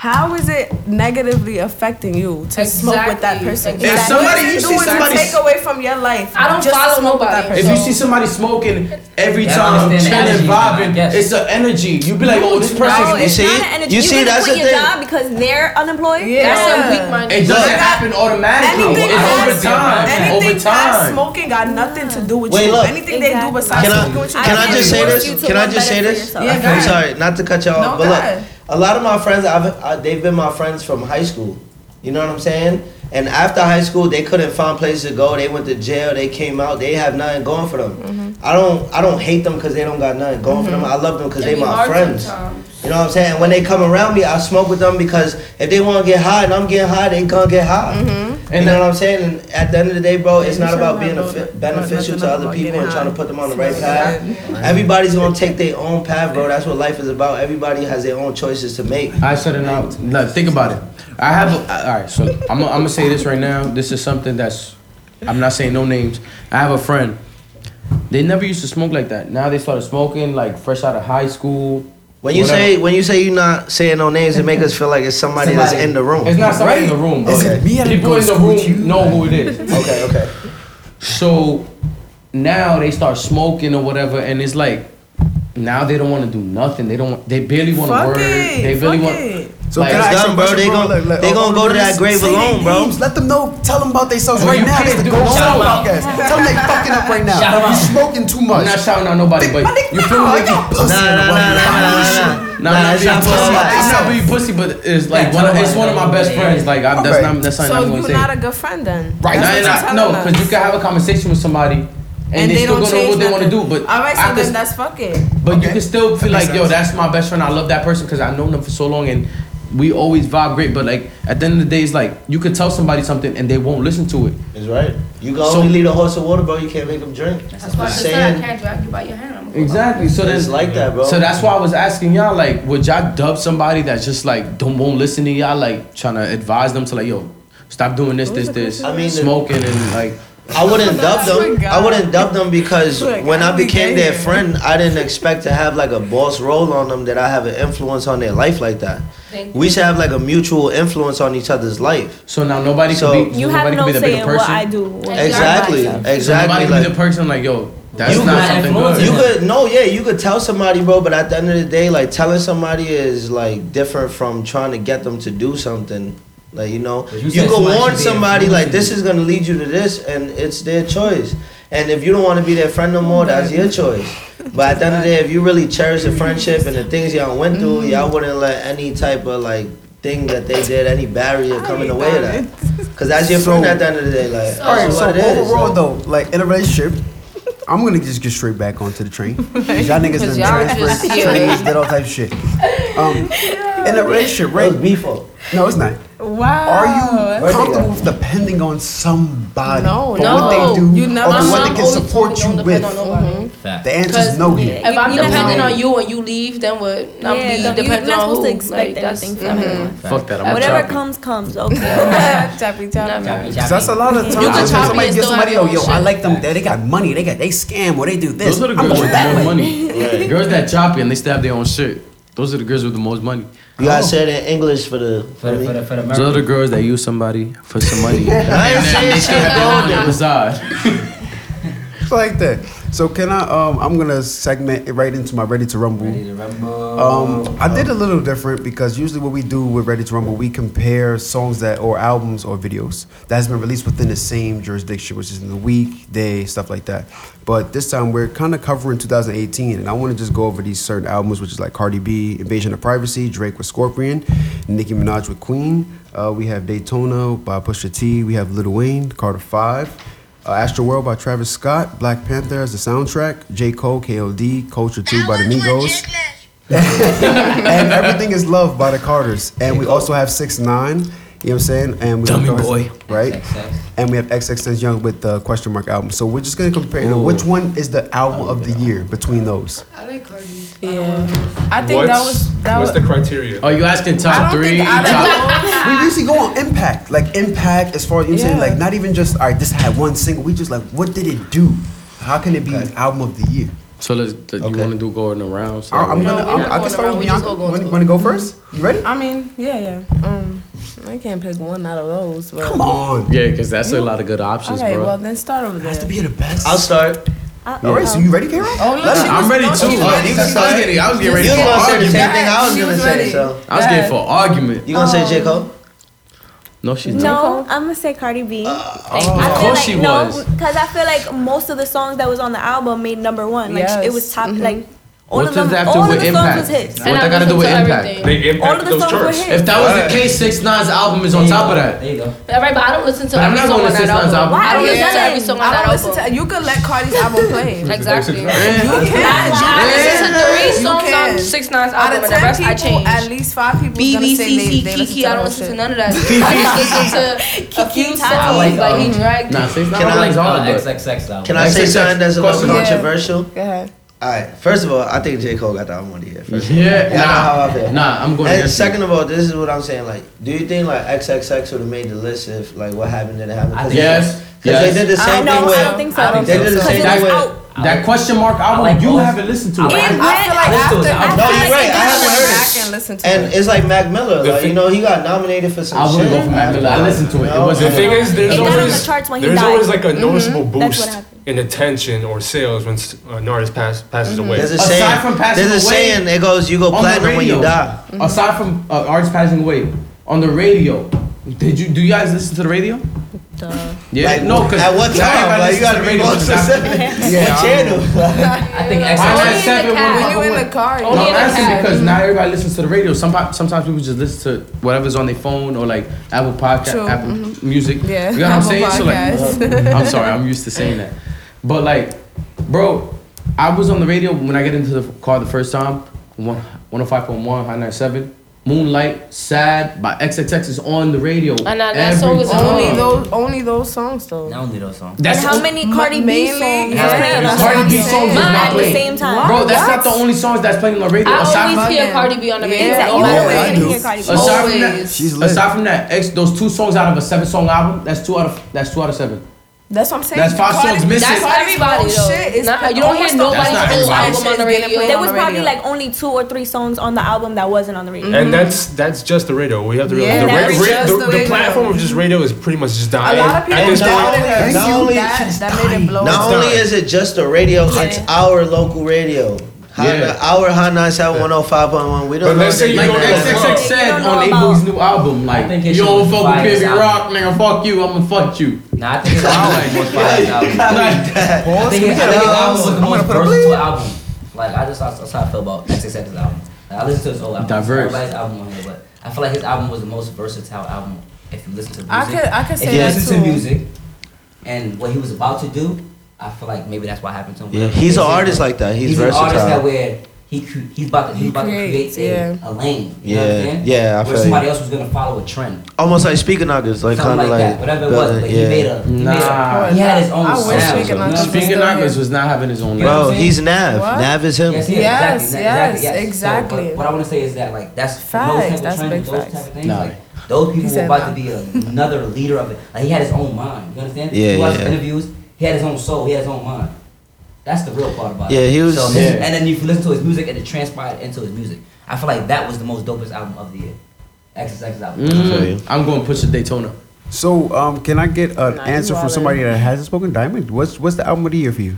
H: How is it negatively affecting you to smoke with that
C: Exactly.
H: person?
C: If
F: somebody-
H: what is
F: you
H: it
F: see
H: doing
F: somebody-
H: to take away from your life?
C: I don't
H: just to
C: follow
H: smoke with that
C: nobody.
F: If
H: person?
F: you see somebody smoking every
B: Yeah, I
F: time,
B: understand the
F: chilling,
B: energy,
F: vibing,
B: I guess.
F: it's the energy. You be like, oh, this
E: No,
F: person's.
E: it's
D: see?
E: not an energy.
D: You
E: You
D: see,
E: gonna
D: that's
E: quit
D: the
E: your
D: thing.
E: job because they're unemployed.
H: Yeah.
C: That's a weak minded.
F: It doesn't
H: Look,
F: happen automatically.
H: Anything
F: It's over
H: past,
F: time.
H: anything
F: Over
H: past
F: time.
H: smoking got nothing to do with
D: Wait,
H: you.
D: look.
H: anything they do
E: Exactly.
H: besides
D: Can I,
H: smoking with you.
D: can
H: got
D: I just
H: nothing
D: say
H: to do
D: this?
H: with you.
D: Can I just say
E: better for
D: this?
E: yourself.
H: Yeah, go
D: I'm
H: ahead.
D: sorry, not to cut you
H: No,
D: off, but
H: go
D: look,
H: ahead.
D: a lot of my friends, I've, I, they've been my friends from high school. You know what I'm saying? And
H: Mm-hmm.
D: after high school, they couldn't find places to go. They went to jail. They came out. They have nothing going for them. I don't I don't hate them because they don't got nothing going for them. I love them because
C: It
D: they
C: be
D: my
C: hard
D: friends.
C: sometimes.
D: You know what I'm saying? And when they come around me, I smoke with them because if they want to get high and I'm getting high, they gonna get high.
H: Mm-hmm.
D: You know what I'm saying? And at the end of the day, bro, it's not about being a fi- beneficial to other people and trying to put them on the right path. Everybody's gonna take their own path, bro. That's what life is about. Everybody has their own choices to make.
F: I said it out. No, think about it. I have. A, all right, so I'm. gonna- I'm gonna say this right now. This is something that's. I'm not saying no names. I have a friend. They never used to smoke like that. Now they started smoking like fresh out of high school.
D: When you say when you say you're not saying no names, it makes us feel like it's somebody, that's
F: Somebody.
D: in the room.
F: It's not somebody in the room. Bro. People in the room know who it is. okay, okay. So now they start smoking or whatever, and it's like now they don't want to do nothing. They don't. want- They barely want to
D: Fuck
F: work.
D: it,
F: They barely
D: fuck
F: want.
D: it. So can I ask you a question, bro? Like- like, oh, oh, just say their names.
A: Let them know. Tell them about themselves
F: Oh,
A: right
F: you
A: now. This
F: can't
A: the
F: do
A: Go
F: no
A: Shout
F: shout-out.
A: podcast. Tell them they fucking up right now.
F: Shout 'em
A: you
F: out.
A: smoking too much.
F: I'm not shouting out nobody, but you feel me?
A: pussy Nah, in the nah, nah, nah,
F: Nah,
A: Nah,
F: I'm not
A: it's
F: being
A: not
F: pussy.
A: pussy.
F: I'm not being pussy, but it's like one. Of, it's one of my best friends. Like I, that's not. That's something
H: so
F: I'm gonna
H: you're
F: say.
H: not a good friend then.
F: Right.
H: That's what
F: Nah,
H: you're
F: nah,
H: telling
F: no,
H: us.
F: because you can have a conversation with somebody, and, they, still gonna know what they want to do. But
H: all right, so
F: I
H: then
F: could-
H: that's fuck it.
F: but you can still feel
H: makes
F: like, yo,
H: sense.
F: that's my best friend. I love that person because I've known them for so long, and we always vibe great. But like at the end of the day, it's like you could tell somebody something and they won't listen to it.
D: That's right. You can
F: So-
D: only lead a horse to water, bro. You can't make him drink.
C: That's why I just said I can't drag you by your hand. I'm gonna go
F: Exactly. So
D: It's
F: that's
D: like that, bro.
F: So that's why I was asking y'all, like, would y'all dub somebody that's just like don't won't listen to y'all, like trying to advise them to like, yo, stop doing this, this, this,
D: I mean, the-
F: smoking and like.
D: I wouldn't dub them. I wouldn't dub them because
F: Look,
D: when
F: I
D: I
F: don't think
D: became
F: they
D: their
F: hear.
D: friend, I didn't expect to have like a boss role on them that I have an influence on their life like that.
E: Thank
D: We
E: you.
D: should have like a mutual influence on each other's life.
F: So now nobody
D: so,
F: could be. nobody could be the bigger person.
D: Exactly, exactly.
F: Nobody could be the person like, yo, that's
D: you
F: not
D: could-
F: something good.
D: You could no, yeah, you could tell somebody, bro, but at the end of the day, like telling somebody is like different from trying to get them to do something. Like you know,
B: But you
D: you,
B: said
D: could
B: somebody
D: warn
B: should be
D: somebody like
B: influencing
D: this
B: you.
D: is gonna lead you to this, and it's their choice. And if you don't want to be their friend no more, that's your choice. But at the end of the day, if you really cherish the friendship and the things y'all went through, y'all wouldn't let any type of like thing that they did, any barrier come in the way of that. Cause that's your friend at the end of the day. Like,
A: All right,
D: that's
A: so
D: Oh, what it is.
A: overall though, like in a relationship, I'm gonna just get straight back onto the train. 'Cause Y'all niggas
D: Because
A: done
D: y'all
A: transferred,
D: just- yeah.
A: trains, did all type of shit. Um, in a relationship, right? No, it's not.
H: Wow.
A: Are you comfortable with depending on somebody
H: No,
A: for
H: no.
A: what they do
H: You never-
A: or for
H: My
A: what
H: mom
A: they can
H: always
A: support you
C: depend
A: with?
C: on nobody.
A: The answer is no here.
C: If I'm
A: That's
C: depending
A: wrong.
C: on you and you leave, then what? I'm
E: Yeah,
C: leave,
E: you're
C: depending
E: not
C: on
E: supposed
C: who.
E: to expect
C: like, that's-
E: anything from
C: mhm.
E: everyone.
F: Fuck that. I'm
E: Whatever
F: choppy.
E: comes, comes. Okay.
H: Chappy, chappy.
A: Cause that's a lot of
E: You
A: times.
E: could
A: when
E: chop
A: somebody
E: it,
A: gives
E: still
A: somebody,
E: have
A: oh,
E: your
A: yo,
E: own
A: I
E: shit.
A: like them. They they got money. They got they scam or they do this.
F: Those are the
A: I'm
F: girls
A: going
F: with
A: that
F: the
A: way.
F: most money. Girls that choppy and they still have their own shit. Those are the girls with the most money. Oh.
D: You gotta say it in English for the for, the, for, the, for
F: Those are the girls that use somebody for some money.
D: I ain't saying shit golden.
F: Bizarre.
A: It's like that. So can I? Um, I'm gonna segment it right into my ready to rumble. Ready to rumble. Um, I did a little different because usually what we do with ready to rumble, we compare songs that or albums or videos that has been released within the same jurisdiction, which is in the week, day, stuff like that. But this time we're kind of covering 2018, and I want to just go over these certain albums, which is like Cardi B, Invasion of Privacy, Drake with Scorpion, Nicki Minaj with Queen. Uh, we have Daytona by Pusha T. We have Lil Wayne, Carter Five. Uh, Astro World by Travis Scott, Black Panther as the soundtrack, J. Cole, KOD, Culture 2 by the Migos. and Everything is Love by the Carters. And we also have 6 9 you know what I'm saying? And we
F: Dummy
A: have-
F: Boy.
A: Right? And we have XXX Young with the question mark album. So we're just going to compare
F: Ooh.
A: which one is the album of the year between those.
C: I like Cardi.
H: Yeah. I think that was that was.
I: criteria?
F: Are you asking
H: I
F: top
H: don't
F: three?
H: think I-
F: Top.
A: we usually go on impact. Like impact as far as you know what I'm
F: Yeah.
A: saying, like not even just all right, this had one single. We just like what did it do? How can it be album of the year?
F: So let's. You want to do going around? So
A: I- I'm gonna. I'm, I can start with Bianca. Want to go first? You ready?
H: I mean, yeah, yeah. Um, I can't pick one out of those. But
A: Come on.
F: Yeah, because that's a lot of good
H: All
F: options,
H: right,
F: bro.
H: well then start over there. Has to be
A: the best.
D: I'll start.
A: All right, so you ready, Carol?
H: Oh, yeah, she
F: I'm
H: was-
F: ready
H: no,
F: too.
H: she was
F: I
H: ready.
F: was getting, I was getting ready
D: You
F: for
D: was gonna say the
F: argument.
D: same thing I was
H: She
D: gonna
H: was
D: say.
H: ready.
D: So
F: I was getting for argument.
D: you gonna say J Cole?
F: No, she's not.
E: No, I'm gonna say Cardi
A: Uh,
E: B.
F: Of course she
E: no,
F: was.
E: because I feel like most of the songs that was on the album made number one. Like
H: Yes.
E: it was top. Like
C: All of
F: What
C: them,
F: does that have to
C: all of
F: do
C: the
F: with
C: songs
F: impact?
C: was hits.
F: What that got to do with impact?
I: They
C: All of
I: impact
C: the
I: those
C: songs were
I: charts.
C: hits.
F: If that was the case, Six Nine's album is on top of that.
B: There you go.
C: All right, but I don't listen to
F: But I'm
C: every song
F: not gonna
C: on that
F: listen to his
C: album.
F: album.
C: I don't
F: Why
C: listen to every song on
H: I
C: that
H: don't listen
C: album.
H: to. You could let Cardi's album play.
C: Exactly.
H: You can.
C: I listen to three
H: You
C: songs
H: can.
C: on Six Nine's
H: Out
C: album,
H: of
C: and the
H: ten
C: rest I
H: people,
C: change.
H: at least five people. is gonna say
C: BBCC
H: they- they
C: Kiki, I
H: to
C: don't
H: whole
C: listen to
H: shit.
C: none of that. I just listen to a few songs. Like, he dragged.
F: Nah, Six Nine
D: Can I,
F: album is
D: uh,
F: hard, but
B: XXX though.
D: Can I say
F: XXX
D: something that's a little
F: question? Yeah.
D: controversial?
N: Go ahead.
D: All right. First of all, I think J. Cole got the album of the year. First of all.
F: Yeah,
D: Y'all know
F: nah.
D: how I feel.
F: Nah, I'm going
D: And
F: against you.
D: second of all, this is what I'm saying. Like, do you think like XXX would have made the list if like what happened didn't happen? 'Cause-
F: Yes,
D: Because
F: yes.
D: they did the
F: I
D: same
F: know,
D: thing
F: I
D: with.
F: don't think so. I don't
D: They
F: think
D: did the
F: so.
D: same
F: Because
D: thing with.
F: that's That question mark album, you haven't listened to it.
D: No, you're right. I haven't heard
H: back
D: it.
H: and listen to
D: And
H: it.
D: it's like Mac Miller. Like, you know, he got nominated for some
F: I wouldn't
D: shit.
F: go for Mac Miller. I listened to it. It
D: No.
F: wasn't-
I: The thing is, there's
E: It got on the
I: always
E: charts when he
I: there's
E: died.
I: always like a
D: Mm-hmm.
E: Mhm.
I: noticeable
E: That's what
I: boost in attention or sales when s- an artist pass, passes
F: Mm-hmm.
I: away.
D: There's a saying. there's a saying. It goes, you go
F: on the
D: platinum when you
F: radio,
D: die.
F: Aside from uh, artists passing away, on the radio, did you do you guys listen to the radio? Yeah,
D: Like,
F: no, because
D: at what time? Like, you gotta be more specific. What channel?
H: I
B: think
F: X.
H: When you in the car,
F: No, I'm asking because not everybody listens to the radio. Sometimes, sometimes people just listen to whatever's on their phone or like Apple Podcast,
H: True,
F: Apple
H: mhm.
F: Music.
H: Yeah,
F: you know what I'm
H: Apple
F: saying? So like,
H: Podcast.
F: I'm sorry, I'm used to saying that. But like, bro, I was on the radio when I get into the car the first time. One, 105.1, 997. Moonlight, Sad by XXX is on the radio.
H: And that,
F: every
H: song is
F: time.
H: only those only those songs though.
B: Not only those songs.
F: That's
H: how
F: o-
H: many Cardi B
E: mainly-
H: songs?
F: Yeah. Cardi B songs is not playing. Bro, that's not the only songs that's playing on the radio.
C: I
F: aside
C: always
F: from-
C: hear Cardi B on the radio.
E: Exactly. You always gonna hear Cardi B.
F: Aside from that,
E: Always.
F: aside from that, X, those two songs out of a seven song album, that's two out of that's two out of seven.
H: That's what I'm saying.
F: That's five
H: Cardi-
F: songs missing.
H: That's
F: Cardi
H: everybody
F: B's
H: though.
F: whole
H: Shit is
C: Not- you don't hear
H: almost
C: nobody's
H: all
F: whole
H: songs
F: album
H: is
C: on the
H: getting
C: radio.
H: played
E: There
H: on
E: was
H: the
E: probably
H: radio.
E: like only two or three songs on the album that wasn't on the radio.
I: And that's that's just the radio. We have to realize
E: Mm-hmm. Yeah,
I: the, ra-
E: that's
I: ra-
E: just
I: the,
E: the
I: the
E: radio.
I: platform of just radio is pretty much just dying. At this
D: not
I: point,
D: only, not only, not only is it just the radio, it's our local radio. How,
F: Yeah.
D: Our Hot 97 105.1. We don't
F: But
D: know
F: let's say you
D: that
F: go to XXX said on A Boogie's new album, like,
D: think
F: you
D: it
F: don't
D: should be
F: fuck
D: fire
F: with Baby
D: album.
F: Rock, nigga, fuck you, I'ma fuck you.
B: Nah, I think it's I think
F: Like
B: his album was the
F: that.
B: most versatile album. Like I just that's, that's how I feel about XXX's album. Like, I listened to his whole album.
F: Diverse.
B: Everybody's album on here, but I feel like his album was the most versatile album. If you listen to music,
H: I could- I could
B: if
H: say
B: you
H: that
B: listen
H: too.
B: to music, and what he was about to do, I feel like maybe that's what happened to him.
D: Yeah, he's an artist like that. He's
B: an artist
D: versatile.
B: that where he cre- he's about to he's about
H: creates,
B: to create
H: yeah.
B: a, a lane. You know what
D: Yeah,
B: I'm saying?
D: yeah, I
B: where
D: feel you.
B: somebody else was gonna follow a trend.
D: Almost like speaker knockers, like kind
B: Something
D: of
B: like,
D: like,
B: that, whatever it was. But he
D: yeah.
B: made a, he made a he had his own
H: I wish
B: sound.
H: Speaking
B: you know what I'm saying?
F: Speaking Knockers was not having his own
B: You know what
D: Bro,
B: I'm saying?
D: he's Nav.
B: What?
D: Nav is him.
B: Yes, yeah,
H: Yes,
B: exactly,
H: yes,
B: exactly, yes. So,
H: exactly.
B: but what I want to say is that like that's
H: Facts,
B: Those type
H: that's
B: of trends,
H: big
B: those
H: facts.
B: Type of things,
F: Nah.
B: like, those people were
H: said
B: about to be another leader of it. Like he had his own mind. You understand?
D: Yeah,
B: He watched
D: yeah.
B: interviews. He had his own soul. He had his own mind. That's the real part about it.
D: Yeah, he was-
B: So,
D: Yeah.
B: And then you listen to his music, and it transpired into his music. I feel like that was the most dopest album of the year. XXX album.
D: Mm-hmm.
F: Mm, I'm going to push the Daytona.
A: So, um, can I get an
B: Nah, you
A: answer from
B: wildin'.
A: somebody that hasn't spoken Diamond? What's what's the album of the year for you?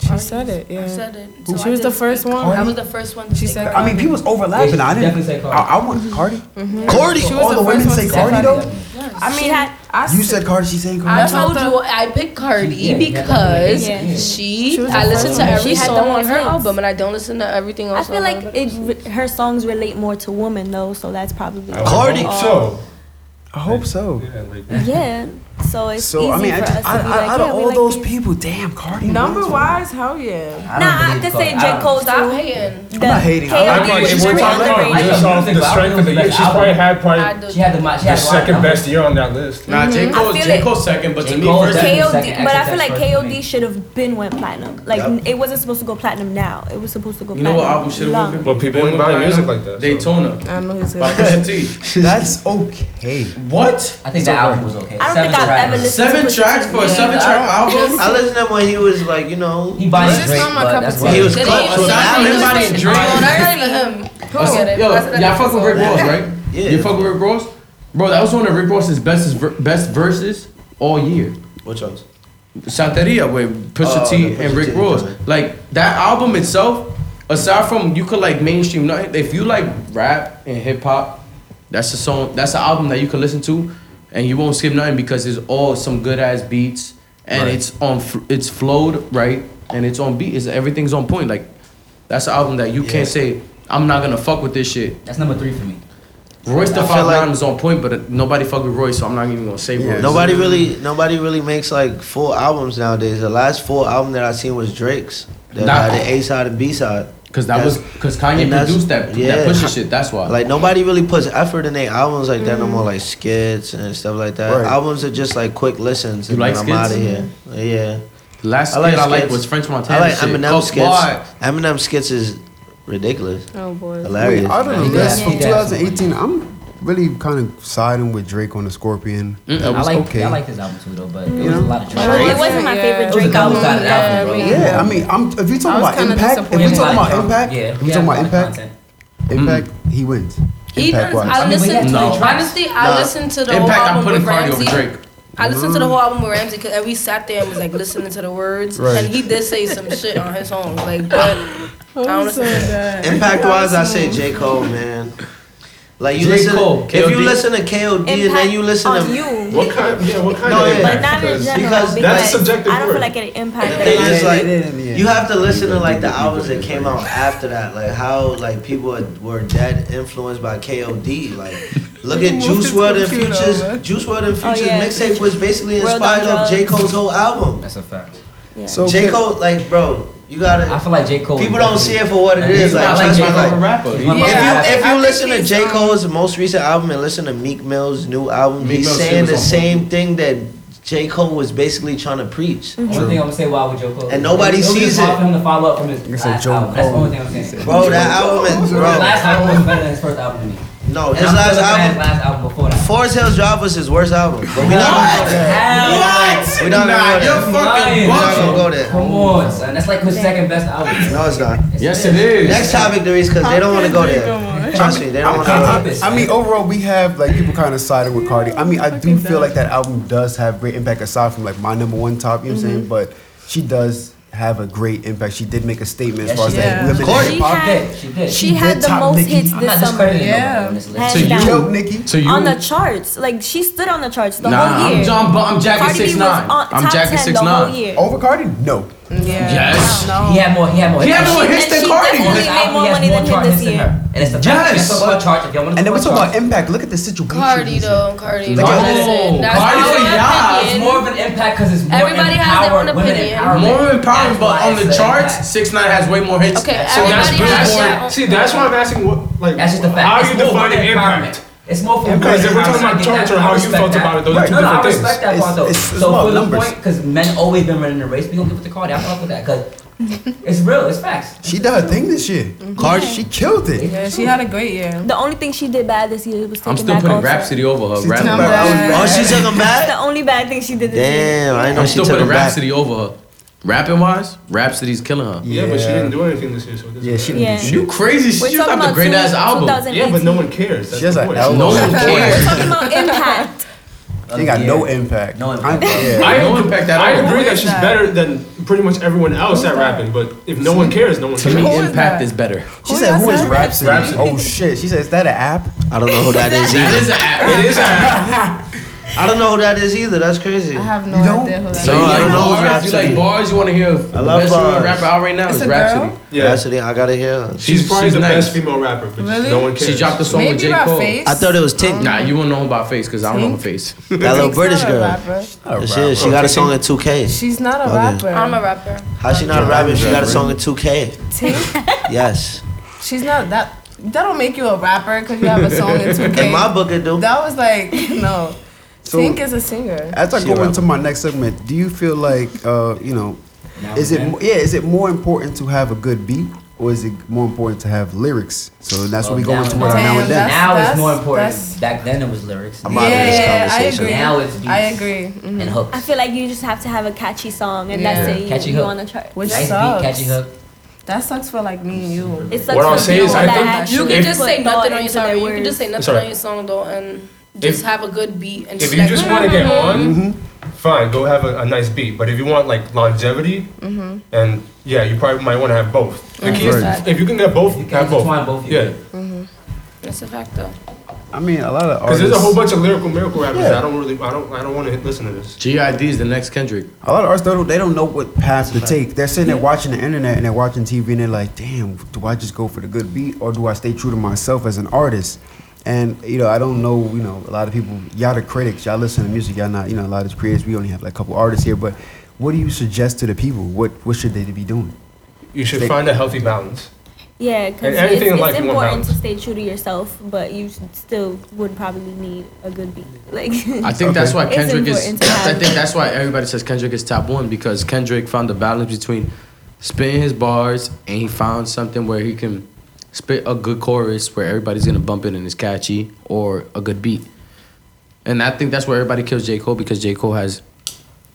H: She said it. Yeah.
C: I said it.
H: She
C: So I
H: was the
C: did
H: first
C: speak
H: one.
C: Cardi. I was the first one. To
H: She
C: speak
H: said
C: Cardi.
A: I mean, people's overlapping. I didn't.
B: definitely say Cardi.
A: I, I want Cardi.
H: Cardi?
A: She
H: Mm-hmm. She was
A: was all
H: the
A: the,
H: first
A: women
H: one
A: say
H: to say
A: Cardi
H: Cardi.
A: though.
H: I mean, I
A: You said Cardi. She saying
C: I
A: Cardi.
C: told you I picked Cardi
A: Yeah, yeah,
C: because
A: yeah.
C: she.
E: She was
C: I
E: the
C: listen
E: first
C: to
E: one.
C: every
E: She had the
C: song on
E: most
C: her
E: hits.
C: album, and I don't listen to everything
E: I
C: else.
E: feel
C: on
E: like
C: her album.
E: it, re- her songs relate more to women though, so that's probably
A: Cardi.
E: Oh.
A: So. I hope so.
E: Yeah, so it's
A: So I
E: easy
A: mean, I
E: for
A: just,
E: us to
A: I,
E: be
A: I,
E: like,
A: out
E: yeah,
A: of
E: we
A: all
E: like
A: those
E: these-
A: people, damn, Cardi.
H: Number
A: wins.
H: wise, hell yeah.
A: I don't
E: Nah, I
A: believe
E: could
A: Cardi.
E: say
A: I
E: J
A: don't-
E: Cole.
C: Stop hating.
E: I'm
A: not hating. I-
I: I'm like, if we're talking about just off the strength of the year, she's probably had probably
B: She had the mind. She
I: the
B: had the
I: second best year on that list.
F: Nah, J.
E: Mhm.
F: Cole's,
E: I feel
F: J.
E: it.
F: Cole's second, but
B: J.
F: to me,
B: Cole's
F: first.
B: second.
E: KOD, but I feel like
B: Second exercise
E: KOD should have been went platinum. Like
F: Yep.
E: it wasn't supposed to go platinum now. It was supposed to go.
F: You know what
E: platinum
F: album should have
E: long.
F: been?
I: But people wouldn't buy music like that, so.
F: Daytona.
E: Um,
H: I know he's
F: By Pusha T.
A: That's okay.
F: What?
B: I think the album was okay.
E: I don't think I've ever listened
F: Seven
E: to Pusha
F: tracks
E: T.
F: for a seven-track album?
D: I listened to him when he was like, you know, he
B: buys It's just Drake, not my but cup of that's why- tea.
D: He was
B: It
D: close
B: ain't-
D: to
B: it's
D: the
B: not
D: album.
B: even
F: Everybody in Drake.
C: Oh, that's not even him. Who
F: That's-
C: said it?
F: Yo,
C: That's another
F: y'all fuck with Rick
C: episode.
F: Ross, right?
D: Yeah.
F: You fuck with Rick Ross? Bro, that was one of Rick Ross's best ver- best verses all year.
D: Which ones?
F: Santeria with Pusha
D: Oh,
F: T
D: the Pusha
F: and Rick
D: T
F: Ross.
D: joint.
F: Like that album itself, aside from you could like mainstream nothing, if you like rap and hip hop, that's a song that's an album that you can listen to and you won't skip nothing because it's all some good ass beats and
I: Right.
F: it's on f- it's flowed right and it's on beat. It's everything's on point. Like
O: That's an album that you can't say I'm not gonna fuck with this shit.
B: That's number three for me.
O: Royce the
D: I feel
O: Five
D: like-
O: Nine is on point, but uh, nobody fuck with Royce, so I'm not even gonna say Royce.
D: Nobody really, nobody really makes like full albums nowadays. The last full album that I seen was Drake's, the,
O: Nah.
D: uh, the A side and B side.
O: Cause that was- 'cause Kanye produced that- that Pusha shit, that's why.
D: Like nobody really puts effort in their albums like that no more, like skits and stuff like that.
O: Right.
D: Albums are just like quick listens.
O: You
D: and
O: like
D: then
O: skits?
D: I'm out of here. Yeah.
O: The last skit I liked was French Montana
D: I like
O: shit.
D: Eminem
O: Coke
D: skits.
O: Boy.
D: Eminem skits is ridiculous.
H: Oh boy.
D: Hilarious.
A: Wait, out of the list from
D: Yeah.
A: 2018, I'm really kind of siding with Drake on the Scorpion.
D: Mm,
A: That
D: I
A: was
D: like-
A: okay.
D: I
B: like this album too, though, but it
A: You
B: was a
A: know?
B: lot of trash. It wasn't my favorite
A: Yeah.
B: Drake It was a album. double-sided album, bro.
A: Yeah, I mean, I'm, if you're
B: I was
A: talking
B: kinda
A: about impact, if you're
B: disappointed.
A: talking
I: um,
A: about
B: Yeah.
A: impact,
B: Yeah.
A: if you're talking about
B: Yeah.
A: impact, impact, he wins.
C: He does.
A: Impact-wise.
C: I listen. Honestly, I
A: Nah.
C: listened to the
A: Impact,
C: whole
A: I'm
C: album
A: putting
C: with
A: Cardi over
C: Ramsey.
A: Drake.
C: I listened to the whole album with Ramsey, 'cause- and we sat there and was like listening to the words,
D: Right.
C: and he did say some shit on his own, like, but I don't listen. to that.
D: Impact wise, I say J Cole, man. Like you
O: J.
D: listen,
O: Cole,
D: if you
O: KOD.
D: listen to KOD and then you listen
E: on
D: to
E: you.
I: What kind? Yeah, what kind
D: No,
I: of
D: yeah.
I: impact?
D: But not in
I: Because-
D: general, Because
E: because
I: that's a subjective
E: I don't
I: word.
E: feel like it impacted.
D: They just
E: my-
D: like you have to listen to like the albums that came out after that, like how like people were dead influenced by K.O.D. Like look at
O: Moved
D: Juice
O: his
D: WRLD and
O: computer
D: Futures.
O: over.
D: Juice WRLD and
O: Oh,
D: Futures
O: yeah.
D: mixtape was basically
O: World on
D: inspired off J
O: Drugs.
D: Cole's whole album.
B: That's a fact.
A: So
D: J
A: can-
D: Cole, like bro, you gotta. I
B: feel like J Cole.
D: People don't see it for what it is. Like,
B: I like
D: trust
B: J.
D: me,
B: Cole
D: like,
B: a rapper.
D: If
B: He's one of my favorites.
D: you if
B: I
D: you
B: think um,
D: listen to J Cole's most recent album and listen to Meek Mill's new album,
B: Meek
D: he's
B: Mill's
D: saying
B: shit
D: the
B: was on
D: same thing that J Cole was basically trying to preach.
B: Only thing I'm gonna say, why would Joe Cole?
D: And nobody
B: it was
D: sees
B: just hard
D: it.
B: for him to follow up from his
D: It's
B: last
D: like Joe
B: album. That's the
D: Cole.
B: only thing I'm saying.
D: Bro, that album is-
B: His
D: bro.
B: last album was better than his first album to me.
D: No,
B: And
D: his
B: I'm
D: last
B: still a fan of
D: album-
B: his last album before that.
D: Forest Hills Drive was his worst album. But we
B: What?
D: not gonna go there.
B: What?
D: We not gonna
B: Nah,
D: go there.
B: you're fucking
D: we not
B: bugging.
D: gonna go there.
B: Come on, son. That's like his second best album.
D: No, it's not.
O: Yes, it is.
D: Next topic, Darius, because they don't want to go there. Trust me, they don't want to go there.
A: I mean, overall, we have like people kind of siding with Cardi. I mean, I do feel like that album does have great impact aside from like my number one top. You know what I'm
C: Mm-hmm.
A: saying? But she does have a great impact. She did make a statement as far as
E: Yeah.
A: that women
E: Cardi-
A: hip hop.
E: She had-
B: She did.
E: She had the
A: top
E: most
A: Nicki.
E: hits
A: I'm
E: this
A: not
E: summer.
A: discrediting nobody
E: Yeah.
A: on
B: this
E: Hands
O: So you-
E: down.
O: Yo, Nicki. So you-
E: on the charts. Like she stood on the charts the
O: Nah,
E: whole
O: I'm
E: year.
O: John Bo- I'm Jagged
E: Cardi B was
O: 6ix9ine.
E: on
O: I'm
E: top
O: Jagged
E: 10 the
O: 6ix9ine.
E: whole year.
A: Over Cardi? No.
O: Yes.
B: He had more. He had more.
O: He had more hits
B: And
O: than
B: she
O: Cardi.
B: definitely
O: He
B: made more
O: has
B: money
O: more
B: than him
O: chart
B: this
O: hits than
B: year.
O: her.
B: And it's the fact.
O: Yes.
B: Yes. about charts. If y'all want to
A: And then we
B: talk
A: talk
B: about charts,
A: about impact. Look at the situation.
C: Cardi though, Cardi.
A: Like,
C: though.
A: oh,
C: Listen, that's
A: Cardi
C: my
A: for y'all.
C: opinion.
B: It's more of an impact because it's more
C: Everybody has their own
B: empowered women
C: opinion.
B: empowerment.
O: More empowerment, but
B: That's why
O: on the
B: it's a-
O: charts, Six Nine has way more hits.
C: Okay,
O: so that's
C: everybody has their
O: Billboard.
C: own- See, that's why
I: I'm asking what like
B: That's just the fact.
I: How
B: It's
I: do you
B: more
I: define
B: women
I: impact?
B: empowerment. It's more for
I: Because if
B: women.
I: we're talking
B: I'm
I: about
B: saying
I: charts
B: that,
I: or
B: I
I: how you
B: respect
I: felt
B: that.
I: about it, those are
B: Right.
I: two
B: no, no,
I: different
B: I respect
I: things.
B: that part though.
I: It's- it's
B: so
I: about
B: for the
I: numbers.
B: point, because men always been running the race, we don't give it to Cardi. I fuck with that because it's real. It's facts.
A: She did her thing this year. Cardi, she killed it.
E: Yeah, she had a great year. The only thing she did bad this year was taking
O: I'm still
E: back
O: putting
E: off.
O: Rhapsody over her. Rhapsody.
E: took back-
D: Oh, she took him back?
E: That's the only bad thing she did this year.
D: Damn, I know
O: I'm
D: she
O: still
D: took
O: putting
D: him back.
O: Rhapsody over her. Rapping wise, Rhapsody's killing her.
I: Yeah, but she didn't do anything this year. So
A: yeah, she
O: didn't do Yeah. shit. You crazy, she
E: We're
O: just
E: talking
O: dropped a
E: about
O: great
E: two-
O: ass album.
E: 2018.
I: Yeah, but no one cares. That's
A: She has
I: the
A: an
I: point.
A: album.
O: No one
E: We're
O: cares.
E: talking about impact.
A: She got no impact. No impact.
I: I,
A: Yeah.
I: agree,
O: at
I: I
O: all.
I: agree
O: Who
I: that
O: is
I: she's
O: that?
I: better than pretty much everyone else at rapping, but if no one cares, no one
O: To
I: cares.
O: me, Impact is better.
A: She said, "Who is
I: that?
A: Rhapsody?"
I: Rhapsody.
A: Oh shit! She said, "Is that an app?"
D: I don't know who that is
O: That
D: either.
O: is an app. It is an app.
D: I don't know who that is either. That's crazy. I
P: have no idea who that
O: So you
D: I
O: like
D: don't know who
O: bars? You
D: Rhapsody.
O: like bars? You want to hear? I
D: love
F: uh,
O: best female
D: bars.
O: rapper out right now
D: It's
O: is
D: a girl?
O: Rhapsody.
D: Yeah. Rhapsody, I gotta hear.
O: She's probably the best
I: female rapper, but
O: Really?
I: no one cares.
O: She dropped a song with J Cole.
D: I thought it was Tink.
O: Nah, you won't know about face because I don't know her face.
D: That little British girl. She, is. she got
F: Oh,
D: a song in 2K.
P: She's not a
D: Okay.
P: rapper.
C: I'm a rapper.
D: How she not a rapper? if She got a song in 2K.
P: Tink?
D: Yes.
P: She's not that. That don't make you a rapper because you have a song in 2K.
D: In my book, it do.
P: That was like no.
A: So-
P: Tink is a singer.
A: As I go into my next segment, do you feel like uh, you know, is it yeah, is it more important to have a good beat or is it more important to have lyrics? So that's
B: Oh,
A: what we go into with our now and then.
B: Now it's more
P: that's-
B: important. Back then it was lyrics.
A: I'm outta this Yeah, I conversation. agree.
B: Now it's beats
P: I agree. Mhm.
B: and hooks.
E: I feel like you just have to have a catchy song, and
P: Yeah.
E: that's it. You,
B: Catchy
E: you
B: hook.
E: on the chart.
P: Which
B: Nice beat,
P: sucks.
B: catchy hook.
P: That sucks for like me and you.
E: It
O: What I'll say is I think
C: You
O: if-
C: can just say nothing on your song. You can
E: words.
C: just say nothing
I: Sorry.
C: on your song though, and just
I: If-
C: have a good beat. And
I: If you
C: like- Mm-hmm.
I: just want to get on, fine, go have a, a nice beat. But if you want like longevity,
C: Mhm.
I: and yeah, you probably might want to have both. The
C: Mhm.
I: key is
C: Right.
I: if you can get both, have both.
B: intertwine both of
I: Yeah,
C: That's a fact though.
A: I mean, a lot of
I: Because
A: artists.
I: there's a whole bunch of lyrical miracle rappers.
A: Yeah.
I: I don't really, I don't, I don't want to listen to this.
F: GID is the next Kendrick.
A: A lot of artists, they don't, they don't know what path to take. They're sitting there watching the internet and they're watching TV and they're like, damn, do I just go for the good beat or do I stay true to myself as an artist? And, you know, I don't know, you know, a lot of people, y'all the critics, y'all listen to music, y'all not, you know, a lot of creators, we only have like a couple artists here, but what do you suggest to the people? What what should they be doing?
I: You should
A: They-
I: find a healthy balance.
E: Yeah,
C: E-,
I: And
E: because it's,
I: everything in
E: it's
I: life you want
E: important
I: balance.
E: to stay true to yourself, but you should still would probably need a good beat. Like
F: I think that's why
E: it's
F: Kendrick is.
E: important to
F: I
E: have-
F: think that's why everybody says Kendrick is top one because Kendrick found the balance between spitting his bars and he found something where he can spit a good chorus where everybody's gonna bump it and it's catchy or a good beat. And I think that's where everybody kills J Cole because J Cole has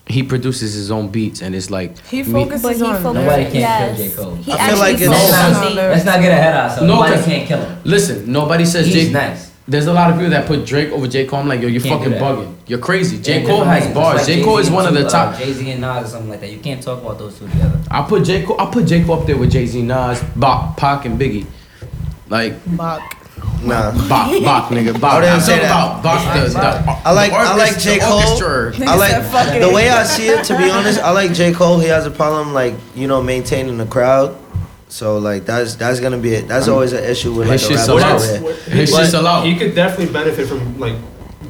F: he produces his own beats and it's like
H: He
F: me-
H: focuses But he on- focuses-
B: Nobody can't
H: Yes.
B: kill J. Cole.
H: He
F: I feel like it's
B: let's, not, let's not get ahead of ourselves. Nobody
F: 'cause-
B: can't kill him.
F: Listen, nobody says
B: He's
F: J.
B: nice.
F: There's a lot of people that put Drake over J. Cole. I'm like, yo, you're
B: Can't do
F: fucking
B: that.
F: bugging. You're crazy. J.
B: Yeah,
F: Cole
B: different
F: has
B: reasons.
F: bars.
B: It's like
F: J. Cole is
B: Jay-Z
F: one of
B: and
F: the
B: two,
F: top.
B: Uh, Jay Z and Nas or something like that. You can't talk about those two together.
F: I put J. Cole. I put J. Cole up there with Jay Z, Nas, Bop, Pac, and Biggie. Like
H: Bach.
F: nah, Bop, Bop, nigga,
D: I
F: Bop.
D: Oh, didn't
F: I'm
D: say that.
F: talking about Bop. The, the,
D: I like
F: the
D: I like
F: orchest-
D: J
F: the
D: Cole.
F: orchestra.
D: I like the way I see it. To be honest, I like J Cole. He has a problem like you know maintaining the crowd. So like that's that's gonna be it. That's always an issue with like
F: His
D: a
F: shit's
D: rapper.
F: allowed.
D: career.
I: He could definitely benefit from like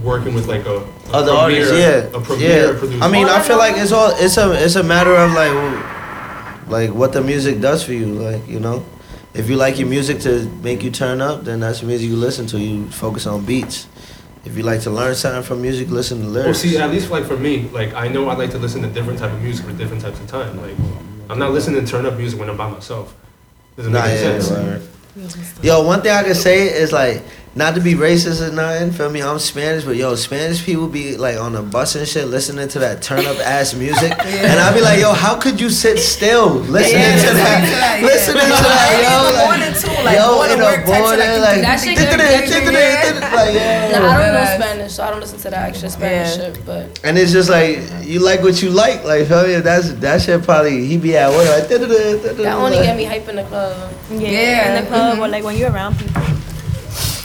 I: working with like a, a
D: Other
I: premier,
D: artists, yeah,
I: a premier
D: yeah.
I: producer.
D: I mean, I feel like it's all it's a it's a matter of like like what the music does for you. Like you know, if you like your music to make you turn up, then that's the music you listen to. You focus on beats. If you like to learn something from music, listen to
I: Well,
D: lyrics.
I: see, at least like for me, like I know I like to listen to different type of music for different types of time. Like I'm not listening to turn up music when I'm by myself. Doesn't
D: Nah,
I: make any
D: yeah,
I: sense.
D: word. Yo, one thing I can say is like, not to be racist or nothing, feel me? I'm Spanish, but yo, Spanish people be like on the bus and shit listening to that turn up ass music. And I'll be like, yo, how could you sit still listening
H: Yeah,
D: to
H: listen to
D: that?
H: that, yeah.
D: Listening to
H: Like,
D: that,
H: in the
D: yo.
H: morning, too, like, going to work type shit, like, that shit
D: "Tick-a-day,
H: good for you,
D: tick-a-day,
H: yeah."
D: tick-a-day," like, yeah.
C: Nah, I don't know Spanish, so I don't listen to that extra Spanish shit. But
D: And it's just like you like what you like, like feel me? That's that shit probably he be at work like "Da-da-da, da-da-da,"
C: that only
D: like-
C: get me hype in the club.
E: yeah, in the club or like when you're around people.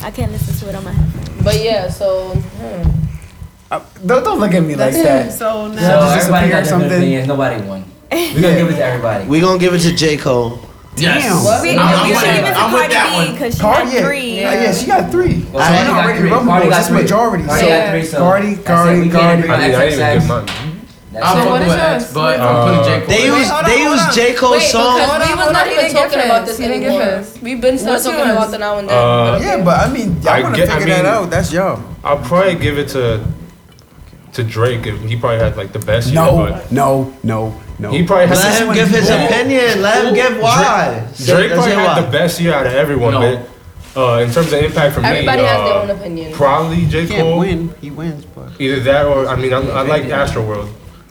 E: I can't listen to it on my headphones.
C: But yeah, so hmm.
Q: Don't, don't look at me like
C: That's
Q: that.
C: him, so
Q: Y'all
C: now-
Q: just
B: So
Q: disappear or
B: everybody got different
Q: something.
B: opinions. Nobody won. We're gonna give it to everybody.
D: We gonna give it to J Cole.
B: Yes. Damn.
Q: Well, we- I'm- we I'm should with- give it to I'm with Cardi
D: that
Q: that
D: one.
Q: B, one. 'cause she got Cardi- yeah. three.
A: Uh,
Q: Yeah, yeah, she got three. Well,
D: I-
Q: Cardi got three. Cardi got three. Cardi got three, so
D: Cardi,
Q: that's it. We
D: Cardi,
Q: can't
D: Cardi.
Q: agree on I mean, I ain't even XXX. good money.
F: I'm
Q: So
F: fucking
Q: what is
F: with
Q: yours?
F: X, but I'm putting J Cole.
D: They use they use J Cole's
C: Wait,
D: song.
C: because we
H: on,
C: was
H: hold
C: not
H: on, he
C: even
H: didn't give
C: talking about
H: his.
C: this
H: He didn't give
C: anymore.
H: his.
C: We've been started
H: What's
C: talking
H: yours?
C: about the now and then.
I: Uh,
C: but okay.
I: Yeah, but I
A: mean,
I: I
A: y'all want to
I: get- I
A: figure that
I: mean-
A: out. That's y'all.
I: I'll probably give it to to Drake. If he probably had like the best
A: No,
I: year, but
A: no, no, no.
I: he probably has.
D: Let him give his opinion. Let him give why.
I: Drake, Drake probably had the best year out of everyone. But uh, in terms of impact for
C: Everybody
I: me,
C: has
I: uh,
C: their own opinion.
I: Probably J
A: He can't
I: Cole.
A: win. He wins, but
I: Either that or I mean I, I like Astroworld.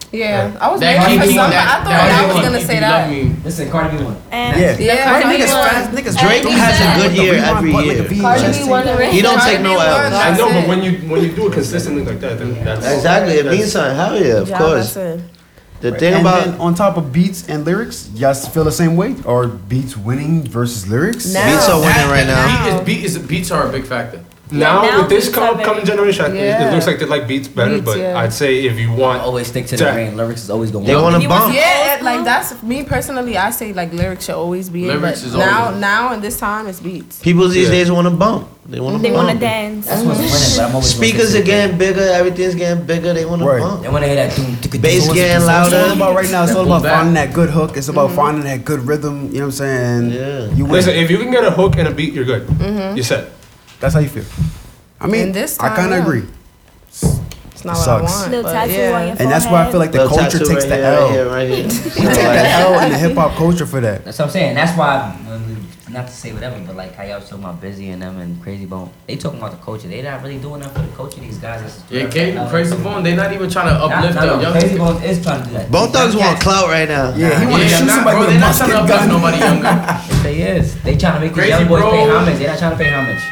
H: Yeah, I was
I: That
H: waiting for
I: Kiki-
H: something. I
I: that-
H: thought
I: that
H: I was
I: Kiki-
H: gonna say
I: Kiki
H: that.
B: Listen, Cardi B won.
H: Yeah. Yeah, Cardi Cardi niggas won. fast, niggas
D: Drake
H: fast.
D: has a good
H: Exactly.
D: year every
I: Like
D: year.
I: a V. Cardi B won the
D: He don't
I: Cardi
D: take no
I: B
D: L's.
I: I know, but when you when you do it consistently like that, then that's
D: Exactly, it means something. Hell yeah, of course. The thing
A: and
D: about-
A: then on top of beats and lyrics, y'all feel the same way? Or beats winning versus lyrics?
F: Beat is, beat is, beats are a big factor.
I: Now, with this come, coming generation, I think it
F: Yeah.
I: looks like they like beats better.
F: Beats,
I: but
F: yeah.
I: I'd say if you want,
B: always stick to
I: the
B: grain. Lyrics is always going.
I: They want
H: He was- yeah, like that's me personally. I say like lyrics should always be it,
D: Lyrics
H: but
D: is
H: now,
D: always-
H: now and this time it's beats.
D: People these days want to bump. They want to.
H: They
D: bump.
H: wanna dance. That's what's
B: winning, but I'm always gonna
D: Speakers
B: say
D: are getting bigger. Everything's getting bigger. They want to bump.
B: They want to hear that.
D: Bass getting
A: It's all
D: louder.
A: about right now. It's all about
D: That
A: finding that good hook. It's
H: Mm-hmm.
A: about finding that good rhythm. You know what I'm saying? Yeah. You
I: listen, if you can get a hook and a beat, you're good.
H: Mhm.
O: Mm-hmm.
I: You set.
A: That's how you feel. I mean,
H: And this
A: I
H: time,
A: kind of
H: yeah.
A: agree.
H: It's not
A: It
H: what
A: sucks.
H: I want.
E: Little
H: but
E: tattoo
H: yeah.
E: on your
A: And that's why I feel like the
D: Little
A: culture
D: tattoo
A: takes
D: right
A: the
D: here,
A: L.
D: right here, right here.
A: They take the L in the hip hop culture for that.
B: That's what I'm saying. That's why, um, not to say whatever, but like how y'all was talking about Busy and them and Crazy Bone, they talking about the culture. They not really doing nothing for the culture. These guys. That's
F: Yeah, Kate, Crazy Bone, they're not even trying to
B: Nah,
F: uplift
B: nah, no,
F: them. Young
B: Crazy Bone is trying to do that.
D: Bone thugs want clout right now.
F: Yeah, he wanna Yeah, shoot nah, somebody bro, with a they're not trying to musket uplift gun. nobody younger.
B: Yes, they is. They trying to make these
I: Crazy
B: young boys pay
I: Bros.
B: homage. They not trying to pay homage.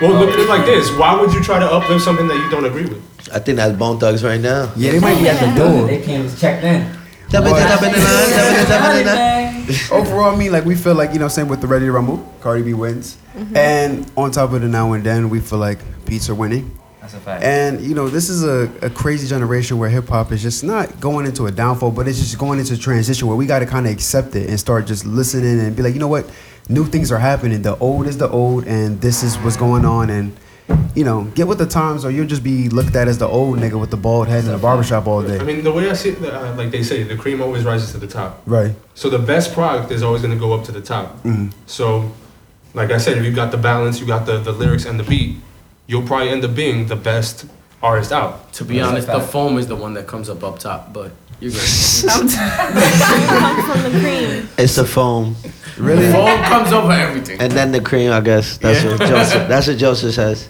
I: Well, look at it like this. Why would you try to uplift something that you don't agree with?
D: I think that's Bone Thugs right now.
A: Yeah, they might be at the door.
B: They came checked in.
D: Tap it, tap it, tap it, tap it, tap it, tap it.
A: overall, I mean, like we feel like you know, what I'm saying with the Ready to Rumble, Cardi B wins,
J: Mhm.
A: and on top of the now and then, we feel like Beats are winning.
J: That's a fact.
A: And you know, this is a, a crazy generation where hip hop is just not going into a downfall, but it's just going into transition where we got to kind of accept it and start just listening and be like, you know what, new things are happening. The old is the old, and this is what's going on. And you know, get with the times, or you'll just be looked at as the old nigga with the bald head in the barbershop all
I: I
A: day.
I: mean, the way I see it, uh, like they say, the cream always rises to the top.
A: Right.
I: So the best product is always going to go up to the top.
A: Mhm.
I: So, like I said, if you got the balance, you got the, the lyrics and the beat, you'll probably end up being the best artist out.
O: To be honest, the foam is the one that comes up up top, but you're
E: Come from the cream.
D: It's the foam.
O: Really? Foam comes over everything.
D: And then the cream, I guess. That's
A: Yeah.
D: what Joseph. That's what Joseph says.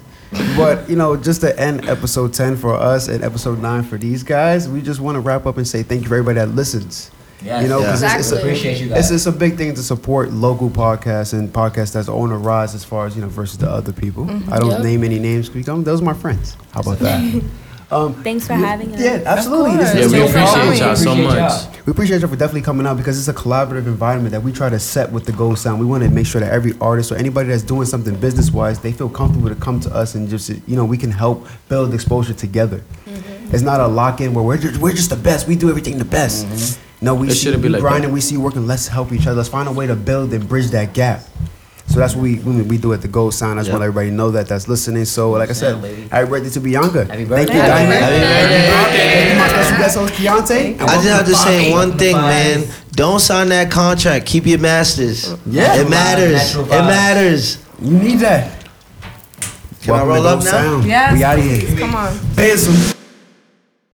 A: But you know, just to end episode ten for us and episode nine for these guys, we just want to wrap up and say thank you for everybody that listens.
J: Yes.
A: you know, 'cause
J: Yes.
A: it's, it's a,
J: Appreciate you guys.
A: It's, it's a big thing to support local podcasts and podcasts that's on the rise as far as you know versus the other people.
E: Mhm.
A: I don't
E: Yep.
A: name any names because um, those are my friends. How about that? Um,
E: Thanks for having us.
A: Yeah, absolutely. This
O: Yeah,
A: is
O: we
A: a-
O: appreciate y'all so Appreciate y'all. much.
A: We appreciate y'all for definitely coming out because it's a collaborative environment that we try to set with the Gold Sound. We want to make sure that every artist or anybody that's doing something business wise, they feel comfortable to come to us and just you know we can help build exposure together.
O: Mm-hmm.
A: It's not a lock in where we're just, we're just the best. We do everything the best. No, we
O: Mm-hmm. It
A: see,
O: shouldn't
A: we
O: be like
A: grinding.
O: that.
A: We see you working. Let's help each other. Let's find a way to build and bridge that gap. So that's what we we, we do at the Gold Sound. I just want everybody to know that that's listening. So like I said, happy birthday to Bianca. Happy birthday. Thank you,
D: Happy
A: Diamond.
D: birthday.
A: Thank you, my special guest host, Keontae. And
D: I just
A: welcome
D: have to say
A: Bobby.
D: one thing, man. Don't sign that contract. Keep your masters.
A: Yeah.
D: it matters.
A: Natural
D: It
A: vibes.
D: matters.
A: You need that.
D: Can I
A: Welcome to
D: roll up
A: Gold
D: now?
A: Sound. We out here.
H: Come on.
A: Benson.